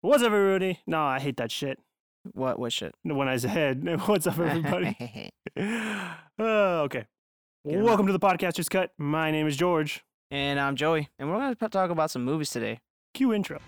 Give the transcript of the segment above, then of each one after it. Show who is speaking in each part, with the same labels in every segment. Speaker 1: What's up, everybody? No, I hate that shit.
Speaker 2: What was shit?
Speaker 1: When I said, What's up, everybody? uh, okay.
Speaker 2: Get 'em
Speaker 1: Welcome to the Podcaster's Cut. My name is George.
Speaker 2: and I'm Joey, and we're going to talk about some movies today.
Speaker 1: Cue intro.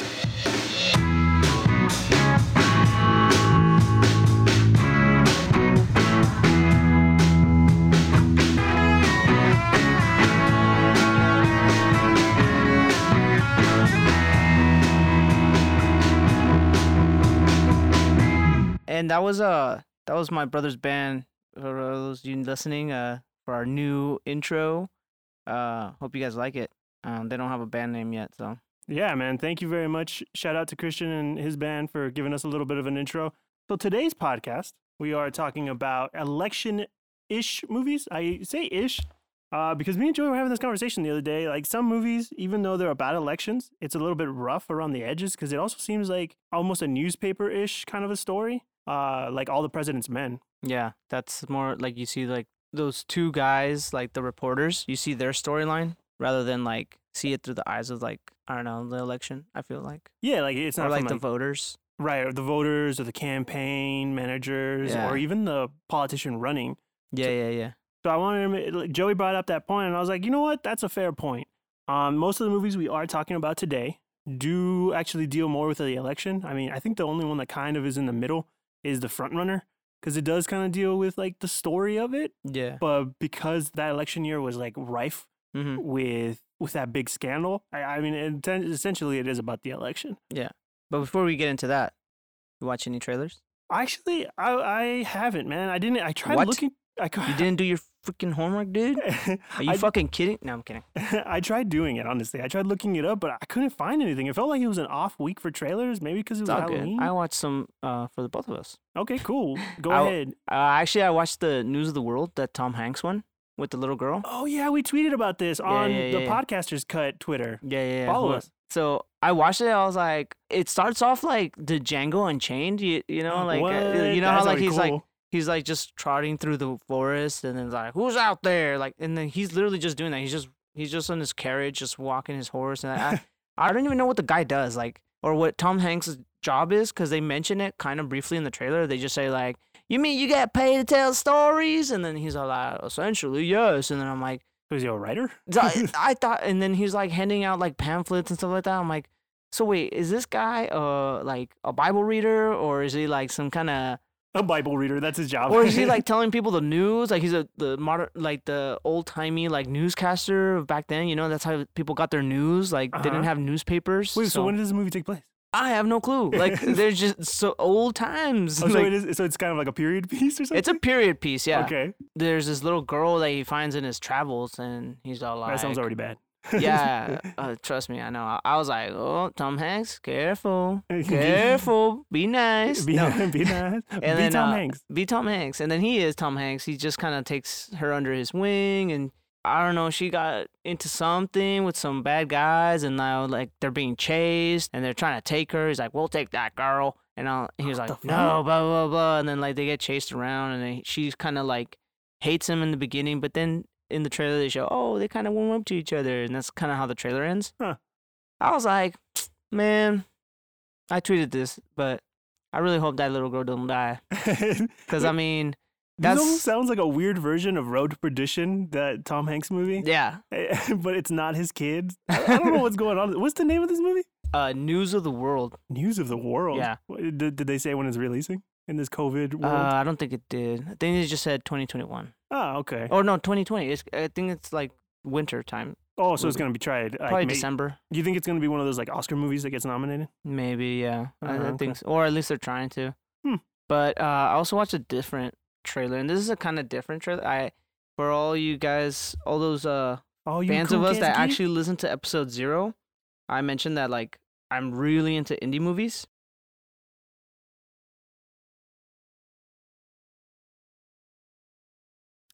Speaker 2: And that was uh that was my brother's band. For those of you listening, uh, for our new intro, uh, hope you guys like it. Um, they don't have a band name yet, so
Speaker 1: Yeah, man. Thank you very much. Shout out to Christian and his band for giving us a little bit of an intro. So today's podcast, we are talking about election-ish movies. I say ish uh, because me and Joey were having this conversation the other day. Like some movies, even though they're about elections, it's a little bit rough around the edges because it also seems like almost a newspaper-ish kind of a story. Uh, like all the president's men.
Speaker 2: yeah, that's more like you see like those two guys, like the reporters. You see their storyline rather than like see it through the eyes of like I don't know the election. I feel like
Speaker 1: Yeah, like it's
Speaker 2: or
Speaker 1: not
Speaker 2: like
Speaker 1: from,
Speaker 2: the voters.
Speaker 1: right or the voters or the campaign managers
Speaker 2: Yeah.
Speaker 1: or even the politician running.
Speaker 2: Yeah, yeah, yeah.
Speaker 1: So I wanted to, ma- like, Joey brought up that point, and I was like, you know what? That's a fair point. Um, most of the movies we are talking about today do actually deal more with the election. I mean, I think the only one that kind of is in the middle is The Front Runner, because it does kind of deal with like the story of it.
Speaker 2: Yeah.
Speaker 1: But because that election year was like rife
Speaker 2: Mm-hmm.
Speaker 1: with with that big scandal, I, I mean, it, essentially it is about the election.
Speaker 2: But before we get into that, you watch any trailers?
Speaker 1: Actually, I, I haven't, man. I didn't. I tried
Speaker 2: What?
Speaker 1: looking. I cou-
Speaker 2: You didn't do your freaking homework, dude? Are you
Speaker 1: I-
Speaker 2: fucking kidding? No, I'm kidding.
Speaker 1: I tried doing it, honestly. I tried looking it up, but I couldn't find anything. It felt like it was an off week for trailers, maybe because it
Speaker 2: It's
Speaker 1: was
Speaker 2: all
Speaker 1: Halloween.
Speaker 2: good. I watched some uh, for the both of us.
Speaker 1: Okay, cool. Go
Speaker 2: I-
Speaker 1: ahead.
Speaker 2: Uh, actually, I watched the News of the World, that Tom Hanks one with the little girl.
Speaker 1: Oh, yeah, we tweeted about this
Speaker 2: Yeah,
Speaker 1: on
Speaker 2: yeah,
Speaker 1: the
Speaker 2: yeah.
Speaker 1: Podcasters Cut Twitter.
Speaker 2: Yeah, yeah. yeah.
Speaker 1: Follow
Speaker 2: hold on.
Speaker 1: us.
Speaker 2: So I watched it. I was like, it starts off like the Django Unchained. You, you know, like uh,
Speaker 1: Oh, What?
Speaker 2: you know how
Speaker 1: That's
Speaker 2: like
Speaker 1: already
Speaker 2: he's like
Speaker 1: cool.
Speaker 2: he's like just trotting through the forest and then like who's out there like and then he's literally just doing that he's just he's just on his carriage just walking his horse and i i don't even know what the guy does like or what tom hanks' job is because they mention it kind of briefly in the trailer they just say like you mean you get paid to tell stories and then he's all like essentially yes and then i'm like
Speaker 1: Who's he, a writer?
Speaker 2: so I, I thought and then he's like handing out like pamphlets and stuff like that i'm like so wait is this guy uh like a bible reader or is he like some kind of
Speaker 1: A Bible reader. That's his job.
Speaker 2: or is he like telling people the news? Like he's a the modern, like the old timey, like newscaster of back then. You know, that's how people got their news. Like they
Speaker 1: Uh-huh.
Speaker 2: didn't have newspapers.
Speaker 1: Wait, so, when did this movie take place?
Speaker 2: I have no clue. Like they're just so old times.
Speaker 1: Oh, so,
Speaker 2: Like,
Speaker 1: it is, so it's kind of like a period piece or something?
Speaker 2: it's a period piece. Yeah.
Speaker 1: Okay.
Speaker 2: There's this little girl that he finds in his travels, and he's all like,
Speaker 1: that sounds already bad.
Speaker 2: yeah, uh, trust me, I know. I, I was like, oh, Tom Hanks, careful,
Speaker 1: Be-
Speaker 2: careful, be nice.
Speaker 1: be,
Speaker 2: No.
Speaker 1: be nice. be
Speaker 2: then,
Speaker 1: Tom
Speaker 2: uh,
Speaker 1: Hanks.
Speaker 2: be Tom Hanks. And then he is Tom Hanks. He just kind of takes her under his wing. And I don't know, she got into something with some bad guys. And now, like, they're being chased and they're trying to take her. He's like, we'll take that girl. And I'll, he was
Speaker 1: What
Speaker 2: like,
Speaker 1: the
Speaker 2: no, blah, blah, blah. And then, like, they get chased around. And they, she's kind of like hates him in the beginning. But then in the trailer, they show, oh, they kind of warm up to each other. And that's kind of how the trailer ends.
Speaker 1: Huh.
Speaker 2: I was like, man, I tweeted this, but I really hope that little girl don't die. Because I mean,
Speaker 1: This almost
Speaker 2: that's-
Speaker 1: sounds like a weird version of Road to Perdition, that Tom Hanks movie.
Speaker 2: yeah.
Speaker 1: but it's not his kids. I I don't know what's going on. What's the name of this movie?
Speaker 2: Uh, news of the world.
Speaker 1: News of the World.
Speaker 2: Yeah.
Speaker 1: What- Did, did they say when it's releasing in this COVID
Speaker 2: Uh,
Speaker 1: world?
Speaker 2: I don't think it did. I think it just said 2021.
Speaker 1: oh, okay.
Speaker 2: Or no, 2020. It's, I think it's like winter time.
Speaker 1: Oh, so it's
Speaker 2: movie.
Speaker 1: going to be tried. Like,
Speaker 2: Probably
Speaker 1: may-
Speaker 2: December.
Speaker 1: You think it's going to be one of those like Oscar movies that gets nominated?
Speaker 2: Maybe, yeah. I, I
Speaker 1: Uh, okay.
Speaker 2: think so. Or at least they're trying to.
Speaker 1: Hmm.
Speaker 2: But uh, I also watched a different trailer, and this is a kind of different trailer. I For all you guys, all those uh,
Speaker 1: Oh, you
Speaker 2: fans
Speaker 1: cool
Speaker 2: of us
Speaker 1: cats
Speaker 2: that
Speaker 1: geek?
Speaker 2: actually listen to episode zero, I mentioned that like I'm really into indie movies.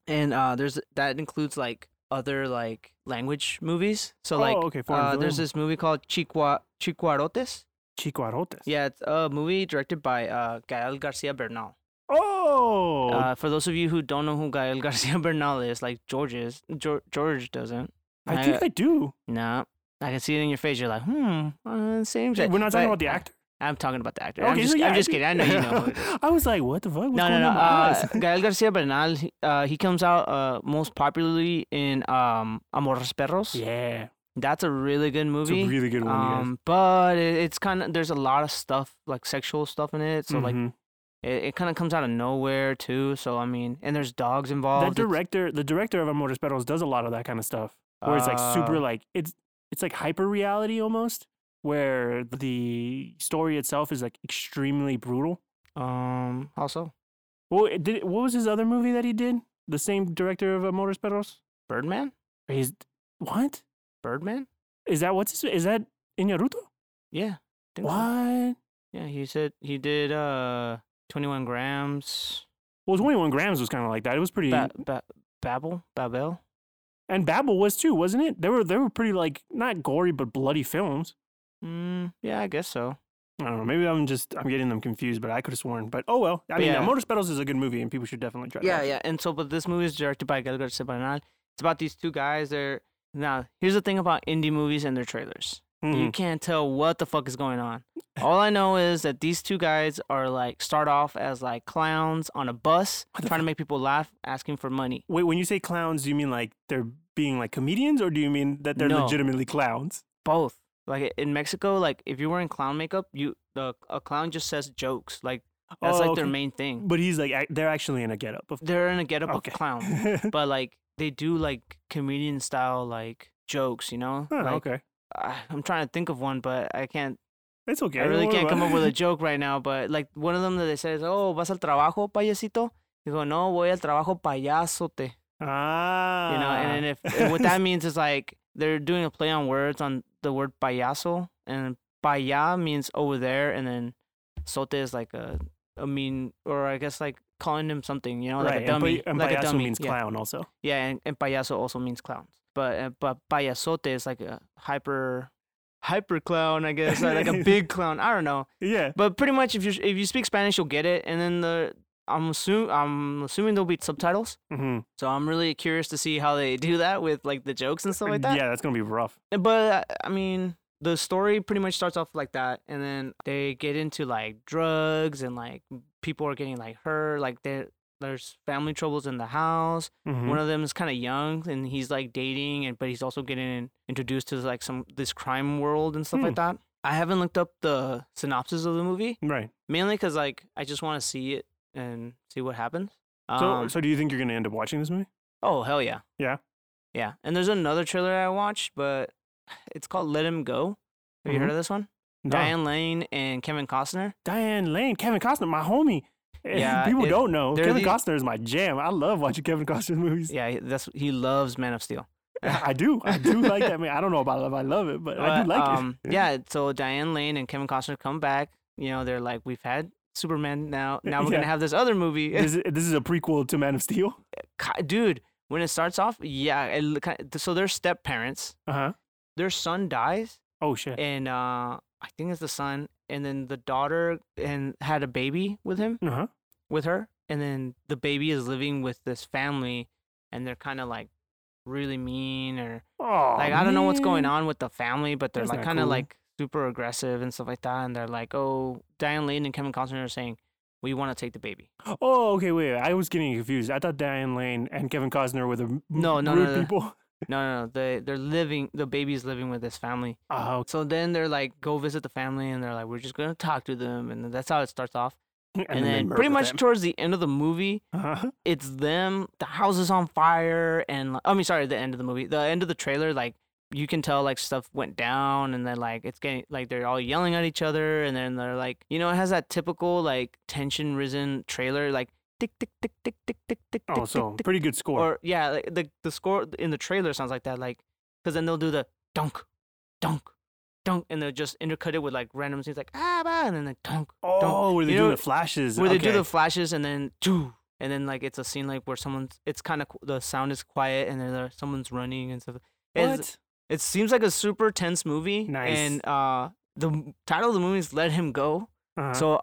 Speaker 2: And uh, there's that includes like other like language movies. So
Speaker 1: Oh,
Speaker 2: like
Speaker 1: okay. Foreign
Speaker 2: uh, there's
Speaker 1: film.
Speaker 2: this movie called Chiqua Chicuarotes.
Speaker 1: Chicuarotes.
Speaker 2: Yeah, it's a movie directed by uh, Gael Garcia Bernal.
Speaker 1: Oh.
Speaker 2: Uh, for those of you who don't know who Gael Garcia Bernal is, like George is, George, George doesn't.
Speaker 1: I think I do.
Speaker 2: No, I can see it in your face. You're like, hmm, uh, same shit.
Speaker 1: We're not talking
Speaker 2: But
Speaker 1: about the
Speaker 2: I-
Speaker 1: actor.
Speaker 2: I'm talking about the actor.
Speaker 1: Okay,
Speaker 2: I'm just,
Speaker 1: so yeah,
Speaker 2: I'm
Speaker 1: I
Speaker 2: just
Speaker 1: think-
Speaker 2: kidding. I know you know. Who it is.
Speaker 1: I was like, what the fuck? What's
Speaker 2: no, no,
Speaker 1: going
Speaker 2: no.
Speaker 1: on with my
Speaker 2: Uh,
Speaker 1: eyes?
Speaker 2: Gael Garcia Bernal, he- uh, he comes out uh, most popularly in um, Amores Perros.
Speaker 1: yeah,
Speaker 2: That's a really good
Speaker 1: it's
Speaker 2: movie.
Speaker 1: a really good one.
Speaker 2: um, but it, it's kind of there's a lot of stuff like sexual stuff in it,
Speaker 1: you guys.
Speaker 2: so like
Speaker 1: Mhm.
Speaker 2: it, it kind of comes out of nowhere too. So I mean, and there's dogs
Speaker 1: that
Speaker 2: involved. it's-
Speaker 1: director, the director of Amores Perros, does a lot of that kind of stuff, where it's like super
Speaker 2: Uh,
Speaker 1: like it's it's like hyper reality almost, where the story itself is like extremely brutal.
Speaker 2: Um, also
Speaker 1: Well, it did what was his other movie that he did? The same director of Amores Perros.
Speaker 2: Birdman,
Speaker 1: He's what?
Speaker 2: Birdman.
Speaker 1: Is that what's his, is that Iñárritu?
Speaker 2: Yeah. I think so.
Speaker 1: What?
Speaker 2: Yeah, he said he did uh 21 grams.
Speaker 1: Well, 21 grams was kind of like that. It was pretty,
Speaker 2: Ba- ba- Babel, Babel.
Speaker 1: and Babel was too, wasn't it? They were they were pretty like not gory but bloody films.
Speaker 2: Mm, yeah, I guess so.
Speaker 1: I don't know. Maybe I'm just I'm getting them confused, but I could have sworn. But oh well. I mean,
Speaker 2: Yeah.
Speaker 1: yeah. Motor Pedals is a good movie, and people should definitely try. to
Speaker 2: Yeah,
Speaker 1: watch it.
Speaker 2: yeah. And so, but this movie is directed by Gael Garcia Bernal. It's about these two guys. They're now. Here's the thing about indie movies and their trailers. You
Speaker 1: Mhm.
Speaker 2: can't tell what the fuck is going on. All I know is that these two guys are like start off as like clowns on a bus,
Speaker 1: What the
Speaker 2: trying to make people laugh, asking for money.
Speaker 1: Wait, when you say clowns, do you mean like they're being like comedians, or do you mean that they're
Speaker 2: No.
Speaker 1: legitimately clowns?
Speaker 2: Both. Like i- in Mexico, like if you're wearing clown makeup, you the a clown just says jokes. Like that's
Speaker 1: Oh,
Speaker 2: like their
Speaker 1: okay.
Speaker 2: main thing.
Speaker 1: But he's like ac- they're actually in a getup. Of-
Speaker 2: They're in a getup
Speaker 1: Okay.
Speaker 2: of clown, but like they do like comedian style like jokes. You know,
Speaker 1: Huh,
Speaker 2: like,
Speaker 1: okay,
Speaker 2: I, I'm trying to think of one, but I can't.
Speaker 1: it's okay.
Speaker 2: I really
Speaker 1: don't
Speaker 2: can't
Speaker 1: worry
Speaker 2: come
Speaker 1: about
Speaker 2: up with
Speaker 1: it.
Speaker 2: a joke right now. But like one of them that they said is, "Oh, vas al trabajo, payasito." You go, "No, voy al trabajo, payasote."
Speaker 1: Ah,
Speaker 2: You know, and then if and what that means is like they're doing a play on words on the word payaso, and paya means over there, and then sote is like a a mean, or I guess like calling him something. You know, like
Speaker 1: right,
Speaker 2: a dummy,
Speaker 1: and, pa- and
Speaker 2: like
Speaker 1: payaso
Speaker 2: a dummy.
Speaker 1: means
Speaker 2: yeah.
Speaker 1: clown also.
Speaker 2: Yeah, and, and payaso also means clowns. But uh, but payasote is like a hyper hyper clown, I guess, or like a big clown. I don't know.
Speaker 1: Yeah,
Speaker 2: But pretty much, if you if you speak Spanish, you'll get it. And then the I'm assume I'm assuming there'll be subtitles.
Speaker 1: hmm
Speaker 2: So I'm really curious to see how they do that with like the jokes and stuff like that.
Speaker 1: yeah, that's gonna be rough.
Speaker 2: Yeah. But I mean, the story pretty much starts off like that, and then they get into like drugs and like people are getting like hurt, like there there's family troubles in the house
Speaker 1: Mhm.
Speaker 2: one of them is kind of young and he's like dating and but he's also getting introduced to like some this crime world and stuff
Speaker 1: Hmm.
Speaker 2: like that i haven't looked up the synopsis of the movie
Speaker 1: Right.
Speaker 2: mainly because like i just want to see it and see what happens
Speaker 1: So,
Speaker 2: um,
Speaker 1: so do you think you're gonna end up watching this movie?
Speaker 2: oh hell yeah
Speaker 1: Yeah.
Speaker 2: yeah and there's another trailer i watched but it's called let him go have you heard of this one
Speaker 1: Mm-hmm. No.
Speaker 2: diane lane and kevin costner
Speaker 1: Diane Lane, Kevin Costner, my homie. Eh,
Speaker 2: Yeah,
Speaker 1: people
Speaker 2: it-
Speaker 1: don't know
Speaker 2: they're
Speaker 1: Kevin
Speaker 2: the-
Speaker 1: Costner is my jam. I love watching Kevin Costner's movies.
Speaker 2: yeah that's he loves man of steel
Speaker 1: I do, I do like that. Man, I don't know about love. I love it, but I do
Speaker 2: But,
Speaker 1: like
Speaker 2: um,
Speaker 1: it.
Speaker 2: yeah, so Diane Lane and Kevin Costner come back. You know, they're like, we've had Superman now. Now we're
Speaker 1: Yeah.
Speaker 2: gonna have this other movie,
Speaker 1: this is, this is a prequel to Man of Steel.
Speaker 2: Ki- dude. When it starts off, yeah. It, look ki- so their step parents,
Speaker 1: Uh huh.
Speaker 2: their son dies,
Speaker 1: Oh shit.
Speaker 2: and uh, I think it's the son, and then the daughter and had a baby with him,
Speaker 1: Uh huh.
Speaker 2: with her, and then the baby is living with this family, and they're kind of like really mean or
Speaker 1: Oh,
Speaker 2: like I don't know what's going
Speaker 1: man.
Speaker 2: on with the family, but they're
Speaker 1: That's
Speaker 2: like
Speaker 1: not
Speaker 2: kind of
Speaker 1: cool.
Speaker 2: like super aggressive and stuff like that. And they're like, "Oh, Diane Lane and Kevin Costner are saying we want to take the baby."
Speaker 1: Oh, okay, wait. I was getting confused. I thought Diane Lane and Kevin Costner were the m-
Speaker 2: No, no, no,
Speaker 1: rude
Speaker 2: no.
Speaker 1: people.
Speaker 2: No, no, no. They they're living. The baby's living with this family.
Speaker 1: Oh,
Speaker 2: So then they're like, go visit the family, and they're like, we're just gonna talk to them, and that's how it starts off.
Speaker 1: and,
Speaker 2: And,
Speaker 1: they
Speaker 2: then
Speaker 1: murder
Speaker 2: pretty much
Speaker 1: them.
Speaker 2: towards the end of the movie,
Speaker 1: Uh-huh.
Speaker 2: it's them. The house is on fire, and like, I mean, sorry, the end of the movie, the end of the trailer, like you can tell like stuff went down, and then like it's getting like they're all yelling at each other, and then they're like, you know, it has that typical like tension risen trailer, like tick tick tick tick tick tick tick.
Speaker 1: Oh,
Speaker 2: tick,
Speaker 1: so
Speaker 2: tick, tick,
Speaker 1: pretty good score.
Speaker 2: or yeah, like, the the score in the trailer sounds like that, like because then they'll do the dunk, dunk, dunk, and they'll just intercut it with like random scenes like ah bah, and then like dunk
Speaker 1: oh, where they
Speaker 2: you
Speaker 1: do
Speaker 2: know-
Speaker 1: the flashes?
Speaker 2: where
Speaker 1: okay.
Speaker 2: they do the flashes and then do and then like it's a scene like where someone's it's kind of the sound is quiet and then there, someone's running and stuff It's-
Speaker 1: what?
Speaker 2: it seems like a super tense movie
Speaker 1: Nice.
Speaker 2: and uh the m- title of the movie is let him go
Speaker 1: Uh-huh.
Speaker 2: so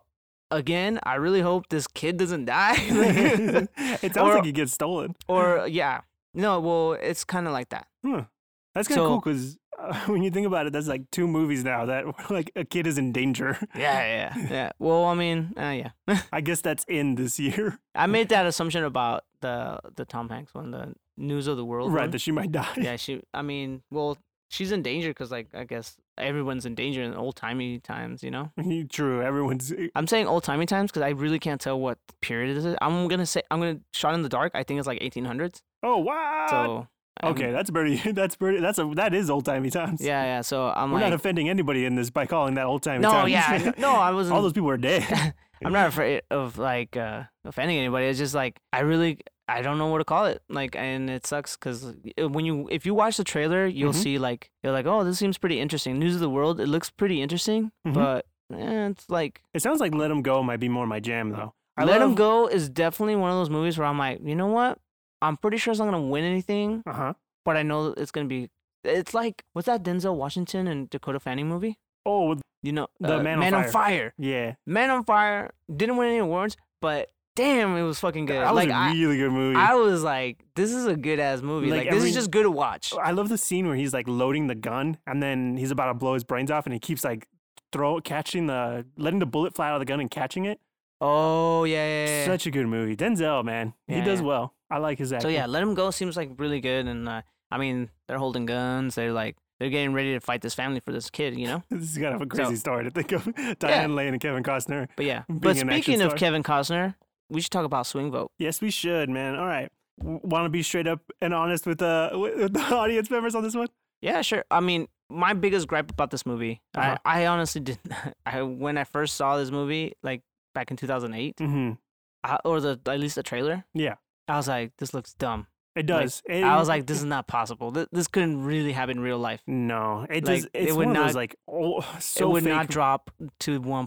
Speaker 2: again i really hope this kid doesn't die
Speaker 1: it sounds
Speaker 2: Or-
Speaker 1: like it gets stolen.
Speaker 2: or yeah no well it's kind of like that
Speaker 1: That's kind of
Speaker 2: So-
Speaker 1: cool because when you think about it, that's like two movies now that like a kid is in danger.
Speaker 2: Yeah, yeah, yeah. Well, I mean, uh, yeah.
Speaker 1: I guess that's in this year,
Speaker 2: I made that assumption about the the Tom Hanks one, the News of the World.
Speaker 1: right?
Speaker 2: one.
Speaker 1: That she might die.
Speaker 2: Uh-huh. yeah, she. I mean, well, she's in danger because, like, I guess everyone's in danger in old timey times. You know,
Speaker 1: True. Everyone's eh,
Speaker 2: I'm saying old timey times because I really can't tell what period it is. I'm gonna say I'm gonna shot in the dark. I think it's like 1800s.
Speaker 1: oh wow.
Speaker 2: So I'm-
Speaker 1: okay, that's pretty. That's pretty. That's a that is old timey times.
Speaker 2: yeah, yeah. So I'm
Speaker 1: We're
Speaker 2: like,
Speaker 1: not offending anybody in this by calling that old timey
Speaker 2: no,
Speaker 1: times.
Speaker 2: yeah, I- no, I wasn't.
Speaker 1: All those people are dead.
Speaker 2: I'm not afraid of like uh, offending anybody. It's just like I really I don't know what to call it. Like, and it sucks because when you if you watch the trailer, you'll
Speaker 1: Mhm.
Speaker 2: see like you're like, oh, this seems pretty interesting. News of the world, it looks pretty interesting,
Speaker 1: Mhm.
Speaker 2: but eh, it's like
Speaker 1: It sounds like Let 'Em Go might be more my jam though. I
Speaker 2: Let Him
Speaker 1: love-
Speaker 2: Go is definitely one of those movies where I'm like, you know what? I'm pretty sure it's not gonna win anything,
Speaker 1: Uh huh.
Speaker 2: but I know it's gonna be. It's like what's that Denzel Washington and Dakota Fanning movie?
Speaker 1: Oh with-
Speaker 2: You know,
Speaker 1: The
Speaker 2: uh,
Speaker 1: Man on
Speaker 2: on
Speaker 1: Fire.
Speaker 2: Fire.
Speaker 1: yeah,
Speaker 2: Man on Fire didn't win any awards, but damn, it was fucking good.
Speaker 1: that was
Speaker 2: like
Speaker 1: a
Speaker 2: I,
Speaker 1: really good movie.
Speaker 2: I was like, this is a good ass movie.
Speaker 1: Like,
Speaker 2: Like, this
Speaker 1: every-
Speaker 2: is just good to watch.
Speaker 1: I love the scene where he's like loading the gun and then he's about to blow his brains off and he keeps like throw catching the letting the bullet fly out of the gun and catching it.
Speaker 2: Oh yeah, yeah, yeah, yeah.
Speaker 1: Such a good movie. Denzel, man. he
Speaker 2: Yeah,
Speaker 1: does
Speaker 2: yeah.
Speaker 1: well. I like his
Speaker 2: so
Speaker 1: acting.
Speaker 2: yeah, let him go seems like really good, and uh, I mean they're holding guns. They're like they're getting ready to fight this family for this kid, you know.
Speaker 1: This is kind of a crazy story to think of. Diane Lane and Kevin Costner.
Speaker 2: But yeah,
Speaker 1: Being
Speaker 2: but
Speaker 1: an action
Speaker 2: speaking of
Speaker 1: star.
Speaker 2: Kevin Costner, we should talk about Swing Vote.
Speaker 1: Yes, we should, man. All right. Want to be straight up and honest with the with the audience members on this one?
Speaker 2: Yeah, sure. I mean, my biggest gripe about this movie,
Speaker 1: Uh-huh.
Speaker 2: I, I honestly did. I when I first saw this movie, like back in 2008,
Speaker 1: Mm-hmm.
Speaker 2: I, or the at least the trailer.
Speaker 1: Yeah.
Speaker 2: I was like, this looks dumb.
Speaker 1: It does. It-
Speaker 2: I was like, this is not possible. This, this couldn't really happen in real life.
Speaker 1: no, it
Speaker 2: like,
Speaker 1: does.
Speaker 2: it
Speaker 1: It's
Speaker 2: would
Speaker 1: one of those
Speaker 2: not-
Speaker 1: like oh, so
Speaker 2: it would
Speaker 1: fake.
Speaker 2: not drop to one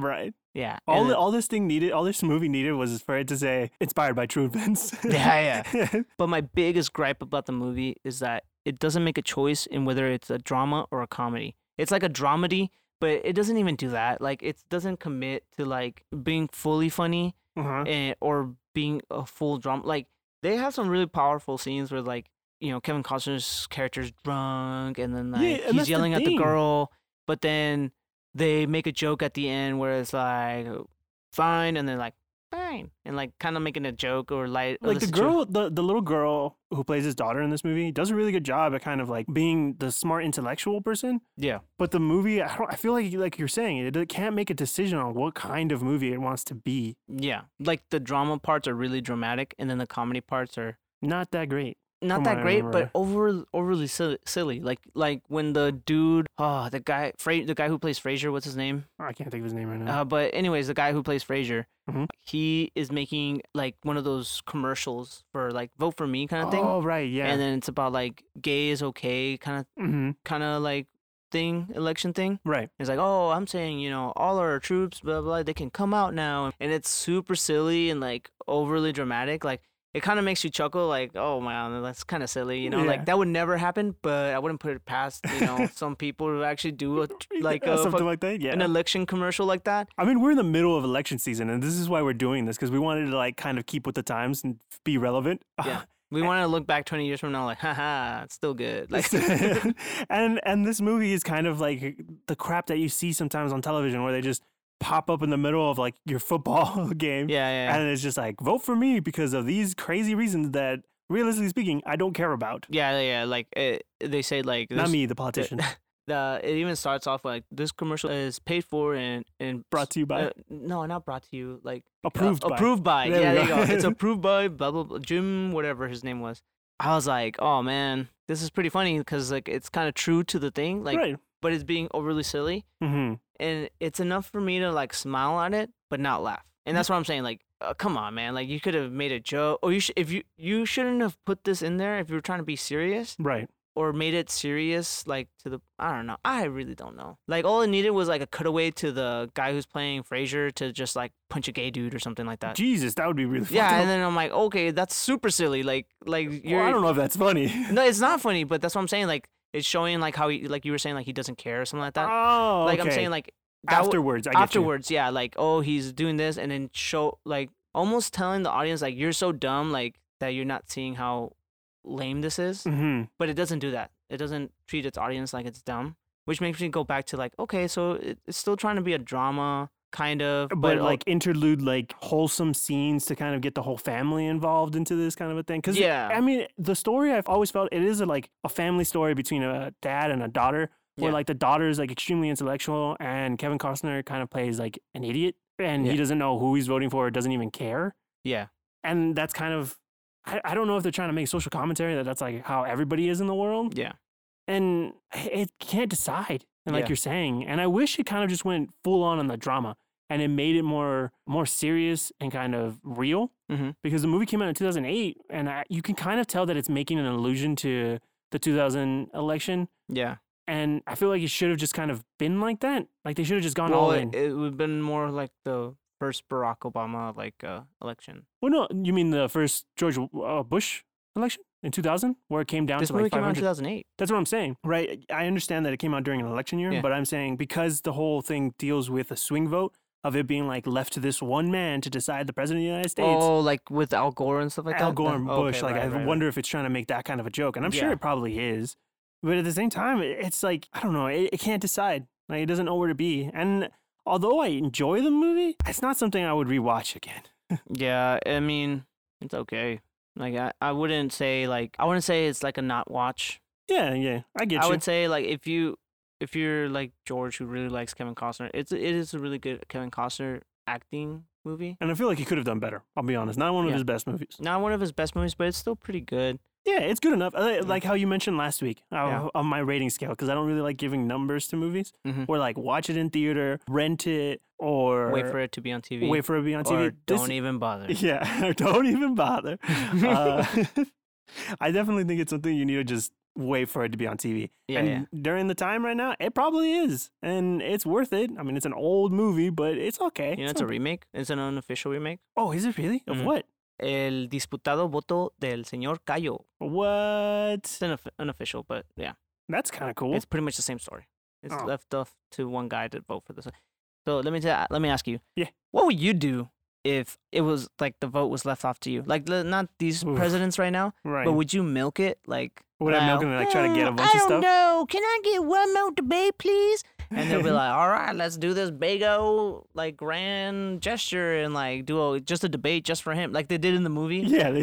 Speaker 1: right.
Speaker 2: Yeah. and
Speaker 1: All
Speaker 2: it-
Speaker 1: all this thing needed, all this movie needed was for it to say inspired by true events.
Speaker 2: Yeah,
Speaker 1: yeah.
Speaker 2: but my biggest gripe about the movie is that it doesn't make a choice in whether it's a drama or a comedy. It's like a dramedy, but it doesn't even do that. Like it doesn't commit to like being fully funny
Speaker 1: uh-huh.
Speaker 2: and, or being a full drama. Like they have some really powerful scenes where like you know Kevin Costner's character's drunk and then
Speaker 1: Yeah,
Speaker 2: like
Speaker 1: and that's
Speaker 2: he's
Speaker 1: the
Speaker 2: yelling at the
Speaker 1: thing.
Speaker 2: girl, but then they make a joke at the end where it's like "Oh, fine, and they're like fine, and like kind of making a joke or light of
Speaker 1: Like the
Speaker 2: situ-
Speaker 1: girl, the, the little girl who plays his daughter in this movie does a really good job at kind of like being the smart intellectual person.
Speaker 2: Yeah,
Speaker 1: But the movie, I don't. I feel like like you're saying it, it can't make a decision on what kind of movie it wants to be.
Speaker 2: yeah. Like the drama parts are really dramatic, and then the comedy parts are
Speaker 1: Not that great.
Speaker 2: not
Speaker 1: From what
Speaker 2: that
Speaker 1: I
Speaker 2: great,
Speaker 1: remember.
Speaker 2: but over overly silly, silly. Like like when the dude, oh, the guy, Fra- the guy who plays Frasier, what's his name?
Speaker 1: Oh, I can't think of his name right now.
Speaker 2: Uh, but anyways, the guy who plays Frasier,
Speaker 1: Mhm.
Speaker 2: he is making like one of those commercials for like vote for me kind of thing,
Speaker 1: oh right, yeah.
Speaker 2: and then it's about like gay is okay kind of
Speaker 1: hmm
Speaker 2: kind of like thing election thing.
Speaker 1: Right.
Speaker 2: It's like oh I'm saying you know all our troops blah blah they can come out now, and it's super silly and like overly dramatic like. It kind of makes you chuckle, like, "Oh man, that's kind of silly," you know.
Speaker 1: Yeah.
Speaker 2: Like that would never happen, but I wouldn't put it past, you know, some people who actually do a, like
Speaker 1: Yeah,
Speaker 2: a
Speaker 1: something
Speaker 2: fuck-
Speaker 1: like that. Yeah.
Speaker 2: an election commercial like that.
Speaker 1: I mean, we're in the middle of election season, and this is why we're doing this because we wanted to like kind of keep with the times and f- be relevant.
Speaker 2: Yeah. We want to look back 20 years from now, like, haha, it's still good. Like,
Speaker 1: and and this movie is kind of like the crap that you see sometimes on television, where they just pop up in the middle of like your football game,
Speaker 2: yeah, yeah, yeah.
Speaker 1: and it's just like vote for me because of these crazy reasons that, realistically speaking, I don't care about.
Speaker 2: Yeah, yeah, Like, it, they say, like,
Speaker 1: Not
Speaker 2: this-
Speaker 1: me, the politician.
Speaker 2: The, it even starts off like, this commercial is paid for and, and
Speaker 1: Brought to you by,
Speaker 2: uh, no, not brought to you. Like, uh,
Speaker 1: approved by.
Speaker 2: approved by.
Speaker 1: There
Speaker 2: yeah,
Speaker 1: we
Speaker 2: there you
Speaker 1: go.
Speaker 2: go. it's approved by blah, blah, blah, Jim, whatever his name was. I was like, oh man, this is pretty funny because, like, it's kind of true to the thing, like,
Speaker 1: right.
Speaker 2: but it's being overly silly.
Speaker 1: hmm
Speaker 2: and it's enough for me to like smile at it but not laugh
Speaker 1: Mm-hmm.
Speaker 2: and that's what i'm saying like uh, come on man like you could have made a joke or you sh- if you you shouldn't have put this in there if you were trying to be serious
Speaker 1: Right.
Speaker 2: or made it serious like to the i don't know i really don't know like all it needed was like a cutaway to the guy who's playing frasier to just like punch a gay dude or something like that
Speaker 1: Jesus, that would be really. fucked
Speaker 2: yeah
Speaker 1: up.
Speaker 2: and then i'm like okay that's super silly like like you're
Speaker 1: Well, I don't know if that's funny.
Speaker 2: no it's not funny but that's what i'm saying like it's showing like how he like you were saying like he doesn't care or something like that
Speaker 1: oh,
Speaker 2: like i'm
Speaker 1: okay.
Speaker 2: saying like that w-
Speaker 1: afterwards. I get you.
Speaker 2: afterwards, yeah, like oh he's doing this, and then show like almost telling the audience like you're so dumb like that you're not seeing how lame this is,
Speaker 1: Mhm.
Speaker 2: but it doesn't do that. it doesn't treat its audience like it's dumb, which makes me go back to like, okay, so it, it's still trying to be a drama kind of,
Speaker 1: but,
Speaker 2: but, al-
Speaker 1: like interlude like wholesome scenes to kind of get the whole family involved into this kind of a thing. Because
Speaker 2: yeah,
Speaker 1: I mean, the story I've always felt it is a, like a family story between a dad and a daughter, where
Speaker 2: Yeah.
Speaker 1: like the daughter is like extremely intellectual, and Kevin Costner kind of plays like an idiot, and he
Speaker 2: Yeah.
Speaker 1: doesn't know who he's voting for, doesn't even care,
Speaker 2: yeah,
Speaker 1: and that's kind of. I I don't know if they're trying to make social commentary that that's like how everybody is in the world,
Speaker 2: yeah,
Speaker 1: and it can't decide. And like
Speaker 2: Yeah.
Speaker 1: you're saying, and I wish it kind of just went full on on the drama and it made it more more serious and kind of real
Speaker 2: Mhm.
Speaker 1: because the movie came out in 2008 and I, you can kind of tell that it's making an allusion to the 2000 election
Speaker 2: yeah.
Speaker 1: and I feel like it should have just kind of been like that. Like they should have just gone all
Speaker 2: Well,
Speaker 1: in.
Speaker 2: it, it would have been more like the first Barack Obama like uh, election.
Speaker 1: well, no, you mean the first George uh, Bush election in 2000 where it came down
Speaker 2: This
Speaker 1: to
Speaker 2: movie
Speaker 1: like
Speaker 2: came out in
Speaker 1: 500
Speaker 2: two thousand eight.
Speaker 1: That's what I'm saying. Right. I understand that it came out during an election year,
Speaker 2: Yeah.
Speaker 1: but I'm saying because the whole thing deals with a swing vote of it being like left to this one man to decide the president of the United States.
Speaker 2: Oh, like with Al Gore and stuff like that.
Speaker 1: Al Gore
Speaker 2: No?
Speaker 1: and
Speaker 2: Okay,
Speaker 1: Bush, like
Speaker 2: right,
Speaker 1: I
Speaker 2: right, right.
Speaker 1: wonder if it's trying to make that kind of a joke, and I'm sure
Speaker 2: Yeah.
Speaker 1: it probably is. But at the same time, it- it's like I don't know. It, it can't decide. Like it doesn't know where to be. And although I enjoy the movie, it's not something I would rewatch again.
Speaker 2: Yeah, I mean, it's okay. Like I, I wouldn't say like I wouldn't say it's like a not watch.
Speaker 1: Yeah, yeah, I get
Speaker 2: I
Speaker 1: you.
Speaker 2: would say like if you if you're like George who really likes Kevin Costner, it's it is a really good Kevin Costner acting movie.
Speaker 1: and I feel like he could have done better. I'll be honest. Not one of
Speaker 2: Yeah.
Speaker 1: his best movies.
Speaker 2: Not one of his best movies, but it's still pretty good.
Speaker 1: Yeah, it's good enough. Uh, Like how you mentioned last week uh,
Speaker 2: Yeah.
Speaker 1: on my rating scale, because I don't really like giving numbers to movies.
Speaker 2: Mhm.
Speaker 1: Or like watch it in theater, rent it, or
Speaker 2: Wait for it to be on TV.
Speaker 1: wait for it to be on TV.
Speaker 2: Or
Speaker 1: This-
Speaker 2: don't even bother.
Speaker 1: yeah, or don't even bother. Uh, I definitely think it's something you need to just wait for it to be on TV.
Speaker 2: Yeah,
Speaker 1: and
Speaker 2: yeah.
Speaker 1: during the time right now, it probably is, and it's worth it. I mean, it's an old movie, but it's okay.
Speaker 2: You know, it's a remake. It's an unofficial remake.
Speaker 1: oh, is it really? Of
Speaker 2: Mhm.
Speaker 1: what?
Speaker 2: El disputado voto del señor Cayo.
Speaker 1: What?
Speaker 2: It's an unofficial, but yeah.
Speaker 1: That's kind of cool.
Speaker 2: It's pretty much the same story. It's
Speaker 1: Oh.
Speaker 2: left off to one guy to vote for this. one. So let me tell, let me ask you.
Speaker 1: Yeah.
Speaker 2: What would you do if it was like the vote was left off to you? Like the- not these
Speaker 1: Oof.
Speaker 2: presidents right now,
Speaker 1: right.
Speaker 2: but would you milk it? Like
Speaker 1: Would I milk it and, like, try to get a
Speaker 2: "Hmm,
Speaker 1: bunch
Speaker 2: I
Speaker 1: of stuff?"
Speaker 2: don't know. Can I get one more debate, please? And they'll be like, "All right, let's do this big old like grand gesture and like do a, just a debate just for him, like they did in the movie."
Speaker 1: Yeah, they-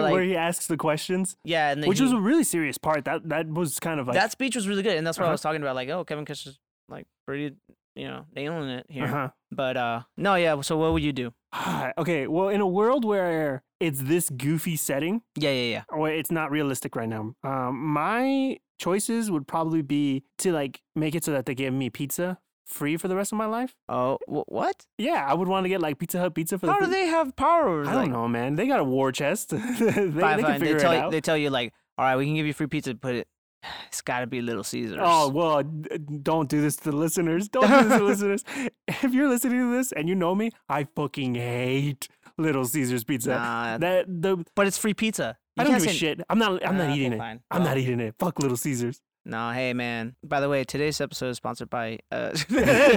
Speaker 1: where
Speaker 2: like-
Speaker 1: he asks the questions,
Speaker 2: Yeah, and then
Speaker 1: which
Speaker 2: he-
Speaker 1: was a really serious part. That that was kind of like
Speaker 2: that speech was really good, and that's what
Speaker 1: Uh-huh.
Speaker 2: I was talking about. Like, oh, Kevin Costner's like pretty, you know, nailing it here.
Speaker 1: uh-huh.
Speaker 2: But uh, no, yeah. So what would you do?
Speaker 1: okay. Well, in a world where it's this goofy setting,
Speaker 2: Yeah, yeah, yeah.
Speaker 1: or it's not realistic right now, um, my choices would probably be to like make it so that they give me pizza free for the rest of my life.
Speaker 2: Oh, wh- what?
Speaker 1: Yeah, I would want to get like Pizza Hut pizza for.
Speaker 2: How
Speaker 1: the
Speaker 2: do they have power? over,
Speaker 1: I don't
Speaker 2: like,
Speaker 1: know, man. They got a war chest. they, they
Speaker 2: Fine,
Speaker 1: can
Speaker 2: fine. They
Speaker 1: figure
Speaker 2: tell
Speaker 1: it
Speaker 2: you,
Speaker 1: out.
Speaker 2: they tell you like, all right, we can give you free pizza, but it, it's got to be Little Caesars.
Speaker 1: Oh well, d- don't do this to the listeners. Don't do this to the listeners. If you're listening to this and you know me, I fucking hate Little Caesars pizza.
Speaker 2: Nah.
Speaker 1: That the
Speaker 2: but it's free pizza.
Speaker 1: I
Speaker 2: You
Speaker 1: don't
Speaker 2: can't
Speaker 1: give a
Speaker 2: say-
Speaker 1: shit. I'm not. I'm not
Speaker 2: Ah, okay,
Speaker 1: eating it.
Speaker 2: fine.
Speaker 1: I'm
Speaker 2: Well,
Speaker 1: not eating it. Fuck Little Caesars.
Speaker 2: No, hey man. By the way, today's episode is sponsored by. Uh,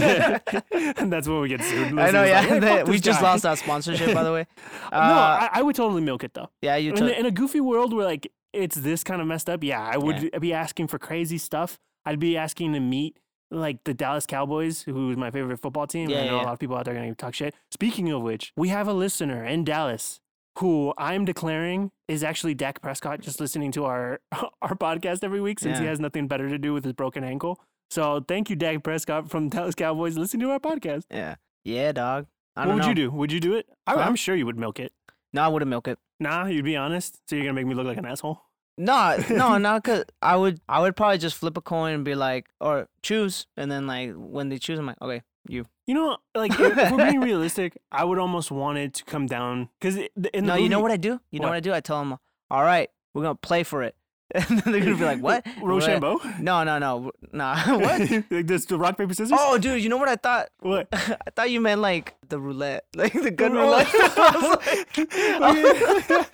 Speaker 1: and that's when we get sued. Little
Speaker 2: I know,
Speaker 1: Caesars
Speaker 2: yeah.
Speaker 1: like, "Hey,
Speaker 2: they-
Speaker 1: fuck
Speaker 2: we
Speaker 1: this
Speaker 2: just
Speaker 1: guy."
Speaker 2: lost our sponsorship, by the way. Uh,
Speaker 1: no, I, I would totally milk it though.
Speaker 2: yeah, you.
Speaker 1: In,
Speaker 2: took
Speaker 1: a- in a goofy world where like it's this kind of messed up, yeah, I would be asking for crazy stuff. I'd be asking to meet like the Dallas Cowboys, who's my favorite football team.
Speaker 2: Yeah,
Speaker 1: I know a
Speaker 2: yeah,
Speaker 1: lot of people out there are gonna talk shit. Speaking of which, we have a listener in Dallas who I'm declaring is actually Dak Prescott, just listening to our our podcast every week since he
Speaker 2: Yeah.
Speaker 1: has nothing better to do with his broken ankle. So thank you, Dak Prescott from Dallas Cowboys. Listen to our podcast.
Speaker 2: yeah, yeah, dog. I
Speaker 1: what
Speaker 2: don't
Speaker 1: would
Speaker 2: know.
Speaker 1: you do? Would you do it? I,
Speaker 2: Huh?
Speaker 1: I'm sure you would milk it.
Speaker 2: No, I wouldn't milk it.
Speaker 1: Nah, you'd be honest. So you're gonna make me look like an asshole.
Speaker 2: No, no, no. Cause I would, I would probably just flip a coin and be like, or choose, and then like when they choose, I'm like, okay, you.
Speaker 1: You know, like if, if we're being realistic, I would almost want it to come down because in the
Speaker 2: no, you know
Speaker 1: movie-
Speaker 2: what I do? You know
Speaker 1: What?
Speaker 2: what I do? I tell them, all right, we're gonna play for it, and then they're gonna be like, what? And we're like,
Speaker 1: Rochambeau?
Speaker 2: No, no, no, nah. what?
Speaker 1: like this, the rock paper scissors?
Speaker 2: Oh, dude, you know what I thought?
Speaker 1: What?
Speaker 2: I thought you meant like the roulette, like the good
Speaker 1: Oh.
Speaker 2: roulette. I was like,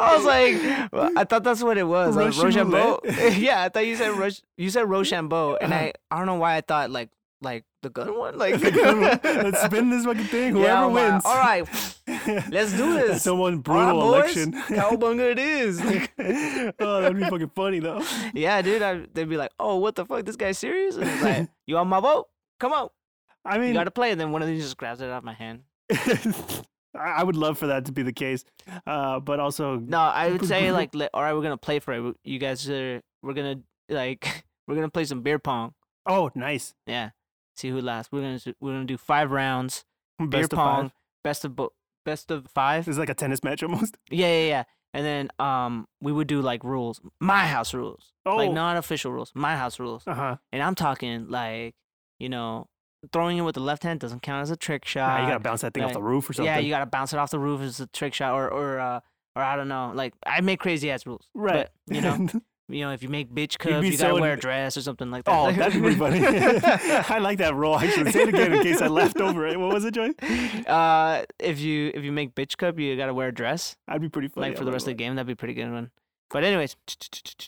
Speaker 2: I, was like well, I thought that's what it was. I was
Speaker 1: Russian
Speaker 2: Rochambeau.
Speaker 1: roulette?
Speaker 2: yeah, I thought you said Roch- you said Rochambeau, and
Speaker 1: Uh-huh.
Speaker 2: I I don't know why I thought like like the gun one, like
Speaker 1: Let's spin this fucking thing. Whoever
Speaker 2: yeah, I'm like,
Speaker 1: wins.
Speaker 2: All right, Let's do this.
Speaker 1: Someone
Speaker 2: Alright,
Speaker 1: brutal
Speaker 2: boys,
Speaker 1: election.
Speaker 2: Cowabunga it is.
Speaker 1: oh, that'd be fucking funny though.
Speaker 2: yeah, dude. I, they'd be like, "Oh, what the fuck? This guy's serious?" And it's like, "You want my vote? Come on,
Speaker 1: I
Speaker 2: you
Speaker 1: mean,
Speaker 2: gotta play." And then one of them just grabs it out of my hand.
Speaker 1: I I would love for that to be the case, uh, but also
Speaker 2: No, I would say like, let, "All right, we're gonna play for it. You guys are. We're gonna like, we're gonna play some beer pong.
Speaker 1: oh, nice
Speaker 2: Yeah, see who lasts. We're gonna do- we're gonna do five rounds. Beer
Speaker 1: best of
Speaker 2: pong,
Speaker 1: five.
Speaker 2: best of bo- best of five.
Speaker 1: This is like a tennis match almost.
Speaker 2: Yeah, yeah, yeah. And then um, we would do like rules, my house rules,
Speaker 1: Oh,
Speaker 2: like not official rules, my house rules.
Speaker 1: uh huh.
Speaker 2: And I'm talking like, you know, throwing it with the left hand doesn't count as a trick shot.
Speaker 1: Nah, Ah, you gotta bounce that thing off
Speaker 2: like-
Speaker 1: the roof or something.
Speaker 2: Uh, yeah, you gotta bounce it off the roof as a trick shot, or or uh, or I don't know. Like I make crazy ass rules,
Speaker 1: Right.
Speaker 2: But, you know, you know, if you make
Speaker 1: be
Speaker 2: bitch cubs, you gotta
Speaker 1: so
Speaker 2: wear a
Speaker 1: in-
Speaker 2: dress or something like that.
Speaker 1: oh, that'd be pretty funny. I like that role actually. Say it again in case I left over it. What was it, Joy?
Speaker 2: Uh, if you if you make bitch cup, you gotta wear a dress.
Speaker 1: I'd be pretty funny.
Speaker 2: like for the rest of the game, that'd be a pretty good one. But anyways,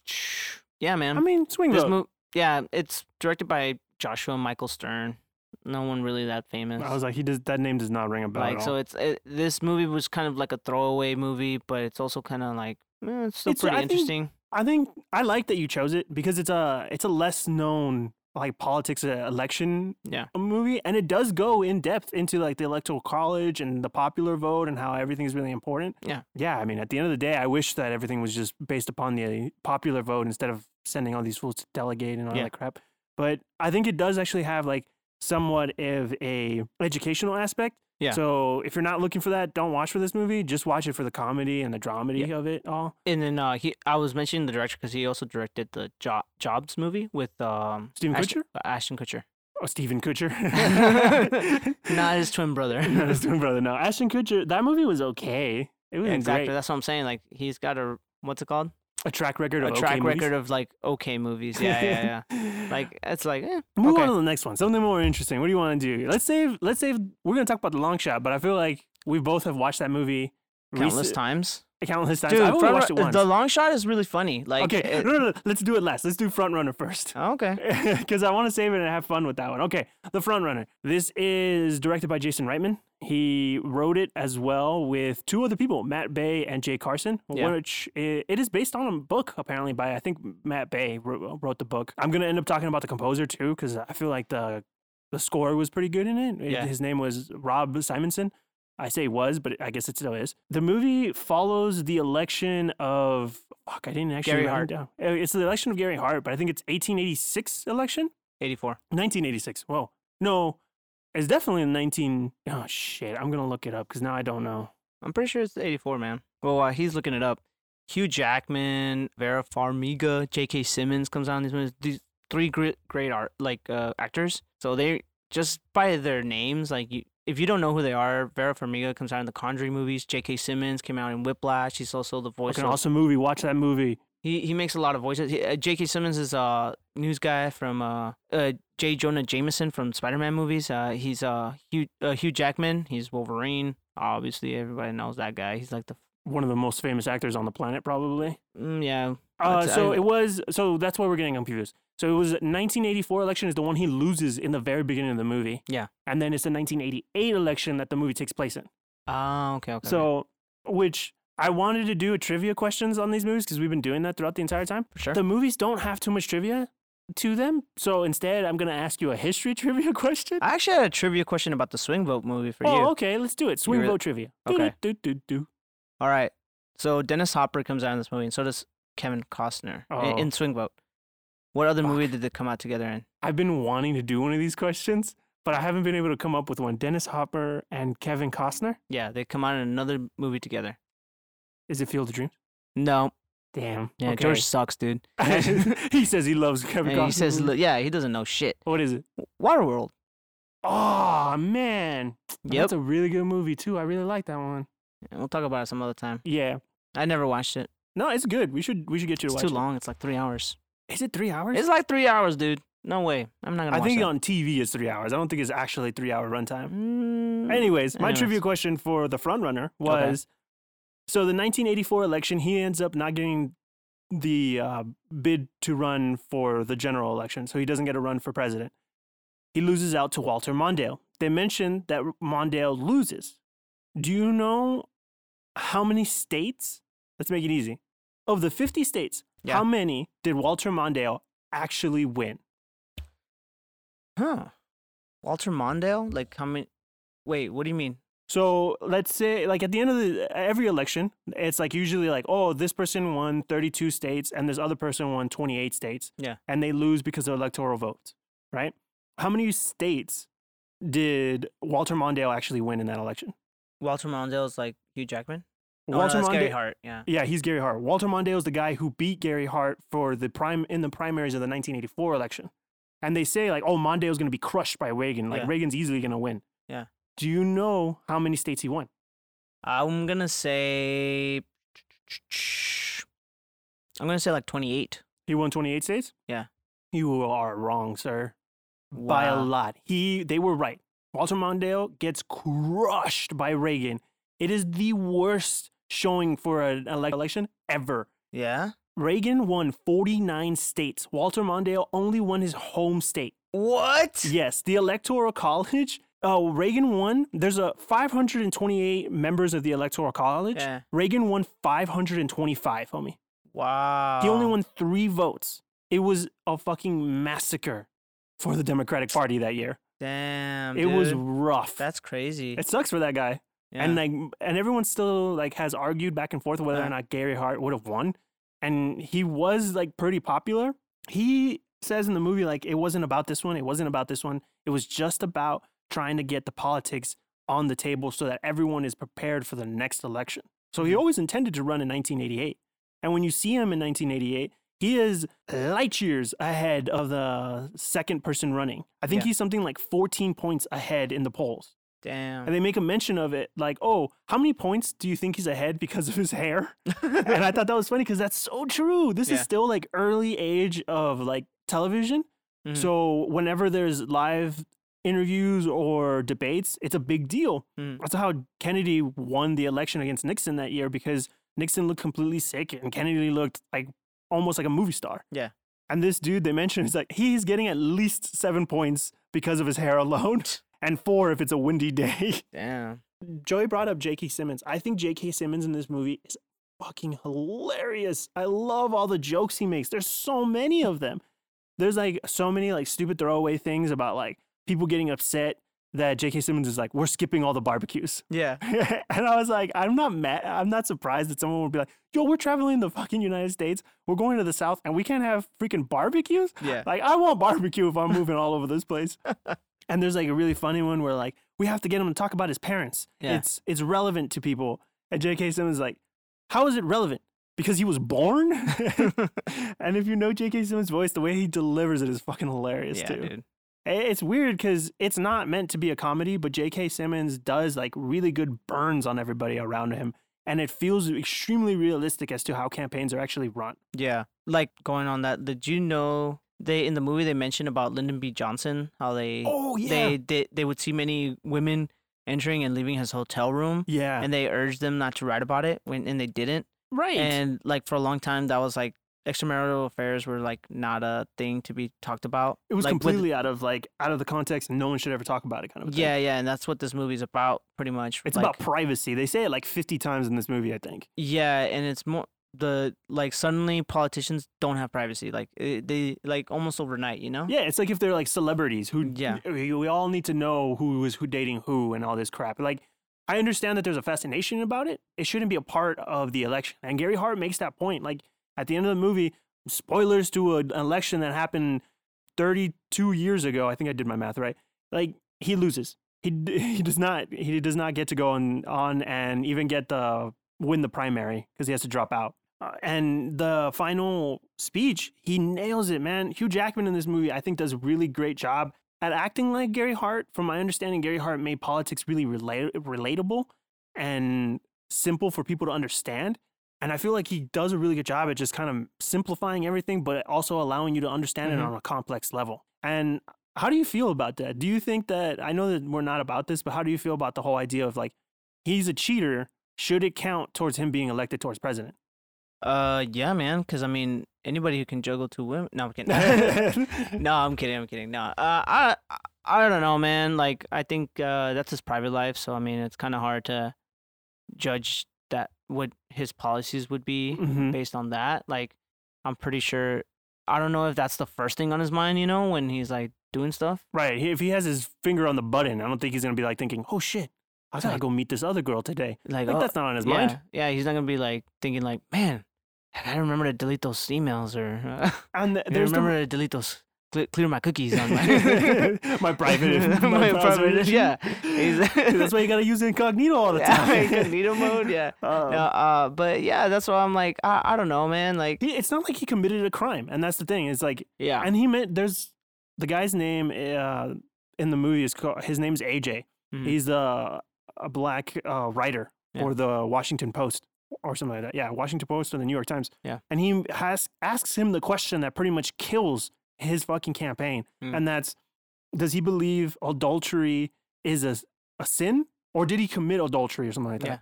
Speaker 2: yeah, man.
Speaker 1: I mean, swing
Speaker 2: This
Speaker 1: vote.
Speaker 2: mo- yeah, it's directed by Joshua Michael Stern. No one really that famous.
Speaker 1: I was like, he does that name does not ring a bell
Speaker 2: like
Speaker 1: at all.
Speaker 2: so, it's it, this movie was kind of like a throwaway movie, but it's also kind of like eh, it's still
Speaker 1: It's-
Speaker 2: pretty
Speaker 1: I think-
Speaker 2: interesting.
Speaker 1: I think I like that you chose it because it's a it's a less known like politics uh, election
Speaker 2: Yeah.
Speaker 1: movie, and it does go in depth into like the electoral college and the popular vote and how everything's really important.
Speaker 2: Yeah.
Speaker 1: yeah. I mean, at the end of the day, I wish that everything was just based upon the popular vote instead of sending all these fools to delegate and all
Speaker 2: Yeah.
Speaker 1: that crap. But I think it does actually have like somewhat of a educational aspect.
Speaker 2: Yeah.
Speaker 1: So if you're not looking for that, don't watch for this movie. Just watch it for the comedy and the dramedy of it all.
Speaker 2: And then uh, he, I was mentioning the director because he also directed the jo- Jobs movie with um
Speaker 1: Steven
Speaker 2: Ashton,
Speaker 1: Kutcher.
Speaker 2: Ashton Kutcher,
Speaker 1: Oh, Stephen Kutcher.
Speaker 2: not his twin brother.
Speaker 1: Not his twin brother. No, Ashton Kutcher. That movie was okay. It was
Speaker 2: Yeah, exactly.
Speaker 1: Hmm, great.
Speaker 2: That's what I'm saying. Like he's got a what's it called?
Speaker 1: A track record
Speaker 2: A
Speaker 1: of
Speaker 2: track
Speaker 1: okay
Speaker 2: record of like okay movies. Yeah, yeah,
Speaker 1: yeah.
Speaker 2: yeah. like it's like eh,
Speaker 1: move
Speaker 2: okay.
Speaker 1: on to the next one. Something more interesting. What do you want to do? Let's save. Let's save. We're gonna talk about the long shot, but I feel like we both have watched that movie
Speaker 2: countless
Speaker 1: rec-
Speaker 2: times.
Speaker 1: Countless times. I've only
Speaker 2: Front
Speaker 1: watched it
Speaker 2: Ru-
Speaker 1: once.
Speaker 2: The long shot is really funny. Like
Speaker 1: okay,
Speaker 2: it-
Speaker 1: no, no, no. Let's do it last. Let's do front runner first.
Speaker 2: oh, okay.
Speaker 1: because I want to save it and have fun with that one. Okay, The Front Runner. This is directed by Jason Reitman. He wrote it as well with two other people, Matt Bay and Jay Carson,
Speaker 2: Yeah.
Speaker 1: which i- it is based on a book apparently by I think Matt Bay wrote, wrote the book. I'm gonna end up talking about the composer too because I feel like the the score was pretty good in it. It-
Speaker 2: Yeah.
Speaker 1: His name was Rob Simonson. I say was, but I guess it still is. The movie follows the election of fuck. I didn't actually
Speaker 2: Gary
Speaker 1: write it
Speaker 2: Hart.
Speaker 1: down. Uh, It's the election of Gary Hart, but I think it's 1886 election,
Speaker 2: 84.
Speaker 1: 1986. Whoa, no, it's definitely in 19. Oh shit, I'm gonna look it up because now I don't know.
Speaker 2: I'm pretty sure it's 84, man. Well, uh, he's looking it up. Hugh Jackman, Vera Farmiga, J.K. Simmons comes out in these movies. These three great, great art like uh, actors. So they just by their names, like you, if you don't know who they are, Vera Farmiga comes out in the Conjuring movies. J.K. Simmons came out in Whiplash. He's also the voice.
Speaker 1: Fucking
Speaker 2: of-
Speaker 1: awesome movie. Watch that movie.
Speaker 2: He he makes a lot of voices. He, uh, J.K. Simmons is a news guy from uh, uh J. Jonah Jameson from Spider-Man movies. Uh, he's uh Hugh uh, Hugh Jackman. He's Wolverine. Obviously, everybody knows that guy. He's like the
Speaker 1: One of the most famous actors on the planet, probably.
Speaker 2: mm, yeah.
Speaker 1: Uh,
Speaker 2: That's-
Speaker 1: so
Speaker 2: I-
Speaker 1: it was. So that's why we're getting confused. So it was 1984 election is the one he loses in the very beginning of the movie.
Speaker 2: Yeah.
Speaker 1: And then it's the 1988 election that the movie takes place in.
Speaker 2: Ah, okay, okay. okay.
Speaker 1: So, which I wanted to do a trivia questions on these movies because we've been doing that throughout the entire time.
Speaker 2: For sure.
Speaker 1: The movies don't have too much trivia to them, so instead I'm gonna ask you a history trivia question.
Speaker 2: I actually had a trivia question about the Swing Vote movie for
Speaker 1: oh,
Speaker 2: you.
Speaker 1: okay, let's do it. Swing
Speaker 2: really-
Speaker 1: vote trivia.
Speaker 2: Okay.
Speaker 1: Do, do, do, do.
Speaker 2: All right. So Dennis Hopper comes out in this movie, and so does Kevin Costner i-
Speaker 1: Oh.
Speaker 2: in, Swing Vote. What other movie did they come out together in?
Speaker 1: I've been wanting to do one of these questions, but I haven't been able to come up with one. Dennis Hopper and Kevin Costner.
Speaker 2: Yeah, they come out in another movie together.
Speaker 1: Is it Field of Dreams?
Speaker 2: No,
Speaker 1: Damn.
Speaker 2: yeah,
Speaker 1: okay.
Speaker 2: George sucks, dude.
Speaker 1: he says he loves Kevin
Speaker 2: And
Speaker 1: Costner.
Speaker 2: he says, li- yeah, he doesn't know shit.
Speaker 1: what is it?
Speaker 2: Waterworld.
Speaker 1: Oh man,
Speaker 2: Yep.
Speaker 1: that's a really good movie too. I really like that one.
Speaker 2: we'll talk about it some other time.
Speaker 1: Yeah.
Speaker 2: I never watched it.
Speaker 1: No, it's good. We should we should get you to
Speaker 2: It's
Speaker 1: watch
Speaker 2: too
Speaker 1: it.
Speaker 2: long. It's like three hours.
Speaker 1: Is it three hours?
Speaker 2: It's like three hours, dude. No way. I'm not gonna.
Speaker 1: I
Speaker 2: watch
Speaker 1: think
Speaker 2: that.
Speaker 1: on TV it's three hours. I don't think it's actually three hour runtime.
Speaker 2: Mm,
Speaker 1: Anyways, my
Speaker 2: anyways.
Speaker 1: trivia question for the frontrunner was: so the 1984 election, he ends up not getting the uh, bid to run for the general election, so he doesn't get a run for president. He loses out to Walter Mondale. They mentioned that Mondale loses. Do you know how many states? Let's make it easy. Of the 50 states,
Speaker 2: Yeah.
Speaker 1: how many did Walter Mondale actually win?
Speaker 2: Huh. Walter Mondale? Like how many? Wait, what do you mean?
Speaker 1: So let's say, like at the end of the, every election, it's like usually like, oh, this person won 32 states and this other person won 28 states.
Speaker 2: Yeah.
Speaker 1: And they lose because of electoral votes, right? How many states did Walter Mondale actually win in that election?
Speaker 2: Walter Mondale's like Hugh Jackman. Oh,
Speaker 1: Walter
Speaker 2: no, that's Gary
Speaker 1: Mondale-
Speaker 2: Hart. Yeah.
Speaker 1: Yeah, he's Gary Hart. Walter Mondale is the guy who beat Gary Hart for the prime in the primaries of the 1984 election. And they say like, oh, Mondale's going to be crushed by Reagan. Like
Speaker 2: Yeah.
Speaker 1: Reagan's easily going to win.
Speaker 2: Yeah.
Speaker 1: Do you know how many states he won?
Speaker 2: I'm gonna say. I'm gonna say like 28.
Speaker 1: He won 28 states?
Speaker 2: Yeah.
Speaker 1: You are wrong, sir. By a
Speaker 2: Wow.
Speaker 1: lot. He they were right. Walter Mondale gets crushed by Reagan. It is the worst showing for an ele- election ever.
Speaker 2: Yeah.
Speaker 1: Reagan won 49 states. Walter Mondale only won his home state.
Speaker 2: What?
Speaker 1: Yes, the Electoral College. Oh, Reagan won. There's a 528 members of the Electoral College.
Speaker 2: Yeah.
Speaker 1: Reagan won 525, homie.
Speaker 2: Wow.
Speaker 1: He only won three votes. It was a fucking massacre for the Democratic Party that year.
Speaker 2: Damn.
Speaker 1: it was
Speaker 2: Um, dude.
Speaker 1: rough.
Speaker 2: That's crazy.
Speaker 1: it sucks for that guy.
Speaker 2: yeah.
Speaker 1: And like, and everyone still like has argued back and forth whether
Speaker 2: Yeah.
Speaker 1: or not Gary Hart would have won. And he was like pretty popular. He says in the movie like it wasn't about this one. It wasn't about this one. It was just about trying to get the politics on the table so that everyone is prepared for the next election. So he
Speaker 2: Mhm.
Speaker 1: always intended to run in 1988. And when you see him in 1988, he is light years ahead of the second person running. I think
Speaker 2: Yeah.
Speaker 1: he's something like 14 points ahead in the polls
Speaker 2: Damn.
Speaker 1: and they make a mention of it like oh how many points do you think he's ahead because of his hair and i thought that was funny because that's so true this
Speaker 2: Yeah.
Speaker 1: is still like early age of like television
Speaker 2: Mhm.
Speaker 1: so whenever there's live interviews or debates it's a big deal
Speaker 2: Mm.
Speaker 1: that's how kennedy won the election against nixon that year because nixon looked completely sick and kennedy looked like almost like a movie star
Speaker 2: Yeah.
Speaker 1: and this dude they mentioned is like he's getting at least seven points because of his hair alone and four if it's a windy day
Speaker 2: Damn.
Speaker 1: Joey brought up J.K. Simmons. I think J.K. Simmons in this movie is fucking hilarious. I love all the jokes he makes. There's so many of them. There's like so many like stupid throwaway things about like people getting upset that J.K. Simmons is like, we're skipping all the barbecues.
Speaker 2: Yeah.
Speaker 1: and I was like, I'm not mad. I'm not surprised that someone would be like, yo, we're traveling the fucking United States. We're going to the South and we can't have freaking barbecues.
Speaker 2: Yeah.
Speaker 1: Like, I want barbecue if I'm moving all over this place. and there's like a really funny one where like we have to get him to talk about his parents.
Speaker 2: Yeah.
Speaker 1: It's it's relevant to people. And J.K. Simmons is like, how is it relevant? Because he was born. and if you know J.K. Simmons' voice, the way he delivers it is fucking hilarious
Speaker 2: yeah,
Speaker 1: too.
Speaker 2: dude.
Speaker 1: I- It's weird because it's not meant to be a comedy, but J.K. Simmons does like really good burns on everybody around him. And it feels extremely realistic as to how campaigns are actually run.
Speaker 2: Yeah. Like going on that. Did you know they in the movie they mentioned about Lyndon B. Johnson how they
Speaker 1: Oh,
Speaker 2: they they they would see many women entering and leaving his hotel room
Speaker 1: yeah.
Speaker 2: and they urged them not to write about it when and they didn't
Speaker 1: right.
Speaker 2: and like for a long time that was like extramarital affairs were like not a thing to be talked about
Speaker 1: it was
Speaker 2: like, with-
Speaker 1: completely out of like out of the context and no one should ever talk about it kind of a thing.
Speaker 2: yeah yeah and that's what this movie's about pretty much
Speaker 1: It's
Speaker 2: like-
Speaker 1: about privacy. They say it like 50 times in this movie, I think.
Speaker 2: Yeah, and it's more the like suddenly politicians don't have privacy. Like it, they like almost overnight, you know?
Speaker 1: Yeah, it's like if they're like celebrities who
Speaker 2: Yeah.
Speaker 1: we we all need to know who is who dating who and all this crap. Like I understand that there's a fascination about it. It shouldn't be a part of the election. And Gary Hart makes that point. Like at the end of the movie, spoilers to an election that happened 32 years ago. I think I did my math right. Like he loses. He d- he does not he does not get to go on on and even get the win the primary because he has to drop out. Uh, and the final speech, he nails it, man. Hugh Jackman in this movie, I think, does a really great job at acting like Gary Hart. From my understanding, Gary Hart made politics really rela- relatable and simple for people to understand. And I feel like he does a really good job at just kind of simplifying everything, but also allowing you to understand
Speaker 2: Mhm.
Speaker 1: it on a complex level. And how do you feel about that? Do you think that I know that we're not about this, but how do you feel about the whole idea of like he's a cheater? Should it count towards him being elected towards president?
Speaker 2: Uh yeah, man, cuz I mean anybody who can juggle two women. No, I'm kidding.
Speaker 1: no.
Speaker 2: no, I'm kidding. I'm kidding. No. Uh I I I don't know, man. Like I think uh that's his private life, so I mean it's kind of hard to judge that what his policies would be
Speaker 1: hmm
Speaker 2: based on that. Like, I'm pretty sure. I don't know if that's the first thing on his mind, you know, when he's like doing stuff.
Speaker 1: Right. He- If he has his finger on the button, I don't think he's gonna be like thinking, "Oh shit, I gotta
Speaker 2: Like-
Speaker 1: go meet this other girl today."
Speaker 2: Like,
Speaker 1: Like
Speaker 2: oh,
Speaker 1: that's not on his
Speaker 2: yeah,
Speaker 1: mind.
Speaker 2: Yeah, he's not gonna be like thinking like, man, I gotta remember to delete those emails or uh,
Speaker 1: And th-
Speaker 2: I gotta
Speaker 1: there's
Speaker 2: remember to delete those cle- clear my cookies on my.
Speaker 1: the, my private, my
Speaker 2: My
Speaker 1: browser.
Speaker 2: private- yeah.
Speaker 1: Dude, that's why you gotta use incognito all the
Speaker 2: Yeah,
Speaker 1: time.
Speaker 2: incognito mode, yeah.
Speaker 1: Um,
Speaker 2: No, uh, but yeah, that's why I'm like, I, I don't know, man. Like,
Speaker 1: he- It's not like he committed a crime, and that's the thing. It's like,
Speaker 2: yeah,
Speaker 1: and he meant there's the guy's name uh, in the movie is called, his name's AJ.
Speaker 2: Mhm.
Speaker 1: He's the a black uh, writer
Speaker 2: Yeah.
Speaker 1: for the Washington Post or something like that. Yeah, Washington Post or the New York Times.
Speaker 2: Yeah.
Speaker 1: and he has asks him the question that pretty much kills his fucking campaign,
Speaker 2: Mm.
Speaker 1: and that's does he believe adultery is a a sin or did he commit adultery or something like that?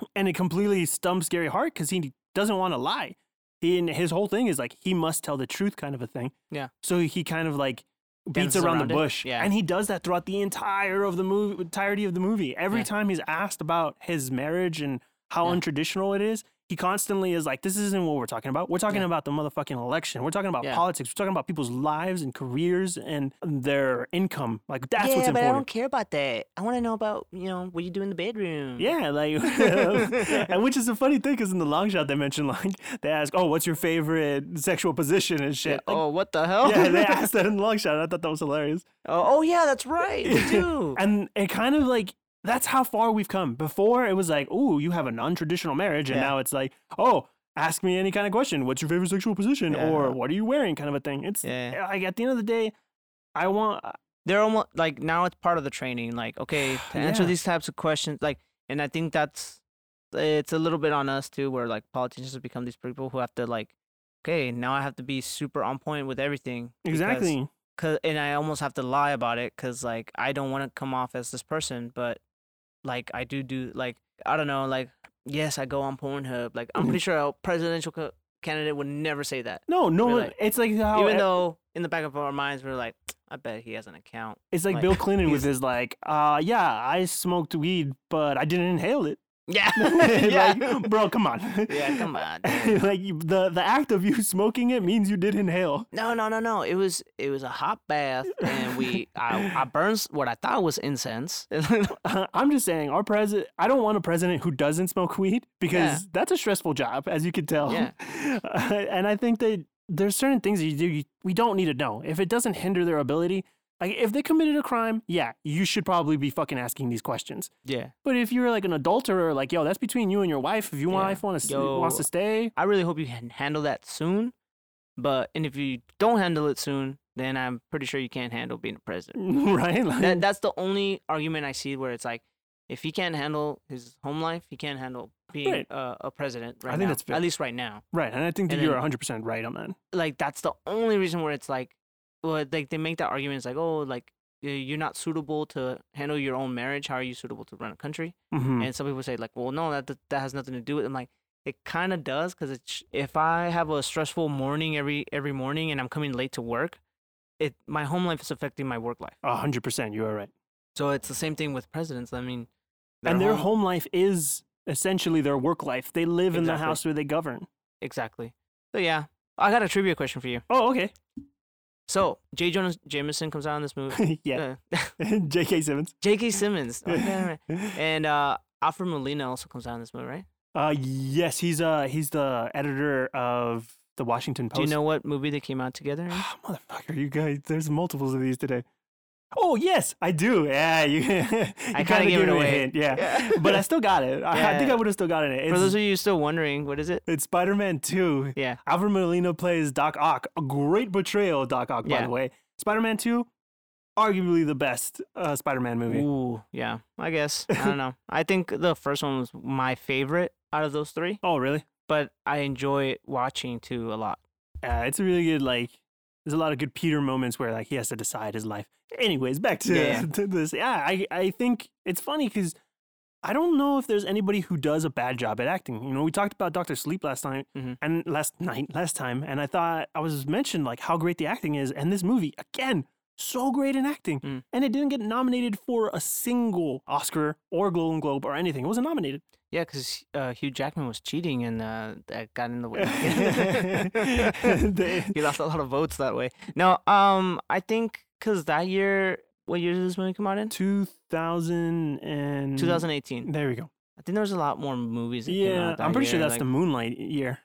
Speaker 2: Yeah.
Speaker 1: and it completely stumps Gary Hart because he doesn't want to lie. He, and his whole thing is like he must tell the truth, kind of a thing.
Speaker 2: Yeah.
Speaker 1: So he kind of like beats
Speaker 2: Dances
Speaker 1: around,
Speaker 2: around
Speaker 1: the
Speaker 2: it.
Speaker 1: bush,
Speaker 2: Yeah.
Speaker 1: and he does that throughout the entire of the movie, entirety of the movie. Every
Speaker 2: Yeah.
Speaker 1: time he's asked about his marriage and how
Speaker 2: Yeah.
Speaker 1: untraditional it is, he constantly is like, "This isn't what we're talking about. We're talking
Speaker 2: Yeah.
Speaker 1: about the motherfucking election. We're talking about
Speaker 2: Yeah.
Speaker 1: politics. We're talking about people's lives and careers and their income. Like that's what's important."
Speaker 2: care about that. I want to know about you know what you do in the bedroom.
Speaker 1: Yeah, like, and which is a funny thing because in the long shot they mention like they ask, "Oh, what's your favorite sexual position and
Speaker 2: Yeah,
Speaker 1: shit." Like,
Speaker 2: oh, what the hell?
Speaker 1: yeah, they asked that in the long shot. and I thought that was hilarious,
Speaker 2: oh, oh, yeah, that's right. We do.
Speaker 1: and it kind of like that's how far we've come. Before it was like, "Oh, you have a non-traditional marriage," and
Speaker 2: Yeah.
Speaker 1: now it's like, "Oh." Ask me any kind of question. What's your favorite sexual position?
Speaker 2: Yeah.
Speaker 1: Or what are you wearing? Kind of a thing. It's
Speaker 2: Yeah.
Speaker 1: like at the end of the day, I want. uh,
Speaker 2: They're almost like now it's part of the training. Like, okay, to answer
Speaker 1: Yeah.
Speaker 2: these types of questions, like, and I think that's it's a little bit on us too, where like politicians have become these people who have to like, okay, now I have to be super on point with everything. because-
Speaker 1: Exactly.
Speaker 2: Cause, and I almost have to lie about it because like I don't want to come off as this person, but like I do do like I don't know like yes I go on Pornhub like I'm pretty sure a presidential co- candidate would never say that
Speaker 1: No, no.
Speaker 2: We're
Speaker 1: one-
Speaker 2: like-
Speaker 1: it's like how
Speaker 2: even
Speaker 1: e-
Speaker 2: though in the back of our minds we're like I bet he has an account
Speaker 1: It's like,
Speaker 2: Like,
Speaker 1: Bill Clinton with
Speaker 2: he's-
Speaker 1: his like, uh, yeah, I smoked weed, but I didn't inhale it.
Speaker 2: yeah
Speaker 1: like, bro, come on.
Speaker 2: yeah come on dude.
Speaker 1: like you- the the act of you smoking it means you did inhale.
Speaker 2: no no no no it was it was a hot bath and we I I burned s- what I thought was incense
Speaker 1: I'm just saying, our president. I don't want a president who doesn't smoke weed because that's a stressful job, as you can tell.
Speaker 2: Yeah.
Speaker 1: and I think that there's certain things that you do you, we don't need to know if it doesn't hinder their ability. Like if they committed a crime, yeah, you should probably be fucking asking these questions.
Speaker 2: yeah
Speaker 1: But if you're like an adulterer, like yo, that's between you and your wife. If you
Speaker 2: Yeah.
Speaker 1: wife want to
Speaker 2: Yo.
Speaker 1: wants to stay,
Speaker 2: I really hope you can handle that soon. But and if you don't handle it soon, then I'm pretty sure you can't handle being a president.
Speaker 1: Mm. right? Like,
Speaker 2: That, that's the only argument I see where it's like, if he can't handle his home life, he can't handle being
Speaker 1: Right.
Speaker 2: uh, a president. Right
Speaker 1: think
Speaker 2: now,
Speaker 1: that's fair.
Speaker 2: At least right now,
Speaker 1: right, and I think that
Speaker 2: and
Speaker 1: you're
Speaker 2: then-
Speaker 1: 100 percent right on that.
Speaker 2: like that's the only reason where it's like, well, like they make that argument. It's like, oh, like y- you're not suitable to handle your own marriage. How are you suitable to run a country?
Speaker 1: Mhm.
Speaker 2: And some people say like, well, no, that that, that has nothing to do with. It. I'm like, it kind of does because if I have a stressful morning every every morning and I'm coming late to work, it my home life is affecting my work life.
Speaker 1: A 100 percent, you are right.
Speaker 2: So it's the same thing with presidents. I mean,
Speaker 1: and their home life is essentially their work life. They live in the
Speaker 2: Exactly.
Speaker 1: house where they govern.
Speaker 2: exactly. So yeah, I got a trivia question for you.
Speaker 1: Oh, okay.
Speaker 2: So J. Jonah Jameson comes out in this movie.
Speaker 1: yeah.
Speaker 2: Uh,
Speaker 1: J.K. Simmons.
Speaker 2: J.K. Simmons okay, and uh, Alfred Molina also comes out in this movie, right?
Speaker 1: Uh, yes, he's uh he's the editor of the Washington Post.
Speaker 2: Do you know what movie they came out together? in?
Speaker 1: Ah, motherfucker, you guys, there's multiples of these today. Oh yes, I do. Yeah, you. I
Speaker 2: kinda gave it away.
Speaker 1: Yeah.
Speaker 2: Yeah.
Speaker 1: but I still got it. I, I think I
Speaker 2: Yeah.
Speaker 1: would have still gotten it. It's,
Speaker 2: For those of you still wondering, what is it?
Speaker 1: it's Spider-Man Two.
Speaker 2: Yeah.
Speaker 1: Alfred Molina plays Doc Ock. A great portrayal of Doc Ock, by
Speaker 2: Yeah.
Speaker 1: the way. Spider-Man Two, arguably the best uh, Spider-Man movie.
Speaker 2: Ooh, yeah. I guess I don't know. I think the first one was my favorite out of those three,
Speaker 1: Oh, really?
Speaker 2: but I enjoy watching two a lot.
Speaker 1: Uh, it's a really good like. There's a lot of good Peter moments where like he has to decide his life. Anyways, back to,
Speaker 2: Yeah, yeah.
Speaker 1: to this. Yeah, I I think it's funny because I don't know if there's anybody who does a bad job at acting. You know, we talked about Doctor Sleep last time
Speaker 2: Mhm.
Speaker 1: and last night, last time, and I thought I was mentioned like how great the acting is, and this movie again so great in acting,
Speaker 2: Mm.
Speaker 1: and it didn't get nominated for a single Oscar or Golden Globe or anything. It wasn't nominated.
Speaker 2: Yeah, because uh, Hugh Jackman was cheating and uh, that got in the way.
Speaker 1: They-
Speaker 2: he lost a lot of votes that way. No, um, I think because that year, what year did this movie come out in?
Speaker 1: 2000 and
Speaker 2: 2018.
Speaker 1: There we go.
Speaker 2: I think there was a lot more movies. That came
Speaker 1: Yeah,
Speaker 2: out that
Speaker 1: I'm pretty sure
Speaker 2: year,
Speaker 1: that's
Speaker 2: like
Speaker 1: the Moonlight year.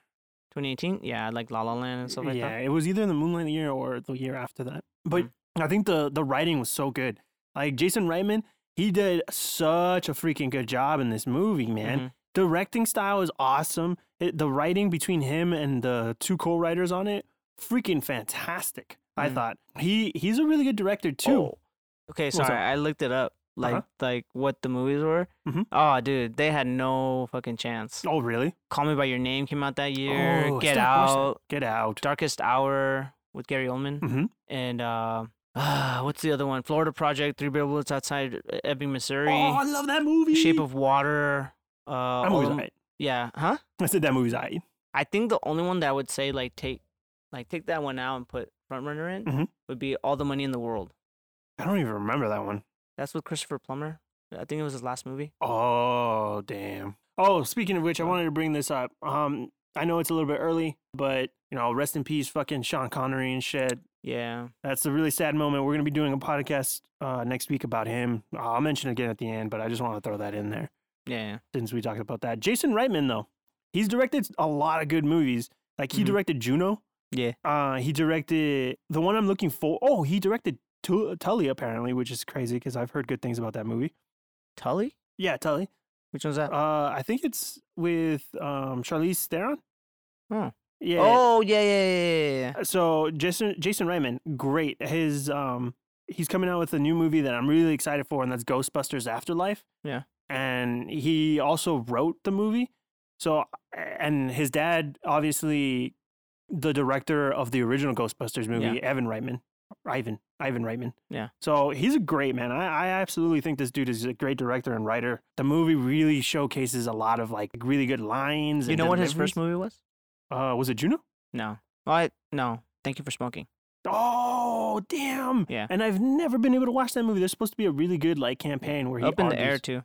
Speaker 2: 2018. Yeah, like La La Land and stuff like
Speaker 1: yeah,
Speaker 2: that.
Speaker 1: it was either the Moonlight year or the year after that. But
Speaker 2: Mm.
Speaker 1: I think the the writing was so good. Like Jason Reitman, he did such a freaking good job in this movie, man.
Speaker 2: Mhm.
Speaker 1: Directing style is awesome. It, the writing between him and the two co-writers on it, freaking fantastic. I
Speaker 2: Mhm.
Speaker 1: thought he he's a really good director too.
Speaker 2: Oh. Okay,
Speaker 1: What's up?
Speaker 2: sorry, I looked it up. Like
Speaker 1: Uh-huh.
Speaker 2: like what the movies were.
Speaker 1: Mhm.
Speaker 2: Oh, dude, they had no fucking chance.
Speaker 1: Oh, really?
Speaker 2: Call Me by Your Name came out that year.
Speaker 1: Oh, I
Speaker 2: Get
Speaker 1: still haven't watched that.
Speaker 2: Out,
Speaker 1: Get out.
Speaker 2: Darkest Hour with Gary Oldman,
Speaker 1: Mhm.
Speaker 2: and uh, what's the other one? Florida Project, Three Billboards Outside E-, Ebbing,
Speaker 1: Oh,
Speaker 2: Missouri,
Speaker 1: I love that movie.
Speaker 2: Shape of Water. Uh,
Speaker 1: that
Speaker 2: all
Speaker 1: movie's
Speaker 2: them-
Speaker 1: alright.
Speaker 2: yeah, huh?
Speaker 1: I said that movie's alright.
Speaker 2: I think the only one that I would say like take, like take that one out and put front runner in
Speaker 1: Mhm.
Speaker 2: would be All the Money in the World.
Speaker 1: I don't even remember that one.
Speaker 2: That's with Christopher Plummer. I think it was his last movie.
Speaker 1: Oh, damn. Oh, speaking of which, I
Speaker 2: What?
Speaker 1: wanted to bring this up. Um, I know it's a little bit early, but you know, rest in peace, fucking Sean Connery and shit.
Speaker 2: Yeah.
Speaker 1: That's a really sad moment. We're gonna be doing a podcast uh, next week about him. I'll mention it again at the end, but I just want to throw that in there
Speaker 2: Yeah.
Speaker 1: since we talked about that. Jason Reitman, though, he's directed a lot of good movies. Like he
Speaker 2: Mhm.
Speaker 1: directed Juno.
Speaker 2: Yeah.
Speaker 1: Uh, he directed the one I'm looking for. Oh, he directed Tu- Tully apparently, which is crazy because I've heard good things about that movie.
Speaker 2: Tully?
Speaker 1: Yeah, Tully.
Speaker 2: Which one's that?
Speaker 1: Uh, I think it's with um Charlize Theron.
Speaker 2: Hmm.
Speaker 1: Yeah.
Speaker 2: Oh, yeah, yeah, yeah, yeah, yeah.
Speaker 1: So Jason Jason Reitman, great. His um he's coming out with a new movie that I'm really excited for, and that's Ghostbusters Afterlife.
Speaker 2: Yeah.
Speaker 1: And he also wrote the movie. So and his dad, obviously, the director of the original Ghostbusters movie, Evan Reitman. Ivan, Ivan Reitman.
Speaker 2: Yeah.
Speaker 1: So he's a great man. I, I absolutely think this dude is a great director and writer. The movie really showcases a lot of like really good lines.
Speaker 2: You
Speaker 1: and
Speaker 2: know what his
Speaker 1: deliveries.
Speaker 2: first movie was?
Speaker 1: Uh, was it Juno?
Speaker 2: No. What? No. Thank you for smoking.
Speaker 1: Oh, damn.
Speaker 2: Yeah.
Speaker 1: And I've never been able to watch that movie. There's supposed to be a really good like campaign where he
Speaker 2: Up in the air,
Speaker 1: argues.
Speaker 2: too.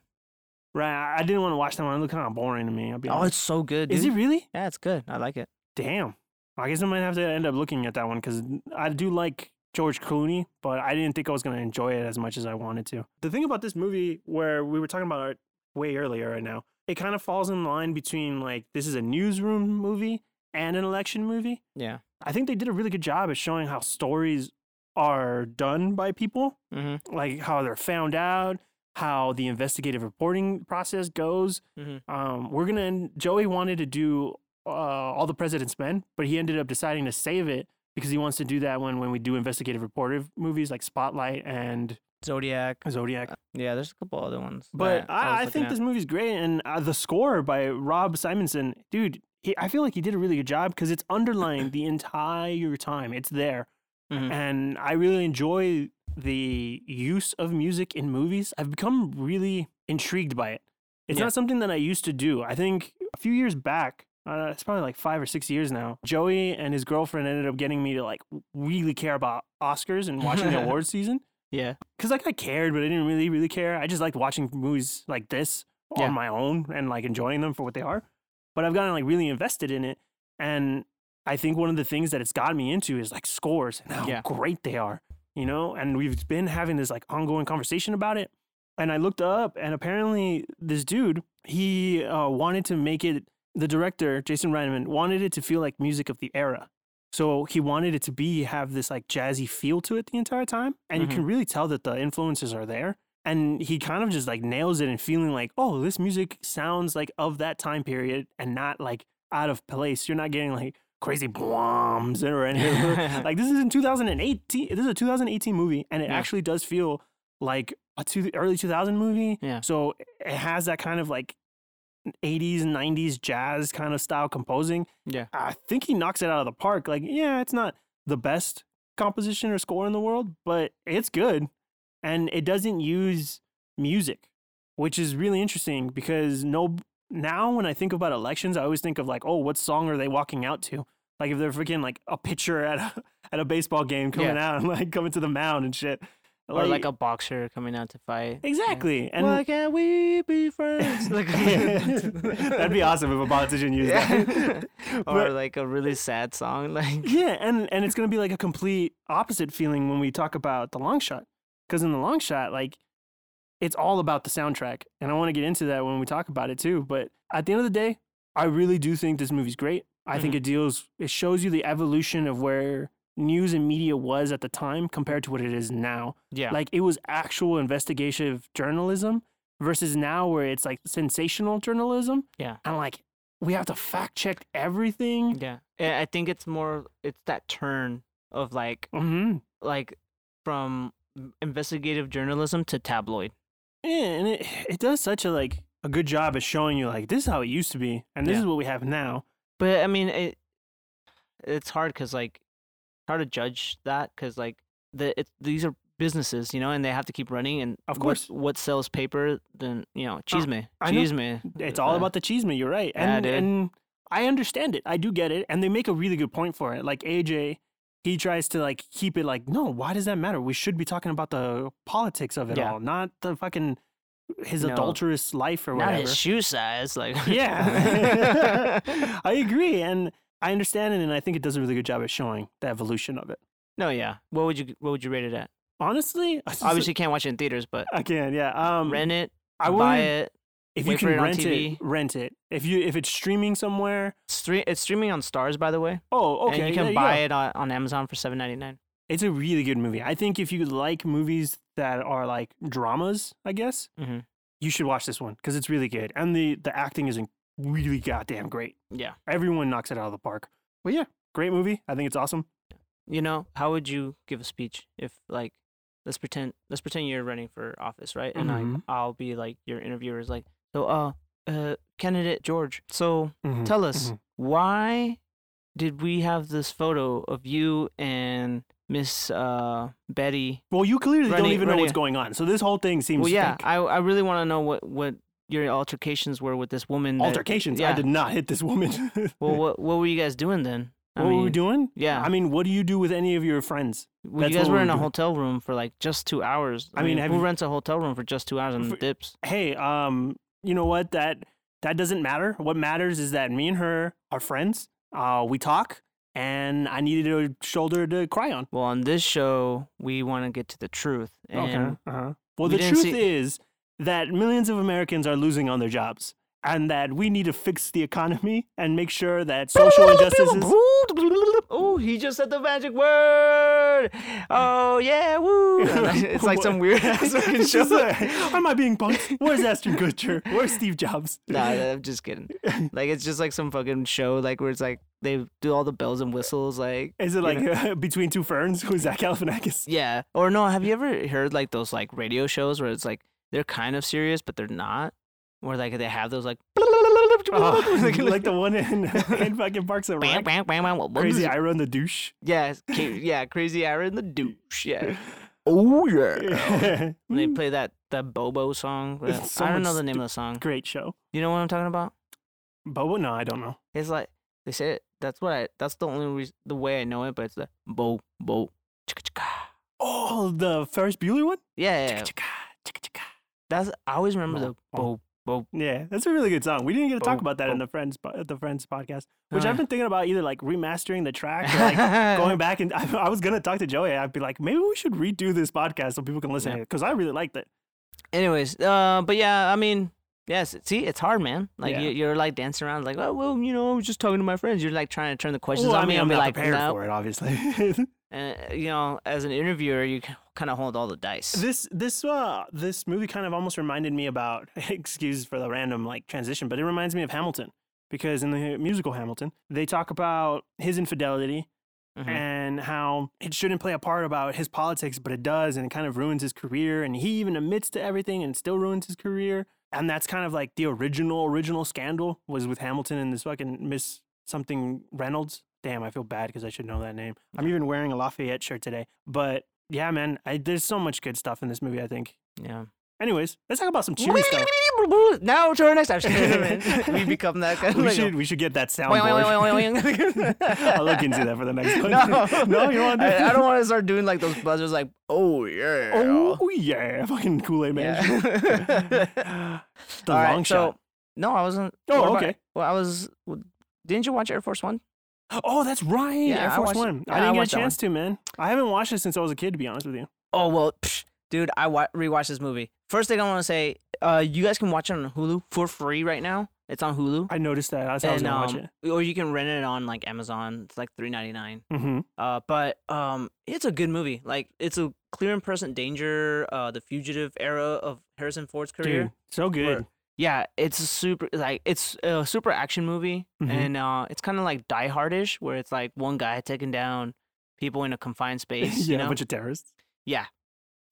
Speaker 1: Right. I- I didn't want to watch that one. It looked kind of boring to me. I'll be
Speaker 2: Oh,
Speaker 1: honest.
Speaker 2: it's so good, dude.
Speaker 1: Is it really?
Speaker 2: yeah, it's good. I like it.
Speaker 1: Damn. I guess I might have to end up looking at that one because I do like George Clooney, but I didn't think I was going to enjoy it as much as I wanted to. The thing about this movie where we were talking about it way earlier right now, it kind of falls in line between like this is a newsroom movie and an election movie.
Speaker 2: Yeah.
Speaker 1: I think they did a really good job at showing how stories are done by people,
Speaker 2: Mm-hmm.
Speaker 1: like how they're found out, how the investigative reporting process goes.
Speaker 2: Mhm.
Speaker 1: Um, we're gonna. End, Joey wanted to do uh, all the President's Men, but he ended up deciding to save it because he wants to do that one when we do investigative reportive movies like Spotlight and
Speaker 2: Zodiac. Uh,
Speaker 1: Zodiac.
Speaker 2: Yeah, there's a couple other ones.
Speaker 1: But
Speaker 2: that was
Speaker 1: I, I
Speaker 2: looking
Speaker 1: think
Speaker 2: at.
Speaker 1: this movie's great, and uh, the score by Rob Simonson, dude, he, I feel like he did a really good job because it's underlying the entire time. It's there,
Speaker 2: Mhm.
Speaker 1: and I really enjoy the use of music in movies. I've become really intrigued by it. It's
Speaker 2: Yeah.
Speaker 1: not something that I used to do. I think a few years back, uh, it's probably like five or six years now. Joey and his girlfriend ended up getting me to like really care about Oscars and watching the awards season
Speaker 2: Yeah.
Speaker 1: because like I cared, but I didn't really really care. I just liked watching movies like this
Speaker 2: Yeah.
Speaker 1: on my own and like enjoying them for what they are. But I've gotten like really invested in it, and I think one of the things that it's gotten me into is like scores and how
Speaker 2: Yeah.
Speaker 1: great they are, you know. And we've been having this like ongoing conversation about it. And I looked up, and apparently this dude he uh, wanted to make it. The director Jason Reitman wanted it to feel like music of the era. So he wanted it to be have this like jazzy feel to it the entire time. And you can really tell that the influences are there. And he kind of just like nails it and feeling like, oh, this music sounds like of that time period and not like out of place. You're not getting like crazy bombs or anything. like this is in 2018. This is a 2018 movie and it
Speaker 2: Yeah.
Speaker 1: actually does feel like a two, early 2000 movie.
Speaker 2: Yeah.
Speaker 1: So it has that kind of like 80s, 90s jazz kind of style composing.
Speaker 2: Yeah.
Speaker 1: I think he knocks it out of the park. Like, yeah, it's not the best composition or score in the world, but it's good. And it doesn't use music, which is really interesting because no now when I think about elections, I always think of like, oh, what song are they walking out to? Like if they're freaking like a pitcher at a at a baseball game coming out and like coming to the mound and shit.
Speaker 2: or like a boxer coming out to fight.
Speaker 1: exactly. And
Speaker 2: And Why can't we be friends? Like,
Speaker 1: that'd be awesome if a politician used that.
Speaker 2: Yeah. or
Speaker 1: But-
Speaker 2: like a really sad song. Like
Speaker 1: Yeah, and and it's gonna be like a complete opposite feeling when we talk about the long shot, because in the long shot, like it's all about the soundtrack, and I want to get into that when we talk about it too. But at the end of the day, I really do think this movie's great. I think
Speaker 2: Mhm.
Speaker 1: it deals, it shows you the evolution of where news and media was at the time compared to what it is now.
Speaker 2: yeah,
Speaker 1: Like it was actual investigative journalism versus now where it's like sensational journalism.
Speaker 2: Yeah.
Speaker 1: and like we have to fact check everything.
Speaker 2: yeah. I I think it's more it's that turn of like
Speaker 1: hmm
Speaker 2: like from investigative journalism to tabloid.
Speaker 1: Yeah, and it it does such a like a good job at showing you like this is how it used to be and this
Speaker 2: Yeah.
Speaker 1: is what we have now.
Speaker 2: But I mean, it it's hard because like hard to judge that because like the it, these are businesses, you know, and they have to keep running. And
Speaker 1: Of
Speaker 2: what-
Speaker 1: course. Oh,
Speaker 2: what, sells paper? Then you know, cheese me,
Speaker 1: I know.
Speaker 2: cheese uh, me.
Speaker 1: It's all about the cheese man, you're right.
Speaker 2: Yeah,
Speaker 1: And
Speaker 2: dude.
Speaker 1: and I understand it. I do get it. And they make a really good point for it. Like AJ, he tries to like keep it like, no, why does that matter? We should be talking about the politics of it
Speaker 2: Yeah.
Speaker 1: all, not the fucking his
Speaker 2: No.
Speaker 1: adulterous life or
Speaker 2: not
Speaker 1: whatever.
Speaker 2: his shoe size, like
Speaker 1: yeah. I agree. And I understand it and I think it does a really good job at showing the evolution of it.
Speaker 2: no, yeah. What would you What would you rate it at?
Speaker 1: Honestly,
Speaker 2: Obviously, can't watch it in theaters, but
Speaker 1: I can, yeah. Um
Speaker 2: rent it,
Speaker 1: I
Speaker 2: buy
Speaker 1: wouldn't-
Speaker 2: it.
Speaker 1: if
Speaker 2: Wait
Speaker 1: you
Speaker 2: for
Speaker 1: can
Speaker 2: it on
Speaker 1: rent
Speaker 2: TV.
Speaker 1: it, rent it. If you if it's streaming somewhere,
Speaker 2: Stre- it's streaming on Stars, by the way,
Speaker 1: oh okay,
Speaker 2: and you
Speaker 1: there
Speaker 2: can buy
Speaker 1: go.
Speaker 2: it on, on Amazon for seven ninety nine.
Speaker 1: It's a really good movie. I think if you like movies that are like dramas, I guess
Speaker 2: Mhm.
Speaker 1: you should watch this one because it's really good, and the the acting is in- really goddamn great.
Speaker 2: Yeah,
Speaker 1: Everyone knocks it out of the park. But yeah, great movie. I think it's awesome.
Speaker 2: you know, how would you give a speech if like, let's pretend let's pretend you're running for office, right? And like,
Speaker 1: Mhm.
Speaker 2: I'll be like your interviewer is like, so uh, uh, candidate George, so
Speaker 1: Mhm.
Speaker 2: tell us
Speaker 1: mhm.
Speaker 2: why did we have this photo of you and Miss uh Betty
Speaker 1: Well, you clearly don't
Speaker 2: Running-
Speaker 1: even know
Speaker 2: running-
Speaker 1: what's going on, so this whole thing seems
Speaker 2: Well, yeah,
Speaker 1: fake.
Speaker 2: I, I really want to know what, what your altercations were with this woman. that-
Speaker 1: Altercations. I
Speaker 2: yeah.
Speaker 1: did not hit this woman.
Speaker 2: Well, what what were you guys doing then? I
Speaker 1: what
Speaker 2: mean,
Speaker 1: were we doing?
Speaker 2: Yeah,
Speaker 1: I mean, what do you do with any of your friends?
Speaker 2: well,
Speaker 1: that's
Speaker 2: you guys
Speaker 1: what
Speaker 2: were
Speaker 1: we
Speaker 2: in a
Speaker 1: were doing.
Speaker 2: hotel room for like just two hours.
Speaker 1: I mean, have
Speaker 2: who
Speaker 1: you-
Speaker 2: rents a hotel room for just two hours on
Speaker 1: For-
Speaker 2: dips?
Speaker 1: hey, um, you know what? That that doesn't matter. What matters is that me and her are friends. Uh, we talk, and I needed a shoulder to cry on.
Speaker 2: Well, on this show, we want to get to the truth. And
Speaker 1: okay. Uh-huh. Well,
Speaker 2: we
Speaker 1: the
Speaker 2: didn't
Speaker 1: truth
Speaker 2: see-
Speaker 1: is that millions of Americans are losing on their jobs, and that we need to fix the economy and make sure that social injustices.
Speaker 2: Oh, he just said the magic word. Oh yeah, woo! It's like some weird ass fucking
Speaker 1: It's
Speaker 2: show.
Speaker 1: just like, Am I being punked? Where's Ashton Kutcher? Where's Steve Jobs?
Speaker 2: Nah, I'm just kidding. Like it's just like some fucking show, like where it's like they do all the bells and whistles, like
Speaker 1: Is it like uh, between two ferns? Who's that Galifianakis?
Speaker 2: yeah. Or no, have you ever heard like those like radio shows where it's like they're kind of serious but they're not, where like they have those like
Speaker 1: Oh, like the one in, in fucking Parks and Rec. Crazy I run the douche.
Speaker 2: yeah, ca- yeah, crazy hour in the douche, yeah. Oh yeah. And they
Speaker 1: Mm,
Speaker 2: play that that Bobo song. that-
Speaker 1: It's so
Speaker 2: I don't know
Speaker 1: much
Speaker 2: the name of the song.
Speaker 1: Great show.
Speaker 2: You know what I'm talking about?
Speaker 1: Bobo? No, I don't know.
Speaker 2: It's like they say it. That's what I. That's the only reason, the way I know it. But it's the bo bo chicka chicka.
Speaker 1: Oh, the Ferris Bueller one?
Speaker 2: Yeah, yeah, yeah.
Speaker 1: Chicka, chicka, chicka. Oh,
Speaker 2: That's I always remember
Speaker 1: Bo,
Speaker 2: the
Speaker 1: bo.
Speaker 2: bo bo.
Speaker 1: Yeah, that's a really good song. We didn't get to talk
Speaker 2: Bo-
Speaker 1: about that in
Speaker 2: bo-
Speaker 1: the Friends po- at the Friends podcast, which
Speaker 2: Uh.
Speaker 1: I've been thinking about either like remastering the track or like going back and I, I was gonna talk to Joey. I'd be like, maybe we should redo this podcast so people can listen
Speaker 2: Yeah.
Speaker 1: to it because I really liked it.
Speaker 2: Anyways, uh, but yeah, I mean, yes. See, it's hard, man. Like
Speaker 1: Yeah.
Speaker 2: you, you're like dancing around, like, oh well, you know, I was just talking to my friends. You're like trying to turn the questions
Speaker 1: Well,
Speaker 2: on
Speaker 1: I mean,
Speaker 2: me.
Speaker 1: I'm
Speaker 2: I'll
Speaker 1: not
Speaker 2: be like,
Speaker 1: prepared
Speaker 2: no.
Speaker 1: for it, obviously.
Speaker 2: And, uh, you know, as an interviewer, you kind of hold all the dice.
Speaker 1: this this uh this movie kind of almost reminded me about excuse for the random like transition but it reminds me of hamilton because in the musical hamilton they talk about his infidelity
Speaker 2: Mhm.
Speaker 1: and how it shouldn't play a part about his politics but it does and it kind of ruins his career and he even admits to everything and still ruins his career and that's kind of like the original original scandal was with hamilton and this fucking miss something reynolds damn i feel bad because i should know that name i'm even wearing a lafayette shirt today but yeah, man. I, there's so much good stuff in this movie. I think
Speaker 2: Yeah.
Speaker 1: Anyways, let's talk about some cheery stuff.
Speaker 2: Now to our next episode. we become that kind of.
Speaker 1: We
Speaker 2: like,
Speaker 1: should we should get that
Speaker 2: Boing, boing,
Speaker 1: soundboard.
Speaker 2: boing, boing, boing.
Speaker 1: I'll look into that for the next one.
Speaker 2: No,
Speaker 1: no, you want to?
Speaker 2: I, I don't want to start doing like those buzzers, like oh yeah.
Speaker 1: Oh yeah, fucking Kool Aid man.
Speaker 2: yeah.
Speaker 1: the
Speaker 2: All right,
Speaker 1: long
Speaker 2: so-
Speaker 1: shot.
Speaker 2: no, I wasn't.
Speaker 1: Oh,
Speaker 2: what about-
Speaker 1: okay.
Speaker 2: well, I was. w- Didn't you watch Air Force One?
Speaker 1: Oh, that's right.
Speaker 2: Yeah,
Speaker 1: Air
Speaker 2: I
Speaker 1: Force
Speaker 2: watched it.
Speaker 1: One.
Speaker 2: Yeah, I
Speaker 1: I didn't
Speaker 2: watched
Speaker 1: get
Speaker 2: that
Speaker 1: a chance to, man. I haven't watched it since I was a kid, to be honest with you.
Speaker 2: Oh well, psh, dude, I wa- rewatched this movie. First thing I want to say, uh, you guys can watch it on Hulu for free right now. It's on Hulu,
Speaker 1: I noticed that. That's how I was
Speaker 2: And,
Speaker 1: gonna watch
Speaker 2: um,
Speaker 1: it.
Speaker 2: or you can rent it on like Amazon. It's like three ninety nine.
Speaker 1: Mm-hmm.
Speaker 2: Uh, but um, it's a good movie. Like it's a clear and present danger. Uh, the fugitive era of Harrison Ford's career.
Speaker 1: Dude, so good.
Speaker 2: Yeah, it's a super like it's a super action movie,
Speaker 1: Mhm.
Speaker 2: and uh, it's kind of like Die Hardish, where it's like one guy taking down people in a confined space.
Speaker 1: yeah,
Speaker 2: you know?
Speaker 1: a bunch of terrorists.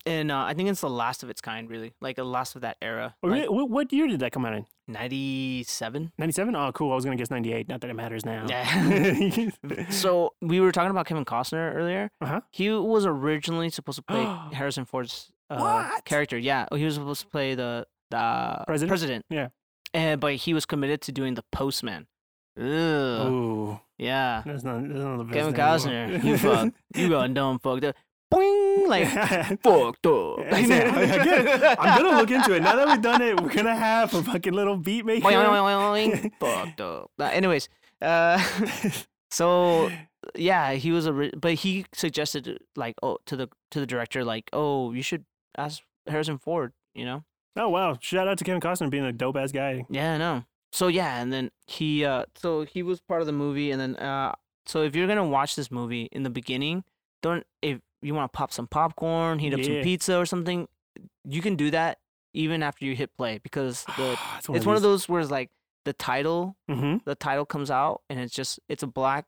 Speaker 2: and uh, I think it's the last of its kind, really, like the last of that era.
Speaker 1: Oh, really? what, what year did that come out in?
Speaker 2: Ninety-seven.
Speaker 1: 97? Oh, cool. I was going to guess 98. Not that it matters now.
Speaker 2: Yeah. So we were talking about Kevin Costner earlier.
Speaker 1: Uh-huh.
Speaker 2: He was originally supposed to play Harrison Ford's uh,
Speaker 1: What?
Speaker 2: character. Yeah, he was supposed to play the the uh,
Speaker 1: President? Yeah.
Speaker 2: And but he was committed to doing the postman. Ugh.
Speaker 1: Ooh.
Speaker 2: Yeah.
Speaker 1: That's not, that's not the
Speaker 2: Kevin
Speaker 1: best name
Speaker 2: Costner,
Speaker 1: in the world.
Speaker 2: you fuck, you gone dumb fucked up. Boing, like fucked up.
Speaker 1: Yeah, exactly. Again, I'm going to look into it. Now that we've done it, we're going to have a fucking little beat maker.
Speaker 2: Boing, boing, boing, boing, fucked up. Uh, anyways, uh, so yeah, he was a, ri- but he suggested like oh to the to the director like oh you should ask Harrison Ford, you know?
Speaker 1: Oh, wow. Shout out to Kevin Costner being a dope ass guy.
Speaker 2: Yeah, I know. So yeah, and then he uh so he was part of the movie and then uh so if you're gonna watch this movie in the beginning, don't if you wanna pop some popcorn, heat up
Speaker 1: Yeah.
Speaker 2: some pizza or something, you can do that even after you hit play because the
Speaker 1: it's
Speaker 2: it's one of those where it's like the title
Speaker 1: hmm
Speaker 2: the title comes out and it's just it's a black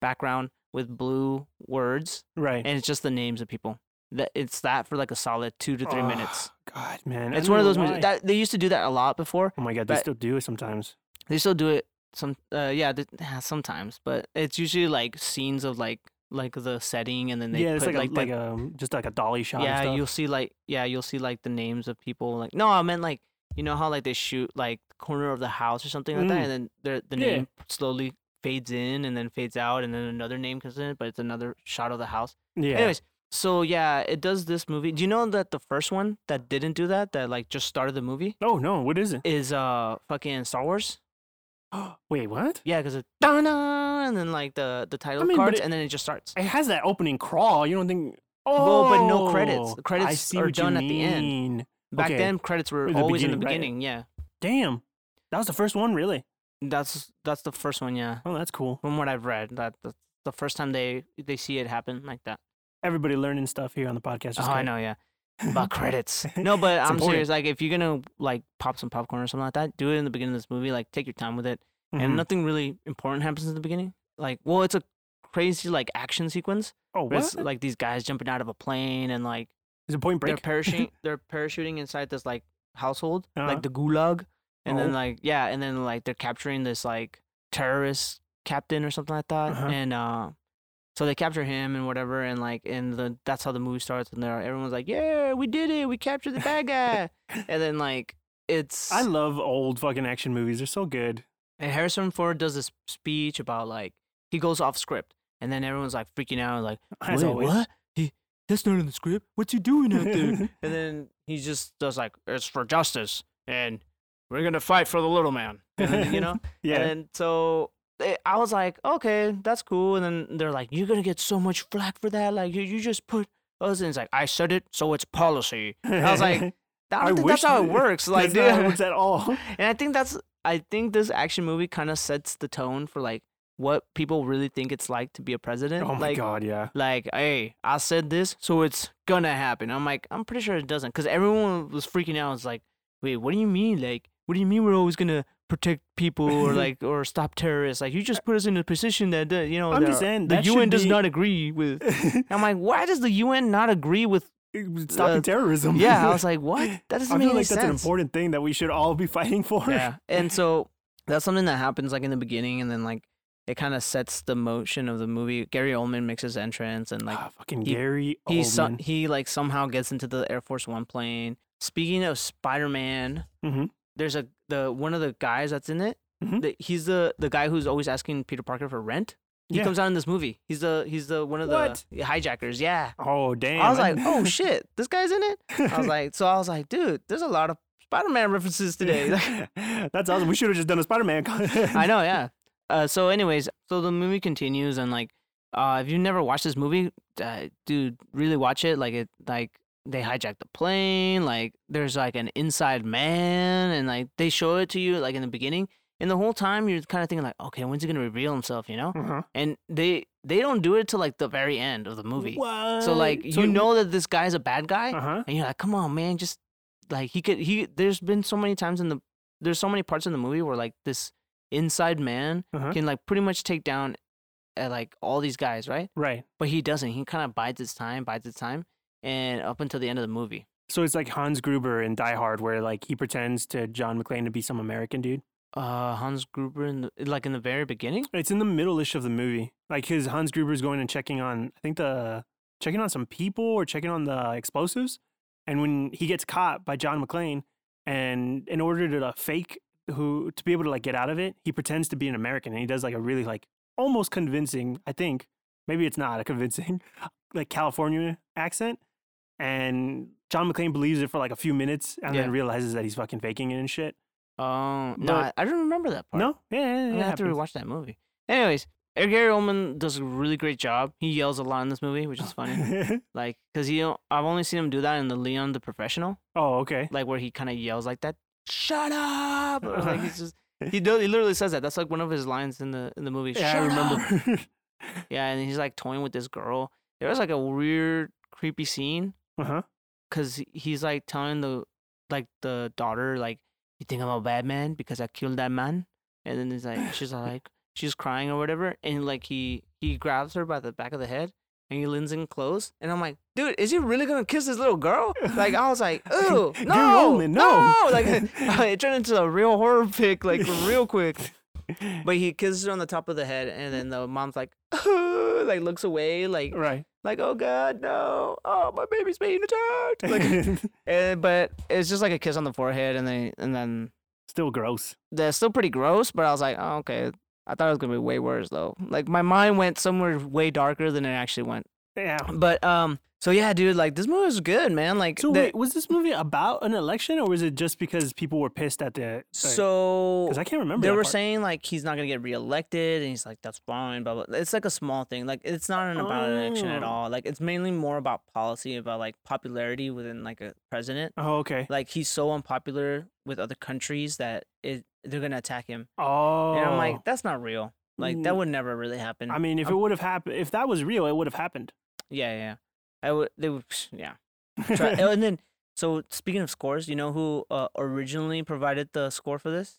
Speaker 2: background with blue words
Speaker 1: Right.
Speaker 2: and it's just the names of people. That it's that for like a solid two to three
Speaker 1: Ah,
Speaker 2: minutes.
Speaker 1: God, man. I
Speaker 2: It's
Speaker 1: don't
Speaker 2: one of
Speaker 1: know
Speaker 2: those
Speaker 1: why.
Speaker 2: movies that they used to do that a lot before.
Speaker 1: oh, my God. They
Speaker 2: that-
Speaker 1: still do it sometimes.
Speaker 2: They still do it some uh yeah, th- sometimes, but it's usually like scenes of like like the setting and then they
Speaker 1: yeah, it's
Speaker 2: put
Speaker 1: like,
Speaker 2: like,
Speaker 1: a, like
Speaker 2: the,
Speaker 1: a just like a dolly shot. and
Speaker 2: yeah,
Speaker 1: stuff.
Speaker 2: you'll see like yeah, you'll see like the names of people like no, I meant like you know how like they shoot like the corner of the house or something like that
Speaker 1: Mm.
Speaker 2: and then the the
Speaker 1: Yeah.
Speaker 2: name slowly fades in and then fades out and then another name comes in but it's another shot of the house.
Speaker 1: yeah.
Speaker 2: Anyways, so yeah, it does this movie. Do you know that the first one that didn't do that that like just started the movie
Speaker 1: Oh no, what is it?
Speaker 2: is uh fucking Star Wars?
Speaker 1: Wait, what?
Speaker 2: Yeah, because it's da-na, and then like the the title
Speaker 1: mean, but
Speaker 2: cards,
Speaker 1: it-
Speaker 2: and then it just starts.
Speaker 1: It has that opening crawl. You don't think? Oh,
Speaker 2: Well, but no credits. The
Speaker 1: I
Speaker 2: credits
Speaker 1: see
Speaker 2: are
Speaker 1: what you
Speaker 2: done at the end.
Speaker 1: mean.
Speaker 2: Back
Speaker 1: okay.
Speaker 2: then, credits were
Speaker 1: The
Speaker 2: always in the
Speaker 1: beginning, right.
Speaker 2: beginning. Yeah,
Speaker 1: Damn, that was the first one, really.
Speaker 2: that's that's the first one. Yeah,
Speaker 1: Oh, that's cool.
Speaker 2: from what I've read, that the, the first time they they see it happen like that.
Speaker 1: Everybody learning stuff here on the podcast. Just
Speaker 2: oh, I
Speaker 1: great.
Speaker 2: know. Yeah, about credits. No, but
Speaker 1: It's
Speaker 2: I'm
Speaker 1: important.
Speaker 2: serious. Like, if you're gonna like pop some popcorn or something like that, do it in the beginning of this movie. Like, take your time with it, and
Speaker 1: Mhm.
Speaker 2: nothing really important happens in the beginning. Like, well, it's a crazy like action sequence.
Speaker 1: oh,
Speaker 2: where
Speaker 1: what?
Speaker 2: it's, like these guys jumping out of a plane and like.
Speaker 1: is it Point Break?
Speaker 2: They're parachuting. they're parachuting inside this like household,
Speaker 1: Uh-huh.
Speaker 2: like the gulag, and
Speaker 1: Oh.
Speaker 2: then like yeah, and then like they're capturing this like terrorist captain or something like that,
Speaker 1: Uh-huh.
Speaker 2: and uh, so they capture him and whatever, and like and the that's how the movie starts, and they're everyone's like, yeah, we did it, we captured the bad guy, and then like it's
Speaker 1: I love old fucking action movies. They're so good.
Speaker 2: and Harrison Ford does this speech about like he goes off script, and then everyone's like freaking out, like
Speaker 1: As
Speaker 2: wait
Speaker 1: always.
Speaker 2: what he. That's not in the script. What you doing out there? And then he just does like, it's for justice, and we're gonna fight for the little man. And then, you know.
Speaker 1: yeah.
Speaker 2: And then, so eh, I was like, okay, that's cool. And then they're like, you're gonna get so much flack for that. Like you, you just put us. And it's like, I said it, so it's policy. I was like, I don't
Speaker 1: I
Speaker 2: think
Speaker 1: wish
Speaker 2: that's how it
Speaker 1: that-
Speaker 2: works. Like,
Speaker 1: that's not how it
Speaker 2: dude.
Speaker 1: works at all.
Speaker 2: And I think that's. I think this action movie kind of sets the tone for like what people really think it's like to be a president.
Speaker 1: Oh my
Speaker 2: like,
Speaker 1: god, yeah.
Speaker 2: like, hey, I said this, so it's gonna happen. I'm like, I'm pretty sure it doesn't, because everyone was freaking out. It's like, wait, what do you mean? Like, what do you mean we're always gonna protect people or like or stop terrorists? Like, you just put us in a position that uh, you know
Speaker 1: I'm
Speaker 2: the,
Speaker 1: just saying
Speaker 2: the
Speaker 1: that should
Speaker 2: UN does
Speaker 1: be-
Speaker 2: not agree with. I'm like, why does the UN not agree with?
Speaker 1: Stopping
Speaker 2: uh,
Speaker 1: terrorism.
Speaker 2: Yeah, I was like, what? That doesn't
Speaker 1: I
Speaker 2: make
Speaker 1: feel
Speaker 2: any
Speaker 1: like
Speaker 2: sense.
Speaker 1: that's an important thing that we should all be fighting for.
Speaker 2: Yeah. And so that's something that happens like in the beginning and then like it kind of sets the motion of the movie. Gary Oldman makes his entrance and like
Speaker 1: Ah, fucking
Speaker 2: he-
Speaker 1: Gary
Speaker 2: he so-
Speaker 1: Oldman.
Speaker 2: he like somehow gets into the Air Force One plane Speaking of Spider Man,
Speaker 1: Mhm.
Speaker 2: there's a the one of the guys that's in it.
Speaker 1: Mhm.
Speaker 2: The, he's the the guy who's always asking Peter Parker for rent. He
Speaker 1: Yeah.
Speaker 2: comes out in this movie. He's the he's the one of
Speaker 1: What?
Speaker 2: the hijackers. Yeah.
Speaker 1: Oh damn!
Speaker 2: I was like, oh shit, this guy's in it. I was like, so I was like, dude, there's a lot of Spider Man references today. Like,
Speaker 1: That's awesome. We should have just done a Spider-Man.
Speaker 2: I know, yeah. Uh, so, anyways, so the movie continues, and like, uh, if you've never watched this movie, uh, dude, really watch it. Like, it like they hijack the plane. Like, there's like an inside man, and like they show it to you like in the beginning, and the whole time you're kind of thinking like, okay, when's he gonna reveal himself? You know?
Speaker 1: Uh-huh.
Speaker 2: And they they don't do it till like the very end of the movie.
Speaker 1: What?
Speaker 2: So like you know that this guy's a bad guy,
Speaker 1: Uh huh.
Speaker 2: and you're like, come on, man, just like he could. He there's been so many times in the there's so many parts in the movie where like this inside man
Speaker 1: Uh-huh.
Speaker 2: can like pretty much take down uh, like all these guys, right?
Speaker 1: Right.
Speaker 2: But he doesn't. He kind of bides his time, bides his time, and up until the end of the movie.
Speaker 1: So it's like Hans Gruber in Die Hard, where like he pretends to John McClane to be some American dude.
Speaker 2: Uh, Hans Gruber in the, like in the very beginning.
Speaker 1: It's in the middle-ish of the movie. Like his Hans Gruber's going and checking on, I think the checking on some people or checking on the explosives. And when he gets caught by John McClane, and in order to like, fake who to be able to like get out of it, he pretends to be an American, and he does like a really like almost convincing, I think, maybe it's not a convincing, like California accent. And John McClane believes it for like a few minutes, and then
Speaker 2: Yeah.
Speaker 1: realizes that he's fucking faking it and shit.
Speaker 2: Oh no,
Speaker 1: But-
Speaker 2: I, I don't remember that part.
Speaker 1: No, yeah, yeah, yeah,
Speaker 2: I'm
Speaker 1: it
Speaker 2: gonna have to
Speaker 1: happens.
Speaker 2: rewatch that movie. Anyways, eh, Gary Oldman does a really great job. He yells a lot in this movie, which is funny. like because he don't- I've only seen him do that in the Leon the Professional,
Speaker 1: oh, okay.
Speaker 2: like where he kind of yells like that. Shut up! Or, like he's just he
Speaker 1: Uh-huh.
Speaker 2: do, he literally says that. That's like one of his lines in the in the movie.
Speaker 1: Yeah,
Speaker 2: Shut
Speaker 1: I
Speaker 2: up!"
Speaker 1: remember.
Speaker 2: Yeah, and he's like toying with this girl. There was like a weird, creepy scene
Speaker 1: uh huh.
Speaker 2: because he's like telling the like the daughter like, "You think I'm a bad man because I killed that man?" And then he's like, she's like, she's crying or whatever, and like he he grabs her by the back of the head and he leans in close, and I'm like, dude, is he really gonna kiss this little girl? Like I was like, ooh,
Speaker 1: Gary
Speaker 2: no,
Speaker 1: Oldman,
Speaker 2: no,
Speaker 1: no."
Speaker 2: like it turned into a real horror pick like real quick.
Speaker 1: Uh-huh.
Speaker 2: But he kisses her on the top of the head, and then the mom's like, like looks away, like
Speaker 1: Right.
Speaker 2: like oh god no oh my baby's being attacked like,
Speaker 1: Still
Speaker 2: eh, but it's just like a kiss on the forehead and then and then
Speaker 1: gross.
Speaker 2: that's still pretty gross but i was like oh, okay i thought it was gonna be way worse though like my mind went somewhere way darker than it actually went
Speaker 1: Yeah.
Speaker 2: but um so yeah dude like this movie was good man like
Speaker 1: So
Speaker 2: the-
Speaker 1: wait, was this movie about an election, or was it just because people were pissed at the?
Speaker 2: so
Speaker 1: because I can't remember.
Speaker 2: they
Speaker 1: that
Speaker 2: were
Speaker 1: part.
Speaker 2: saying like he's not gonna get reelected and he's like that's fine blah, blah. it's like a small thing like it's not an, about an election at
Speaker 1: Oh.
Speaker 2: all like it's mainly more about policy about like popularity within like a president
Speaker 1: Oh, okay.
Speaker 2: like he's so unpopular with other countries that it they're gonna attack him.
Speaker 1: Oh.
Speaker 2: And I'm like, that's not real. Like that
Speaker 1: Mm.
Speaker 2: would never really happen.
Speaker 1: I mean, if it would have happened, if that was real, it would have happened.
Speaker 2: yeah, yeah. I would. They would. Yeah. Try, oh, and then, so speaking of scores, you know who uh, originally provided the score for this?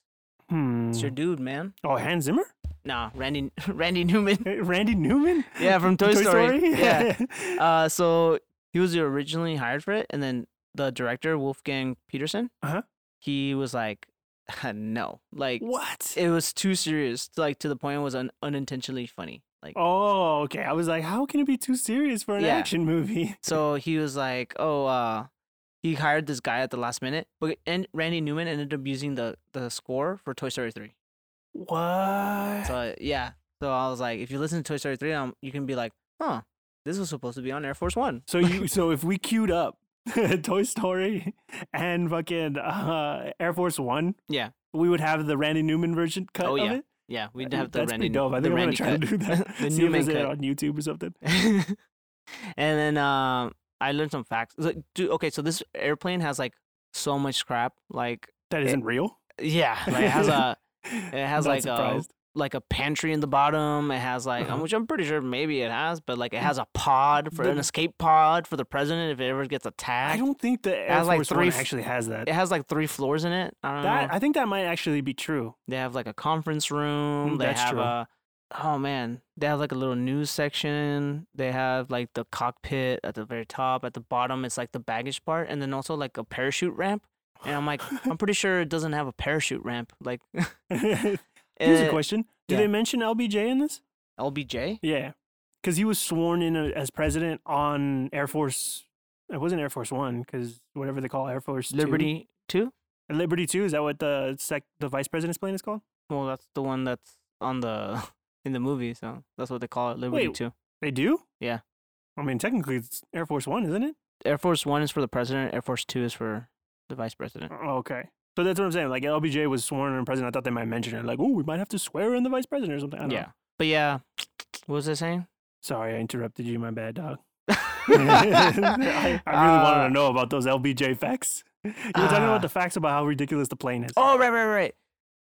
Speaker 1: hmm.
Speaker 2: It's your dude, man.
Speaker 1: Oh, Hans Zimmer, Eh,
Speaker 2: Nah, Randy Randy Newman.
Speaker 1: Randy Newman.
Speaker 2: Yeah, from Toy, Story. Yeah.
Speaker 1: Yeah.
Speaker 2: Uh, so he was originally hired for it, and then the director Wolfgang Peterson.
Speaker 1: Uh-huh.
Speaker 2: He was like, no, like
Speaker 1: what?
Speaker 2: it was too serious to, like to the point it was un- unintentionally funny like
Speaker 1: Oh, okay. I was like, how can it be too serious for an
Speaker 2: Yeah.
Speaker 1: action movie?
Speaker 2: so he was like oh uh he hired this guy at the last minute but and randy newman ended up using the the score for toy story 3
Speaker 1: What?
Speaker 2: so uh, yeah so i was like if you listen to toy story 3 um, you can be like huh this was supposed to be on air force one
Speaker 1: So you so if we queued up Toy Story and fucking uh, Air Force One,
Speaker 2: Yeah.
Speaker 1: we would have the Randy Newman version cut
Speaker 2: Oh,
Speaker 1: of
Speaker 2: yeah.
Speaker 1: it.
Speaker 2: yeah we'd have the
Speaker 1: That's
Speaker 2: randy
Speaker 1: pretty dope. I
Speaker 2: the
Speaker 1: think I'm gonna
Speaker 2: randy
Speaker 1: try
Speaker 2: cut.
Speaker 1: to do that.
Speaker 2: The
Speaker 1: See if
Speaker 2: Newman
Speaker 1: it's
Speaker 2: cut.
Speaker 1: on YouTube or something.
Speaker 2: and then um, I learned some facts. Like, dude, okay, so this airplane has like so much crap. Like,
Speaker 1: That isn't real.
Speaker 2: yeah, like it has a
Speaker 1: It
Speaker 2: it has
Speaker 1: Not
Speaker 2: like
Speaker 1: surprised.
Speaker 2: a like a pantry in the bottom. It has like,
Speaker 1: Uh-huh. Mm.
Speaker 2: which I'm pretty sure maybe it has, but like it has a pod for an
Speaker 1: The-
Speaker 2: escape pod for the president if it ever gets
Speaker 1: I
Speaker 2: attacked.
Speaker 1: don't think the Air
Speaker 2: has, like,
Speaker 1: Force
Speaker 2: three
Speaker 1: One
Speaker 2: f-
Speaker 1: actually has that.
Speaker 2: It has like three floors in it. I don't
Speaker 1: That
Speaker 2: know.
Speaker 1: I think that might actually be true.
Speaker 2: They have like a conference room.
Speaker 1: Mm,
Speaker 2: they
Speaker 1: that's
Speaker 2: have
Speaker 1: true.
Speaker 2: a oh man, they have like a little news section. They have like the cockpit at the very top. At the bottom, it's like the baggage part, and then also like a parachute ramp. And I'm like, I'm pretty sure it doesn't have a parachute ramp. Like,
Speaker 1: Here's a
Speaker 2: eh,
Speaker 1: question: Do
Speaker 2: yeah.
Speaker 1: they mention LBJ in this?
Speaker 2: LBJ.
Speaker 1: uh, Yeah, because he was sworn in a- as president on Air Force It wasn't Air Force One because whatever they call Air Force Two- Uh,
Speaker 2: Liberty Two.
Speaker 1: Liberty Two is that what the sec the vice president's plane is called?
Speaker 2: Well, that's the one that's on the in the movie, so that's what they call it. Liberty
Speaker 1: Wait.
Speaker 2: Two.
Speaker 1: They do.
Speaker 2: Yeah.
Speaker 1: I mean, technically, it's Air Force One, isn't it?
Speaker 2: Air Force One is for the president. Air Force Two is for the vice president.
Speaker 1: Oh, Okay. So that's what I'm saying. Like LBJ was sworn in president. I thought they might mention it. Like, oh, we might have to swear in the vice president or something. I don't
Speaker 2: yeah,
Speaker 1: Know.
Speaker 2: but yeah, what was I saying?
Speaker 1: Sorry, I interrupted you. My bad, dog. I,
Speaker 2: I,
Speaker 1: I really wanted to know about those LBJ facts. You were talking
Speaker 2: uh,
Speaker 1: about the facts about how ridiculous the plane is.
Speaker 2: Oh right, right, right.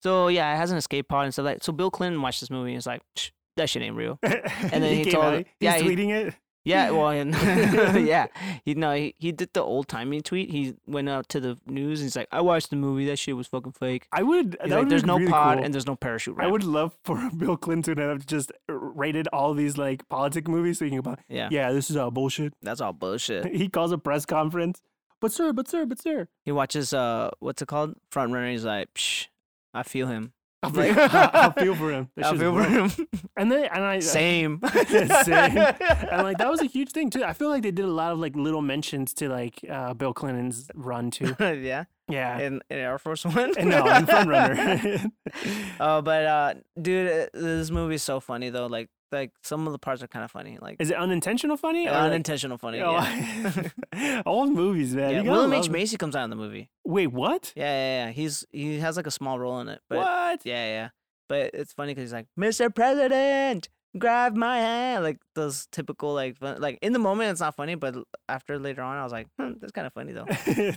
Speaker 2: So yeah, it has an escape pod and stuff like. So Bill Clinton watched this movie and is like, "Psh, that shit ain't real.
Speaker 1: and
Speaker 2: then he told-
Speaker 1: he's
Speaker 2: yeah, he-
Speaker 1: tweeting it.
Speaker 2: Yeah, well, and yeah, he no, he, he did the old timey tweet. He went out to the news and he's like, I watched the movie. That shit was fucking fake.
Speaker 1: I would.
Speaker 2: He's
Speaker 1: Uh, that
Speaker 2: like,
Speaker 1: would
Speaker 2: there's
Speaker 1: be
Speaker 2: no
Speaker 1: really
Speaker 2: pod
Speaker 1: cool.
Speaker 2: and there's no parachute.
Speaker 1: I
Speaker 2: ramp."
Speaker 1: would love for Bill Clinton to have just rated all these like politic movies, thinking about,
Speaker 2: Yeah, Uh,
Speaker 1: yeah, this is all bullshit.
Speaker 2: that's all bullshit.
Speaker 1: He calls a press conference, but sir, but sir, but sir.
Speaker 2: He watches uh, what's it called? Front runner. He's like, Psh, I feel him.
Speaker 1: I feel,
Speaker 2: Like-
Speaker 1: I feel for him. That
Speaker 2: I
Speaker 1: shit's
Speaker 2: feel for
Speaker 1: rough.
Speaker 2: him.
Speaker 1: And then, and I,
Speaker 2: Same.
Speaker 1: Same. and like that was a huge thing too. I feel like they did a lot of like little mentions to like uh, Bill Clinton's run too.
Speaker 2: yeah.
Speaker 1: Yeah.
Speaker 2: In, in Air Force One.
Speaker 1: And no, and Front Runner.
Speaker 2: Oh, but uh, dude, uh, this movie's so funny though. Like, like some of the parts are kind of funny. Like
Speaker 1: Is it unintentional funny? or, like-
Speaker 2: unintentional funny. yeah.
Speaker 1: Oh, old movies, man.
Speaker 2: Yeah,
Speaker 1: You gotta
Speaker 2: William
Speaker 1: love
Speaker 2: H
Speaker 1: it.
Speaker 2: Macy comes out in the movie.
Speaker 1: Wait, what?
Speaker 2: Yeah, yeah, yeah. He's he has like a small role in it. But
Speaker 1: what?
Speaker 2: Yeah, yeah. But it's funny because he's like, Mr. President, grab my hand. Like those typical like fun, like in the moment it's not funny, but l- after later on I was like, hmm, that's kind of funny though.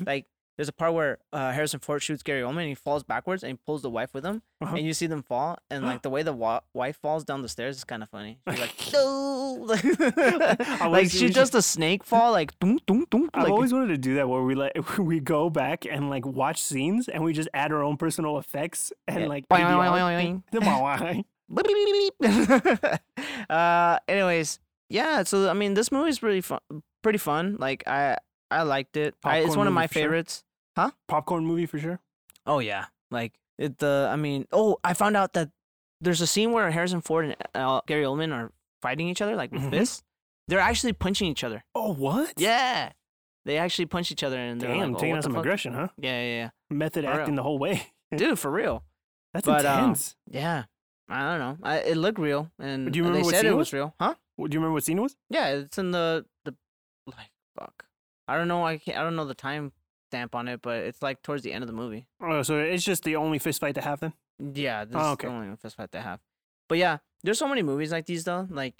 Speaker 2: like there's a part where uh, Harrison Ford shoots Gary Oldman and he falls backwards and he pulls the wife with him,
Speaker 1: Uh-huh.
Speaker 2: and you see them fall, and like the way the wa- wife falls down the stairs is kind of funny. She's like, no, like
Speaker 1: always-
Speaker 2: she's just a snake fall, like, doom, doom, doom,
Speaker 1: I've
Speaker 2: like
Speaker 1: always wanted to do that where we like we go back and like watch scenes and we just add our own personal effects and
Speaker 2: Yeah.
Speaker 1: like
Speaker 2: Boing,
Speaker 1: ADR.
Speaker 2: Bleep, bleep, bleep, bleep. uh anyways yeah so i mean this movie's really fun pretty fun like i i liked it I, it's
Speaker 1: Popcorn
Speaker 2: one of
Speaker 1: movie
Speaker 2: my
Speaker 1: for sure.
Speaker 2: favorites
Speaker 1: popcorn movie for sure.
Speaker 2: oh yeah like it the i mean oh i found out that there's a scene where harrison ford and uh, gary oldman are fighting each other like with
Speaker 1: Mhm.
Speaker 2: fists they're actually punching each other
Speaker 1: Oh what?
Speaker 2: yeah they actually punch each other and they're
Speaker 1: Damn,
Speaker 2: like, oh,
Speaker 1: taking
Speaker 2: what
Speaker 1: out
Speaker 2: the
Speaker 1: some
Speaker 2: fuck?
Speaker 1: aggression, huh?
Speaker 2: yeah yeah
Speaker 1: Method
Speaker 2: For real.
Speaker 1: acting the whole way.
Speaker 2: yeah dude for real
Speaker 1: That's
Speaker 2: But, um,
Speaker 1: intense.
Speaker 2: yeah i don't know I, it looked real and
Speaker 1: Do you remember
Speaker 2: they
Speaker 1: what
Speaker 2: said
Speaker 1: scene
Speaker 2: it
Speaker 1: it
Speaker 2: was real huh
Speaker 1: Well, Do you remember what scene it was?
Speaker 2: Yeah, it's in the the like fuck. I don't know. I can't, I don't know the time stamp on it, but it's like towards the end of the movie.
Speaker 1: Oh, so it's just the only fist fight to have then.
Speaker 2: Yeah, this
Speaker 1: Oh,
Speaker 2: is
Speaker 1: okay.
Speaker 2: the only fist fight they have. But yeah, there's so many movies like these though. Like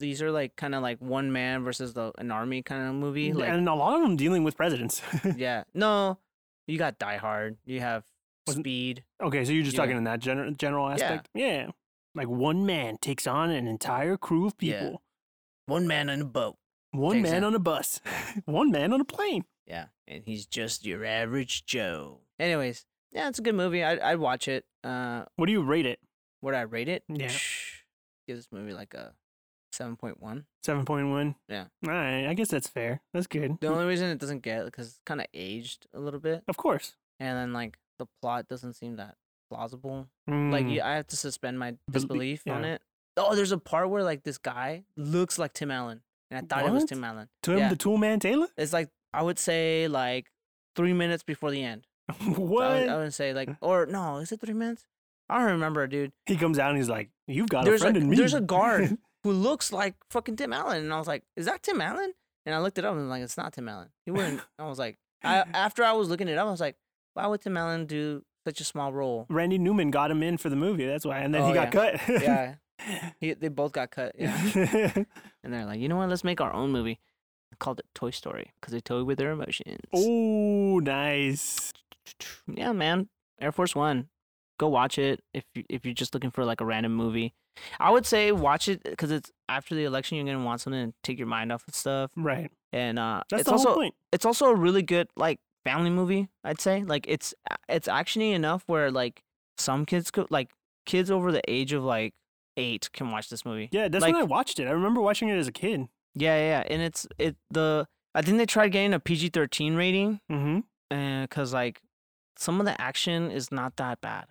Speaker 2: these are like kind of like one man versus the an army kind of movie. Like
Speaker 1: and a lot of them dealing with presidents.
Speaker 2: yeah, no, you got Die Hard. You have
Speaker 1: Wasn't-
Speaker 2: Speed.
Speaker 1: okay, so you're just
Speaker 2: Yeah.
Speaker 1: talking in that gen- general aspect. Yeah. Like one man takes on an entire crew of
Speaker 2: Yeah.
Speaker 1: people.
Speaker 2: One man on a boat.
Speaker 1: One
Speaker 2: Takes
Speaker 1: man
Speaker 2: it.
Speaker 1: on a bus. one man on a plane.
Speaker 2: Yeah, and he's just your average Joe. Anyways, yeah, it's a good movie. I I'd watch it. Uh,
Speaker 1: What do you rate it?
Speaker 2: would I rate it?
Speaker 1: Yeah.
Speaker 2: Give this movie like a seven point one.
Speaker 1: Seven point one.
Speaker 2: Yeah.
Speaker 1: All right. I guess that's fair. That's good.
Speaker 2: The only reason it doesn't get because it's kind of aged a little bit,
Speaker 1: of course.
Speaker 2: and then like the plot doesn't seem that plausible. Like
Speaker 1: Mm,
Speaker 2: you, I have to suspend my
Speaker 1: Belie-
Speaker 2: disbelief on
Speaker 1: yeah.
Speaker 2: it. Oh, there's a part where like this guy looks like Tim Allen, and I thought it was
Speaker 1: What?
Speaker 2: Tim Allen.
Speaker 1: Tim
Speaker 2: yeah.
Speaker 1: the Tool Man Taylor.
Speaker 2: It's like I would say like three minutes before the end. So
Speaker 1: what?
Speaker 2: I, uh, would, I would say like or no, is it three minutes? I don't remember, dude.
Speaker 1: he comes out and he's like, "You've got
Speaker 2: there's
Speaker 1: a friend
Speaker 2: a,
Speaker 1: in me."
Speaker 2: There's a guard who looks like fucking Tim Allen, and I was like, "Is that Tim Allen?" And I looked it up and like, "It's not Tim Allen." He wouldn't. I was like, I, after I was looking it up, I was like, "Why would Tim Allen do such a small role?"
Speaker 1: Randy Newman got him in for the movie. That's why, and then he
Speaker 2: Oh,
Speaker 1: got cut.
Speaker 2: Yeah, he, they both got cut. Yeah, and they're like, "You know what? Let's make our own movie." I called it Toy Story because they toy with their emotions.
Speaker 1: oh, nice.
Speaker 2: Yeah, man. Air Force One. Go watch it if you, if you're just looking for like a random movie. I would say watch it because it's after the election. You're gonna want something to take your mind off of stuff.
Speaker 1: Right.
Speaker 2: and uh,
Speaker 1: That's
Speaker 2: it's
Speaker 1: the whole
Speaker 2: also
Speaker 1: point.
Speaker 2: it's also a really good like family movie. I'd say like it's uh, it's actiony enough where like some kids could like kids over the age of like eight can watch this movie.
Speaker 1: Yeah, that's
Speaker 2: like-
Speaker 1: when I watched it. I remember watching it as a kid.
Speaker 2: yeah, yeah, yeah. and it's it the I think they tried getting a PG thirteen rating
Speaker 1: Mm-hmm.
Speaker 2: because like some of the action is not that bad.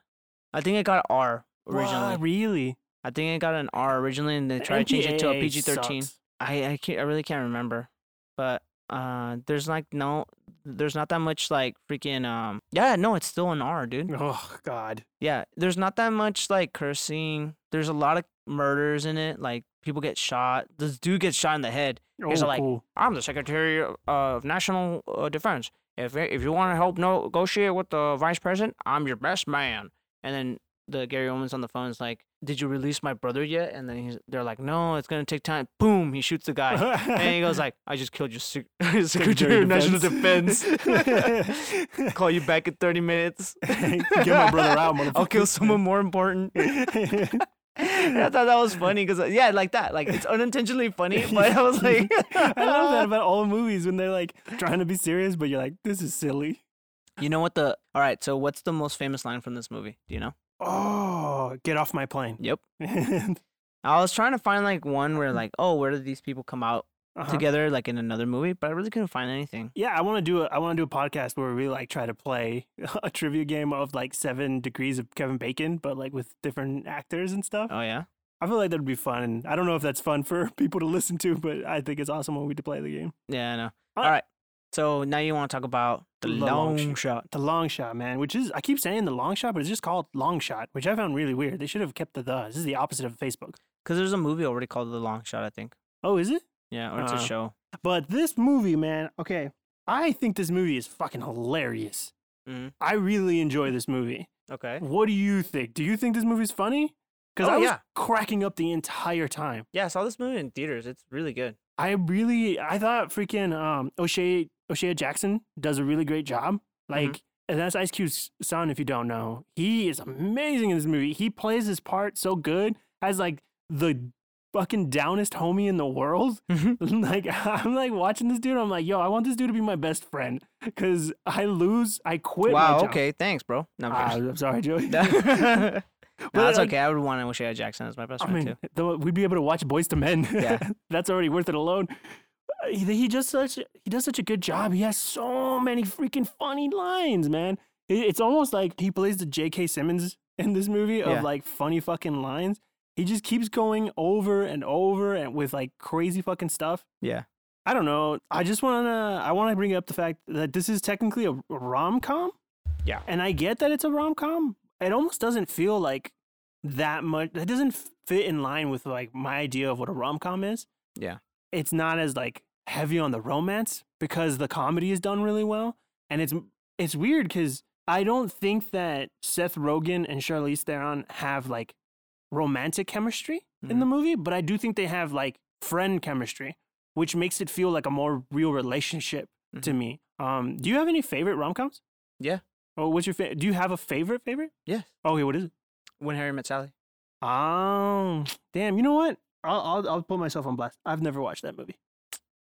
Speaker 2: I think it got a R originally.
Speaker 1: really?
Speaker 2: I think it got an R originally, and they tried to change it to a
Speaker 1: MPAA
Speaker 2: PG thirteen.
Speaker 1: sucks.
Speaker 2: I I, can't, I really can't remember, but Uh, there's like no, there's not that much like freaking um. Yeah, no, it's still an R, dude.
Speaker 1: Oh God.
Speaker 2: Yeah, there's not that much like cursing. There's a lot of murders in it. Like people get shot. This dude gets shot in the head. He's
Speaker 1: oh,
Speaker 2: like-
Speaker 1: cool.
Speaker 2: I'm the Secretary of- of National uh, Defense. If if you want to help no- negotiate with the Vice President, I'm your best man. And then the Gary Oldman's on the phone is like, "Did you release my brother yet?" And then he's, they're like, "No, it's gonna take time." Boom, he shoots the guy, and he goes like, "I just killed your sec- Secretary of National Defense. Call you back in 30 minutes.
Speaker 1: Get my brother out, motherfucker.
Speaker 2: I'll kill someone more important." And I thought that was funny because yeah, like that, like it's unintentionally funny, but I was like,
Speaker 1: I love that about all movies when they're like trying to be serious, but you're like, this is silly.
Speaker 2: You know what the all right? So what's the most famous line from this movie? Do you know?
Speaker 1: Oh, get off my plane.
Speaker 2: Yep.
Speaker 1: uh-huh.
Speaker 2: I was trying to find like one where like oh where did these people come out together like in another movie, but I really couldn't find anything.
Speaker 1: Yeah, I want to do a I want to do a podcast where we like try to play a trivia game of like seven degrees of Kevin Bacon, but like with different actors and stuff.
Speaker 2: Oh yeah.
Speaker 1: I feel like that'd be fun. and I don't know if that's fun for people to listen to, but I think it's awesome when we do play the game.
Speaker 2: Yeah, I know.
Speaker 1: Uh,
Speaker 2: all right. So now you want to talk about the
Speaker 1: The long
Speaker 2: long,
Speaker 1: shot.
Speaker 2: shot.
Speaker 1: The long shot, man, which is I keep saying the long shot, but it's just called long shot, which I found really weird. They should have kept the the. This is the opposite of Facebook.
Speaker 2: Because there's a movie already called The Long Shot, I think.
Speaker 1: Oh, is it?
Speaker 2: Yeah, or it's
Speaker 1: Uh,
Speaker 2: a show.
Speaker 1: But this movie, man, okay, I think this movie is fucking hilarious.
Speaker 2: Mhm.
Speaker 1: I really enjoy this movie.
Speaker 2: Okay.
Speaker 1: What do you think? Do you think this movie's funny? Because
Speaker 2: Oh,
Speaker 1: I was
Speaker 2: yeah.
Speaker 1: cracking up the entire time.
Speaker 2: Yeah, I saw this movie in theaters. It's really good.
Speaker 1: I really, I thought freaking um, O'Shea O'Shea Jackson does a really great job.
Speaker 2: Mm-hmm.
Speaker 1: Like, and that's Ice Cube's son. If you don't know, he is amazing in this movie. He plays his part so good as like the fucking downest homie in the world.
Speaker 2: Mm-hmm.
Speaker 1: like I'm like watching this dude. I'm like, yo, I want this dude to be my best friend because I lose, I quit. my
Speaker 2: wow.
Speaker 1: job.
Speaker 2: Okay. Thanks, bro. No, I'm
Speaker 1: Ah,
Speaker 2: kidding.
Speaker 1: I'm sorry, Joey.
Speaker 2: no, that's
Speaker 1: like-
Speaker 2: okay. I would want to wish I had Jackson as my best
Speaker 1: I
Speaker 2: friend
Speaker 1: mean,
Speaker 2: too.
Speaker 1: though we'd be able to watch Boys to Men.
Speaker 2: Yeah.
Speaker 1: that's already worth it alone. Uh, He, he just such he does such a good job. He has so many freaking funny lines, man. It, it's almost like he plays the J.K. Simmons in this movie of
Speaker 2: Yeah.
Speaker 1: like funny fucking lines. He just keeps going over and over and with like crazy fucking stuff.
Speaker 2: Yeah.
Speaker 1: I don't know. I just wanna I wanna bring up the fact that this is technically a rom com.
Speaker 2: Yeah.
Speaker 1: And I get that it's a rom com. It almost doesn't feel like that much that doesn't fit in line with like my idea of what a rom com is.
Speaker 2: Yeah.
Speaker 1: It's not as like heavy on the romance because the comedy is done really well. And it's it's weird because I don't think that Seth Rogen and Charlize Theron have like romantic chemistry in
Speaker 2: Mm-hmm.
Speaker 1: the movie, but I do think they have like friend chemistry, which makes it feel like a more real relationship to me. Um, do you have any favorite rom coms?
Speaker 2: Mm-hmm. Yeah.
Speaker 1: Oh, what's your favorite? Do you have a favorite favorite?
Speaker 2: Yes.
Speaker 1: Okay, what is it?
Speaker 2: When Harry Met Sally.
Speaker 1: Um, damn. You know what? I'll I'll, I'll put myself on blast. I've never watched that movie.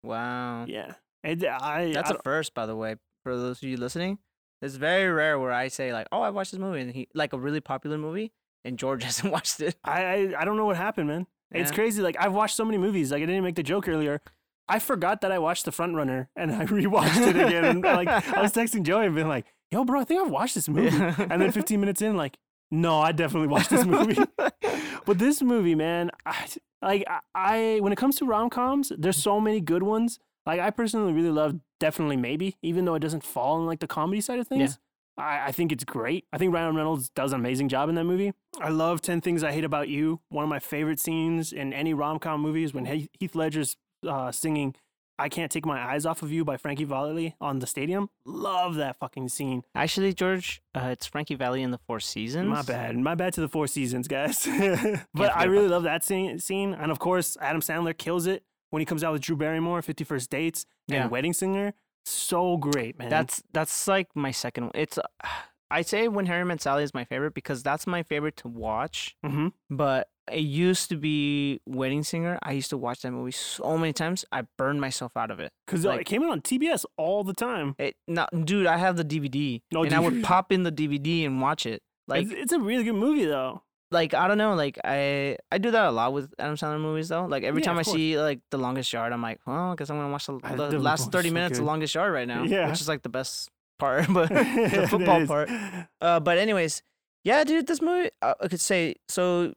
Speaker 2: Wow.
Speaker 1: Yeah. It, I,
Speaker 2: That's
Speaker 1: I
Speaker 2: a first, by the way, for those of you listening. It's very rare where I say like, "Oh, I watched this movie," and he like a really popular movie, and George hasn't watched it.
Speaker 1: I, I I don't know what happened, man. It's
Speaker 2: Yeah.
Speaker 1: crazy. Like I've watched so many movies. Like I didn't make the joke earlier. I forgot that I watched The Front Runner and I rewatched it again. And like I was texting Joey and being like, "Yo, bro, I think I've watched this movie." And then 15 minutes in, like, no, I definitely watched this movie. but this movie, man, I, like I, I when it comes to rom coms, there's so many good ones. Like I personally really love definitely maybe, even though it doesn't fall on like the comedy side of things. I, I think it's great. I think Ryan Reynolds does an amazing job in that movie. I love Ten Things I Hate About You. One of my favorite scenes in any rom com movie is when Heath Heath Ledger's uh, singing "I Can't Take My Eyes Off of You" by Frankie Valli on the stadium. Love that fucking scene.
Speaker 2: Actually, George, uh, it's Frankie Valley in the Four Seasons.
Speaker 1: My bad. My bad to the Four Seasons, guys. but
Speaker 2: forget
Speaker 1: I
Speaker 2: about
Speaker 1: really love that scene, scene. And of course, Adam Sandler kills it when he comes out with Drew Barrymore, 51st Dates,
Speaker 2: Yeah.
Speaker 1: and Wedding Singer. So great, man.
Speaker 2: That's that's like my second. one. It's uh, I say When Harry Met Sally is my favorite because that's my favorite to watch.
Speaker 1: hmm
Speaker 2: But it used to be Wedding Singer. I used to watch that movie so many times. I burned myself out of it.
Speaker 1: Because uh, it
Speaker 2: like-
Speaker 1: came out on TBS all the time.
Speaker 2: It, no, dude, I have the DVD,
Speaker 1: No,
Speaker 2: and
Speaker 1: do
Speaker 2: I
Speaker 1: you?
Speaker 2: would pop in the DVD and watch it. Like,
Speaker 1: it's, it's a really good movie, though.
Speaker 2: like I don't know, like I I do that a lot with Adam Sandler movies though. Like every
Speaker 1: Yeah,
Speaker 2: time
Speaker 1: of
Speaker 2: I
Speaker 1: course.
Speaker 2: see like The Longest Yard, I'm like, well, I guess I'm gonna watch the,
Speaker 1: I-
Speaker 2: the
Speaker 1: The
Speaker 2: last
Speaker 1: Longest
Speaker 2: thirty
Speaker 1: Yard,
Speaker 2: minutes of
Speaker 1: good.
Speaker 2: Longest Yard right now,
Speaker 1: Yeah.
Speaker 2: which is like the best part. But
Speaker 1: There it
Speaker 2: football
Speaker 1: is.
Speaker 2: part. uh, but anyways, yeah, dude, this movie uh, I, I could say so.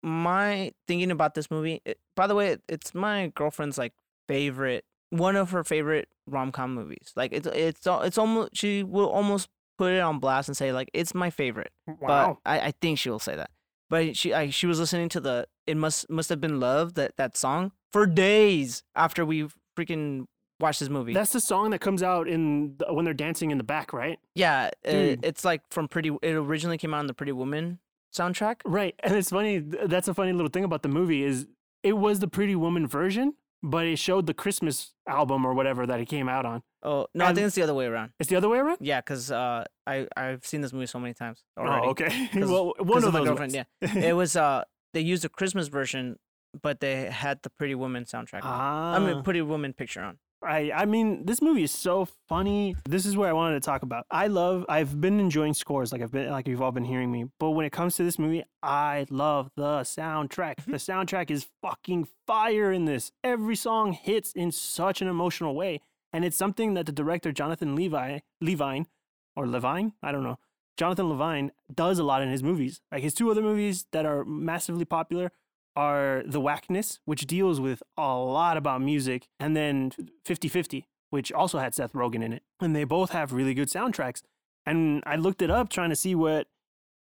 Speaker 2: My thinking about this movie, it, by the way, it, it's my girlfriend's like favorite one of her favorite rom com movies. Like it's it's al- it's almost she will almost put it on blast and say like it's my favorite.
Speaker 1: Wow.
Speaker 2: But I, I think she will say that. But she I, she was listening to the it must must have been love that that song for days after we freaking watched this movie.
Speaker 1: That's the song that comes out in the, when they're dancing in the back, right?
Speaker 2: yeah, it,
Speaker 1: Dude.
Speaker 2: it's like from Pretty. It originally came out on the Pretty Woman soundtrack.
Speaker 1: Right. And it's funny. th- That's a funny little thing about the movie is it was the Pretty Woman version, but it showed the Christmas album or whatever that it came out on.
Speaker 2: Oh no, I
Speaker 1: And-
Speaker 2: think it's the other way around.
Speaker 1: It's the other way around.
Speaker 2: Yeah, because uh, I I've seen this movie so many times already.
Speaker 1: Oh, okay.
Speaker 2: 'Cause-
Speaker 1: well, one
Speaker 2: 'Cause
Speaker 1: of
Speaker 2: my
Speaker 1: those.
Speaker 2: girlfriend,
Speaker 1: ones.
Speaker 2: yeah. it was uh, they used a Christmas version, but they had the Pretty Woman soundtrack. on.
Speaker 1: Ah.
Speaker 2: I mean, Pretty Woman picture on.
Speaker 1: I, I mean, this movie is so funny. This is where I wanted to talk about. I love. I've been enjoying scores, like I've been, like you've all been hearing me. But when it comes to this movie, I love the soundtrack. the soundtrack is fucking fire in this. Every song hits in such an emotional way, and it's something that the director Jonathan Levi, Levine, or Levine, I don't know, Jonathan Levine does a lot in his movies. Like his two other movies that are massively popular are The Whackness, which deals with a lot about music, and then 50 50, which also had Seth Rogen in it. And they both have really good soundtracks. And I looked it up trying to see what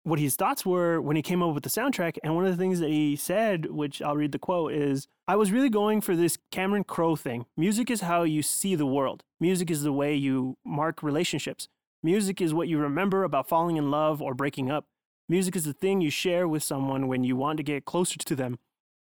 Speaker 1: what his thoughts were when he came up with the soundtrack. And one of the things that he said, which I'll read the quote, is I was really going for this Cameron Crowe thing. Music is how you see the world, music is the way you mark relationships. Music is what you remember about falling in love or breaking up. Music is the thing you share with someone when you want to get closer to them.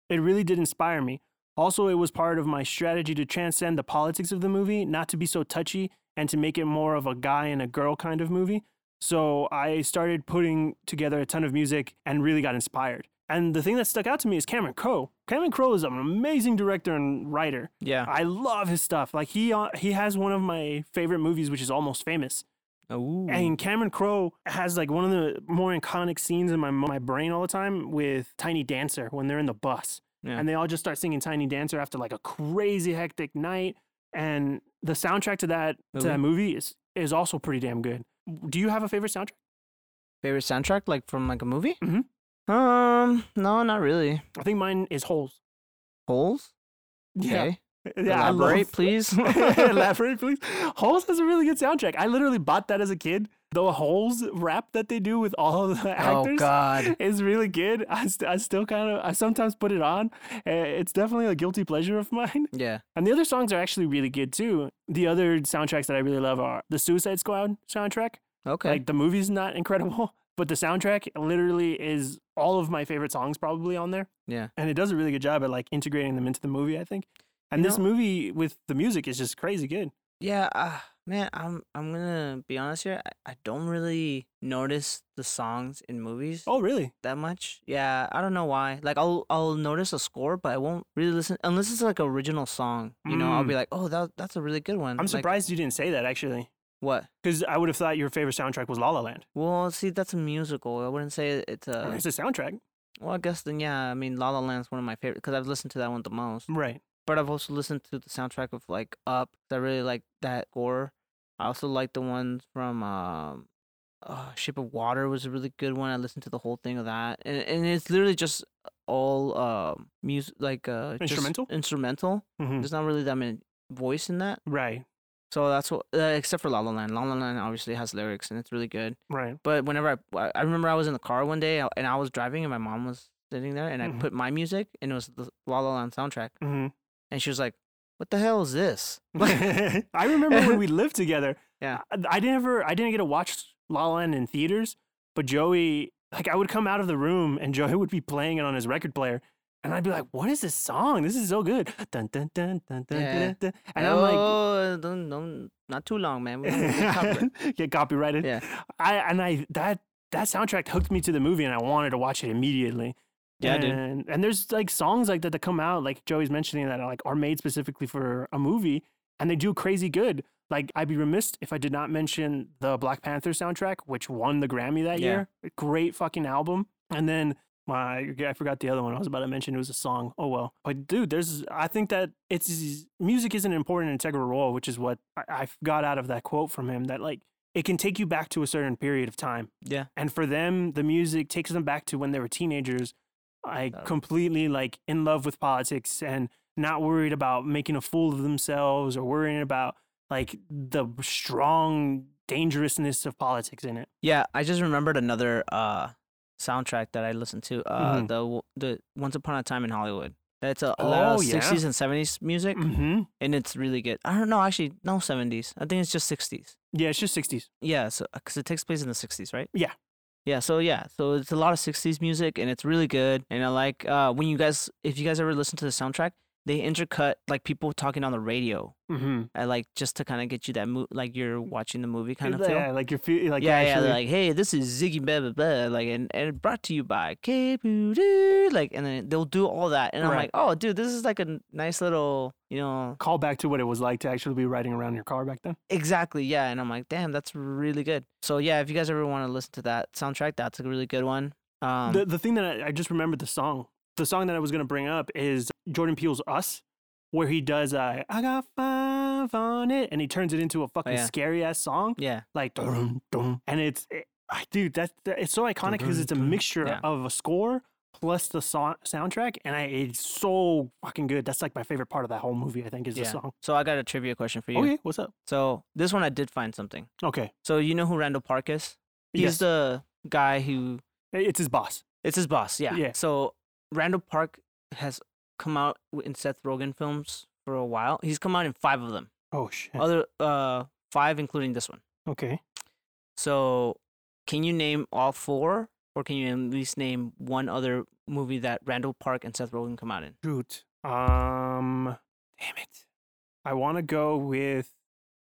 Speaker 1: It really did inspire me. Also, it was part of my strategy to transcend the politics of the movie, not to be so touchy, and to make it more of a guy and a girl kind of movie. So I started putting together a ton of music and really got inspired. And the thing that stuck out to me is Cameron Crowe. Cameron Crowe is an amazing director and writer.
Speaker 2: Yeah.
Speaker 1: I love his stuff. Like he uh, he has one of my favorite movies, which is Almost Famous.
Speaker 2: Ooh.
Speaker 1: Ah, And Cameron Crowe has like one of the more iconic scenes in my my brain all the time with Tiny Dancer when they're in the bus
Speaker 2: Yeah.
Speaker 1: and they all just start singing Tiny Dancer after like a crazy hectic night. And the soundtrack to that to
Speaker 2: Ooh.
Speaker 1: that movie is is also pretty damn good. Do you have a favorite soundtrack?
Speaker 2: Favorite soundtrack, like from like a movie?
Speaker 1: Mhm.
Speaker 2: Mm-hmm. Um, no, not really.
Speaker 1: I think mine is Holes.
Speaker 2: Holes. Okay.
Speaker 1: yeah. I love-
Speaker 2: Elaborate, please.
Speaker 1: Elaborate, please. Holes has a really good soundtrack. I literally bought that as a kid. The Holes rap that they do with all the
Speaker 2: oh
Speaker 1: actors.
Speaker 2: God.
Speaker 1: It's really good. I, st- I still kind of, I sometimes put it on. Uh, It's definitely a guilty pleasure of mine.
Speaker 2: Yeah.
Speaker 1: And the other songs are actually really good too. The other soundtracks that I really love are the Suicide Squad soundtrack.
Speaker 2: Okay.
Speaker 1: Like the movie's not incredible, but the soundtrack literally is all of my favorite songs probably on there.
Speaker 2: Yeah.
Speaker 1: And it does a really good job at like integrating them into the movie, I think. And
Speaker 2: You
Speaker 1: this
Speaker 2: know-
Speaker 1: movie with the music is just crazy good.
Speaker 2: Yeah, uh, man, I'm I'm gonna be honest here. I, I don't really notice the songs in movies
Speaker 1: Oh, really?
Speaker 2: that much. Yeah, I don't know why. Like I'll I'll notice a score, but I won't really listen unless it's like original song. You know, I'll be like, oh, that that's a really good one.
Speaker 1: Mm. I'm
Speaker 2: Like,
Speaker 1: surprised you didn't say that actually.
Speaker 2: what?
Speaker 1: Because I would have thought your favorite soundtrack was La La Land.
Speaker 2: Well, see, that's a musical. I wouldn't say it's
Speaker 1: I mean,
Speaker 2: a.
Speaker 1: it's a soundtrack.
Speaker 2: Well, I guess then yeah. I mean, La La Land's one of my favorite because I've listened to that one the most.
Speaker 1: Right.
Speaker 2: But I've also listened to the soundtrack of like Up. 'cause I really like that score. I also like the ones from um, uh, Ship of Water was a really good one. I listened to the whole thing of that, and and it's literally just all um music like uh just
Speaker 1: Instrumental?
Speaker 2: instrumental.
Speaker 1: Mhm.
Speaker 2: There's not really that many voice in that.
Speaker 1: Right.
Speaker 2: So that's what uh, except for La La Land. La La Land obviously has lyrics and it's really good.
Speaker 1: Right.
Speaker 2: But whenever I- I, I remember I was in the car one day and I was driving and my mom was sitting there and
Speaker 1: Mhm.
Speaker 2: I put my music and it was the La La Land soundtrack
Speaker 1: hmm
Speaker 2: and she was like, "What the hell is this?"
Speaker 1: I remember when we lived together.
Speaker 2: Yeah.
Speaker 1: I, I didn't ever I didn't get to watch La La Land in theaters, but Joey like I would come out of the room and Joey would be playing it on his record player. And I'd be like, what is this song? This is so good. Dun, dun, dun, dun, dun,
Speaker 2: Yeah.
Speaker 1: dun, dun. And I'm like,
Speaker 2: "Oh, don't, don't, not too long, man. We don't wanna get copyright."
Speaker 1: get copyrighted.
Speaker 2: Yeah.
Speaker 1: I and I that that soundtrack hooked me to the movie, and I wanted to watch it immediately.
Speaker 2: Yeah, dude.
Speaker 1: and, and there's like songs like that that come out, like Joey's mentioning that are, like are made specifically for a movie, and they do crazy good. Like I'd be remiss if I did not mention the Black Panther soundtrack, which won the Grammy that
Speaker 2: Yeah.
Speaker 1: year. Great fucking album. And then my I forgot the other one I was about to mention. It was a song. Oh well. But dude, there's I think that it's music is an important integral role, which is what I, I got out of that quote from him. That like it can take you back to a certain period of time.
Speaker 2: Yeah.
Speaker 1: And for them, the music takes them back to when they were teenagers, like
Speaker 2: Totally.
Speaker 1: completely like in love with politics and not worried about making a fool of themselves or worrying about like the strong dangerousness of politics in it.
Speaker 2: Yeah, I just remembered another uh soundtrack that I listened to. Uh,
Speaker 1: Mhm.
Speaker 2: the w the Once Upon a Time in Hollywood. That's a, a
Speaker 1: Oh,
Speaker 2: lot of
Speaker 1: yeah.
Speaker 2: sixties and seventies music,
Speaker 1: Mm-hmm.
Speaker 2: and it's really good. I don't know, actually, no seventies. I think it's just sixties.
Speaker 1: Yeah, it's just 60s.
Speaker 2: Yeah, so because it takes place in the sixties, right?
Speaker 1: Yeah.
Speaker 2: Yeah, so yeah, so it's a lot of sixties music, and it's really good. And I like uh when you guys, if you guys ever listen to the soundtrack, they intercut like people talking on the radio.
Speaker 1: Mm-hmm.
Speaker 2: I like just to kind of get you that mo- like you're watching the movie kind of feel
Speaker 1: yeah, like you're feel, like
Speaker 2: yeah, yeah.
Speaker 1: actually,
Speaker 2: They're like, hey, this is Ziggy blah blah blah, like, and, and brought to you by K like, and then they'll do all that, and I'm
Speaker 1: Right.
Speaker 2: like, oh, dude, this is like a n- nice little, you know,
Speaker 1: call back to what it was like to actually be riding around in your car back then.
Speaker 2: exactly, yeah, and I'm like, damn, that's really good. So yeah, if you guys ever want to listen to that soundtrack, that's a really good one. Um,
Speaker 1: the the thing that I, I just remembered the song. The song that I was gonna bring up is Jordan Peele's Us, where he does uh, I got five on it, and he turns it into a fucking
Speaker 2: Oh, yeah.
Speaker 1: scary ass song,
Speaker 2: yeah,
Speaker 1: like dun, dun, and it's it, ah, dude that's that, it's so iconic because
Speaker 2: dun,
Speaker 1: it's a
Speaker 2: dun.
Speaker 1: mixture
Speaker 2: Yeah.
Speaker 1: of a score plus the so- soundtrack, and I, it's so fucking good. That's like my favorite part of that whole movie. I think is the
Speaker 2: Yeah.
Speaker 1: song.
Speaker 2: so I got a trivia question for you.
Speaker 1: Okay, what's up?
Speaker 2: So this one I did find something.
Speaker 1: Okay,
Speaker 2: So you know who Randall Park is? He's
Speaker 1: yes,
Speaker 2: the guy who
Speaker 1: eh, it's his boss.
Speaker 2: It's his boss, yeah.
Speaker 1: Yeah.
Speaker 2: So Randall Park has come out w- in Seth Rogen films for a while. He's come out in five of them.
Speaker 1: Oh shit.
Speaker 2: Other uh five including this one.
Speaker 1: Okay.
Speaker 2: So can you name all four or can you at least name one other movie that Randall Park and Seth Rogen come out in?
Speaker 1: Shoot. Um. Damn it. I want to go with.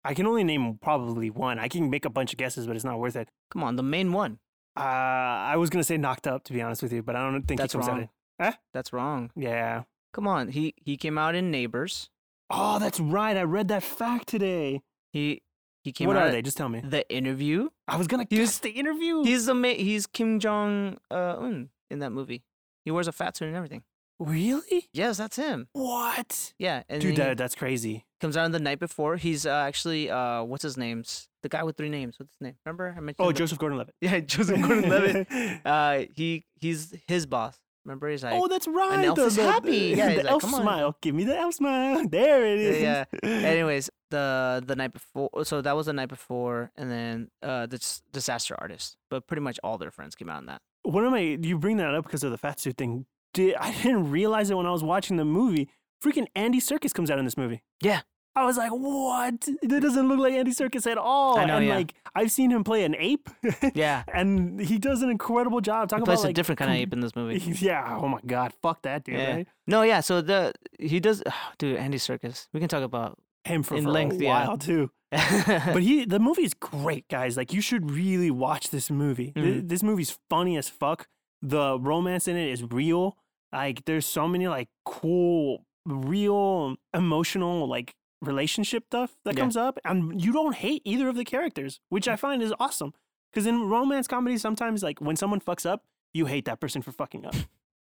Speaker 1: I can only name probably one. I can make a bunch of guesses, but it's not worth it.
Speaker 2: Come on, the main one.
Speaker 1: Uh, I was gonna say knocked up to be honest with you, but I don't think
Speaker 2: That's
Speaker 1: he comes out
Speaker 2: wrong.
Speaker 1: in- Eh?
Speaker 2: That's wrong.
Speaker 1: Yeah.
Speaker 2: Come on. He he came out in Neighbors.
Speaker 1: Oh, that's right. I read that fact today.
Speaker 2: He he came
Speaker 1: what
Speaker 2: out
Speaker 1: are
Speaker 2: in
Speaker 1: they? Just tell me.
Speaker 2: The Interview.
Speaker 1: I was gonna guess the interview.
Speaker 2: He's the ma- he's Kim Jong uh Un in that movie. He wears a fat suit and everything.
Speaker 1: Really?
Speaker 2: Yes, that's him.
Speaker 1: What?
Speaker 2: Yeah, and
Speaker 1: Dude,
Speaker 2: then
Speaker 1: that, that's crazy.
Speaker 2: he comes out the night before. He's uh, actually uh, what's his name's the guy with three names. What's his name? Remember I mentioned.
Speaker 1: Oh,
Speaker 2: the-
Speaker 1: Joseph Gordon-Levitt.
Speaker 2: Yeah, Joseph Gordon-Levitt. uh, he he's his boss. Remember he's like.
Speaker 1: oh, that's right.
Speaker 2: elf
Speaker 1: the-
Speaker 2: is
Speaker 1: the-
Speaker 2: happy. Yeah,
Speaker 1: the
Speaker 2: he's like,
Speaker 1: elf
Speaker 2: "Come on."
Speaker 1: smile. Give me the elf smile. There it is.
Speaker 2: Yeah, Anyways, the the night before, so that was the night before, and then uh, the dis- disaster artist. But pretty much all their friends came out in that.
Speaker 1: one of my you bring that up because of the fat suit thing. Did, I didn't realize it when I was watching the movie. Freaking Andy Circus comes out in this movie.
Speaker 2: Yeah.
Speaker 1: I was like, what? That doesn't look like Andy Circus at all.
Speaker 2: I know,
Speaker 1: and
Speaker 2: yeah.
Speaker 1: like I've seen him play an ape.
Speaker 2: Yeah,
Speaker 1: And he does an incredible job talking
Speaker 2: he plays
Speaker 1: about
Speaker 2: a
Speaker 1: like,
Speaker 2: different kind of ape in this movie.
Speaker 1: Yeah. Oh my god. Fuck that dude.
Speaker 2: Yeah.
Speaker 1: Right?
Speaker 2: No, yeah. So the he does, dude. Andy Circus. We can talk about.
Speaker 1: Him for,
Speaker 2: In
Speaker 1: for
Speaker 2: length,
Speaker 1: a
Speaker 2: yeah.
Speaker 1: while too. But he the movie is great, guys. Like you should really watch this movie. Th-
Speaker 2: Mhm.
Speaker 1: This movie's funny as fuck. The romance in it is real. Like there's so many like cool, real emotional like relationship stuff that
Speaker 2: Yeah.
Speaker 1: comes up, and you don't hate either of the characters, which I find is awesome. Because in romance comedies, sometimes like when someone fucks up, you hate that person for fucking up,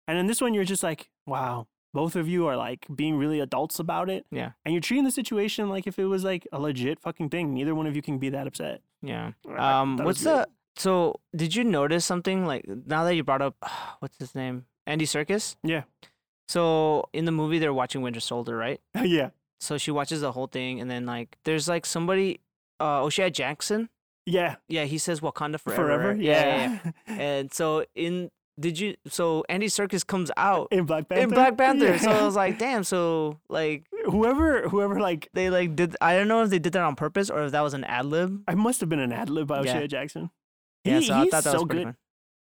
Speaker 1: and in this one, you're just like, wow, both of you are like being really adults about it.
Speaker 2: Yeah.
Speaker 1: And you're treating the situation like if it was like a legit fucking thing. Neither one of you can be that upset.
Speaker 2: yeah.
Speaker 1: I
Speaker 2: Um,
Speaker 1: thought it
Speaker 2: what's
Speaker 1: was good.
Speaker 2: the so? Did you notice something like now that you brought up what's his name, Andy Circus?
Speaker 1: Yeah.
Speaker 2: So in the movie, they're watching Winter Soldier, right?
Speaker 1: yeah.
Speaker 2: So she watches the whole thing, and then like there's like somebody, uh, O'Shea Jackson.
Speaker 1: Yeah.
Speaker 2: Yeah, he says Wakanda forever.
Speaker 1: Forever.
Speaker 2: right?
Speaker 1: Yeah.
Speaker 2: yeah. And so in did you so Andy Circus comes out
Speaker 1: in Black Panther.
Speaker 2: in Black Panther? So I
Speaker 1: Yeah.
Speaker 2: was like, damn. So like
Speaker 1: whoever whoever like
Speaker 2: they like did I don't know if they did that on purpose or if that was an ad lib.
Speaker 1: I must have been an ad lib by
Speaker 2: Yeah.
Speaker 1: O'Shea Jackson.
Speaker 2: Yeah,
Speaker 1: He-
Speaker 2: so I
Speaker 1: he's
Speaker 2: thought that
Speaker 1: so
Speaker 2: was pretty
Speaker 1: good.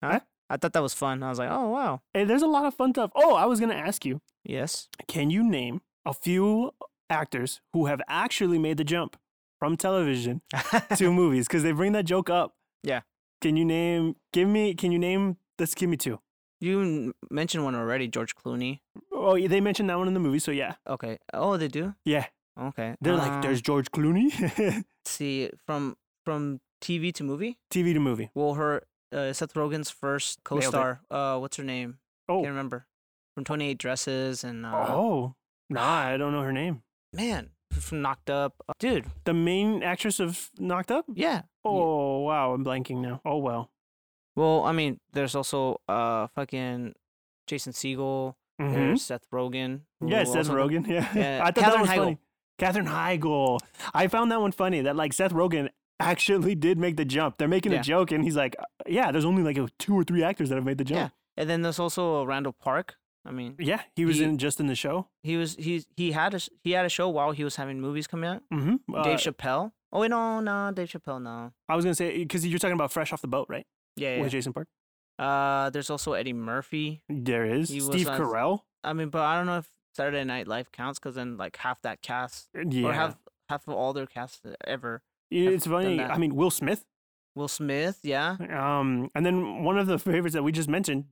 Speaker 2: fun. Huh? I thought that was fun. I was like, oh wow.
Speaker 1: Hey, there's a lot of fun stuff. Oh, I was gonna ask you,
Speaker 2: Yes.
Speaker 1: can you name a few actors who have actually made the jump from television to movies? Because they bring that joke up.
Speaker 2: Yeah.
Speaker 1: Can you name give me can you name let's give me two.
Speaker 2: you m- mentioned one already, George Clooney.
Speaker 1: Oh, yeah, they mentioned that one in the movie, so yeah.
Speaker 2: Okay. Oh, they do.
Speaker 1: Yeah.
Speaker 2: Okay.
Speaker 1: They're
Speaker 2: Um,
Speaker 1: like, there's George Clooney.
Speaker 2: let's see from from TV to movie.
Speaker 1: TV to movie.
Speaker 2: Well, her uh, Seth Rogen's first
Speaker 1: Nailed it.
Speaker 2: co-star. Uh, what's her name?
Speaker 1: Oh.
Speaker 2: Can't remember. From Twenty Eight Dresses and uh,
Speaker 1: oh. Nah, I don't know her name.
Speaker 2: man, from Knocked Up. Uh, Dude,
Speaker 1: The main actress of Knocked Up?
Speaker 2: yeah.
Speaker 1: Oh, wow. I'm blanking now. Oh, well.
Speaker 2: Well, I mean, there's also uh fucking Jason Segel.
Speaker 1: Mhm.
Speaker 2: There's Seth Rogen. who
Speaker 1: Yeah, Seth
Speaker 2: also-
Speaker 1: Rogen. Yeah,
Speaker 2: Yeah,
Speaker 1: I thought that
Speaker 2: Katherine
Speaker 1: was
Speaker 2: Heigl.
Speaker 1: funny. Catherine Heigl. I found that one funny. That like Seth Rogen actually did make the jump. They're making
Speaker 2: Yeah.
Speaker 1: a joke, and he's like, uh, "Yeah, there's only like two or three actors that have made the
Speaker 2: Yeah.
Speaker 1: jump."
Speaker 2: And then there's also uh, Randall Park. I mean,
Speaker 1: Yeah, he was
Speaker 2: He-
Speaker 1: in just in the show.
Speaker 2: he was he he had a sh- he had a show while he was having movies come out.
Speaker 1: hmm
Speaker 2: Dave Chappelle. Oh wait, no, no, Dave Chappelle, no.
Speaker 1: I was gonna say because you're talking about Fresh Off the Boat, right?
Speaker 2: Yeah, yeah.
Speaker 1: With Jason Park.
Speaker 2: Uh, there's also Eddie Murphy.
Speaker 1: There is
Speaker 2: He was
Speaker 1: Steve
Speaker 2: on-
Speaker 1: Carell.
Speaker 2: I mean, but I don't know if Saturday Night Live counts because then like half that cast
Speaker 1: Yeah,
Speaker 2: or half half of all their cast ever.
Speaker 1: it's
Speaker 2: I've done
Speaker 1: funny.
Speaker 2: that.
Speaker 1: I mean, Will Smith.
Speaker 2: Will Smith, yeah,
Speaker 1: Um, and then one of the favorites that we just mentioned,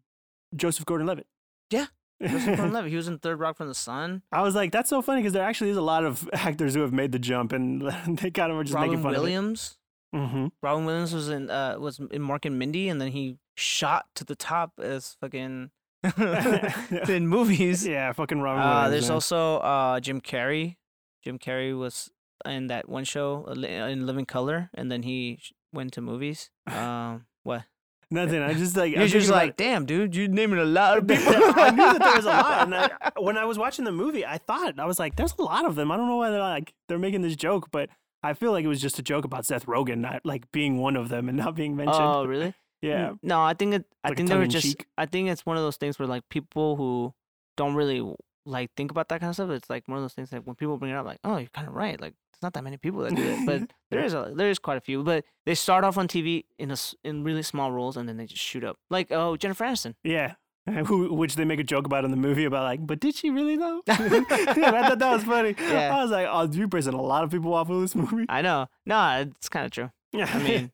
Speaker 1: Joseph Gordon-Levitt.
Speaker 2: Yeah, Joseph Gordon-Levitt. He was in Third Rock from the Sun.
Speaker 1: I was like, that's so funny because there actually is a lot of actors who have made the jump, and they kind of were just
Speaker 2: Robin
Speaker 1: making fun
Speaker 2: Williams.
Speaker 1: of it. Mm-hmm.
Speaker 2: Robin Williams was in uh was in Mark and Mindy, and then he shot to the top as fucking in movies.
Speaker 1: Mm-hmm. Yeah, fucking Robin
Speaker 2: Uh,
Speaker 1: Williams.
Speaker 2: there's
Speaker 1: man.
Speaker 2: also uh, Jim Carrey. Jim Carrey was in that one show uh, Li- in Living Color, and then he sh- went to movies. Um, what?
Speaker 1: nothing. I just like
Speaker 2: You're
Speaker 1: I'm
Speaker 2: just
Speaker 1: thinking about
Speaker 2: like, damn, dude, you're naming a lot of
Speaker 1: it.
Speaker 2: people.
Speaker 1: I knew that there was a lot. And I, when I was watching the movie, I thought I was like, "There's a lot of them." I don't know why they're like they're making this joke, but I feel like it was just a joke about Seth Rogen not like being one of them and not being mentioned.
Speaker 2: oh, really?
Speaker 1: yeah,
Speaker 2: N- No, I think it. I
Speaker 1: like a
Speaker 2: think they were just.
Speaker 1: tongue-in-cheek.
Speaker 2: I think it's one of those things where like people who don't really w- like think about that kind of stuff. It's like one of those things that when people bring it up, like, oh, you're kind of right. Like, there's not that many people that do it, but there is a there is quite a few. But they start off on TV in a s- in really small roles, and then they just shoot up. Like, oh, Jennifer Aniston.
Speaker 1: yeah. Who, which they make a joke about in the movie about like, but did she really though? And I thought that was funny.
Speaker 2: Yeah.
Speaker 1: I was like, oh, you're pissing a lot of people off with this movie.
Speaker 2: I know. No, it's kind of true.
Speaker 1: Yeah,
Speaker 2: I mean,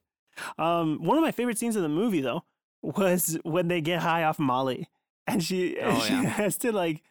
Speaker 1: Um, one of my favorite scenes of the movie though was when they get high off Molly, and she and
Speaker 2: Oh,
Speaker 1: she
Speaker 2: yeah.
Speaker 1: has to like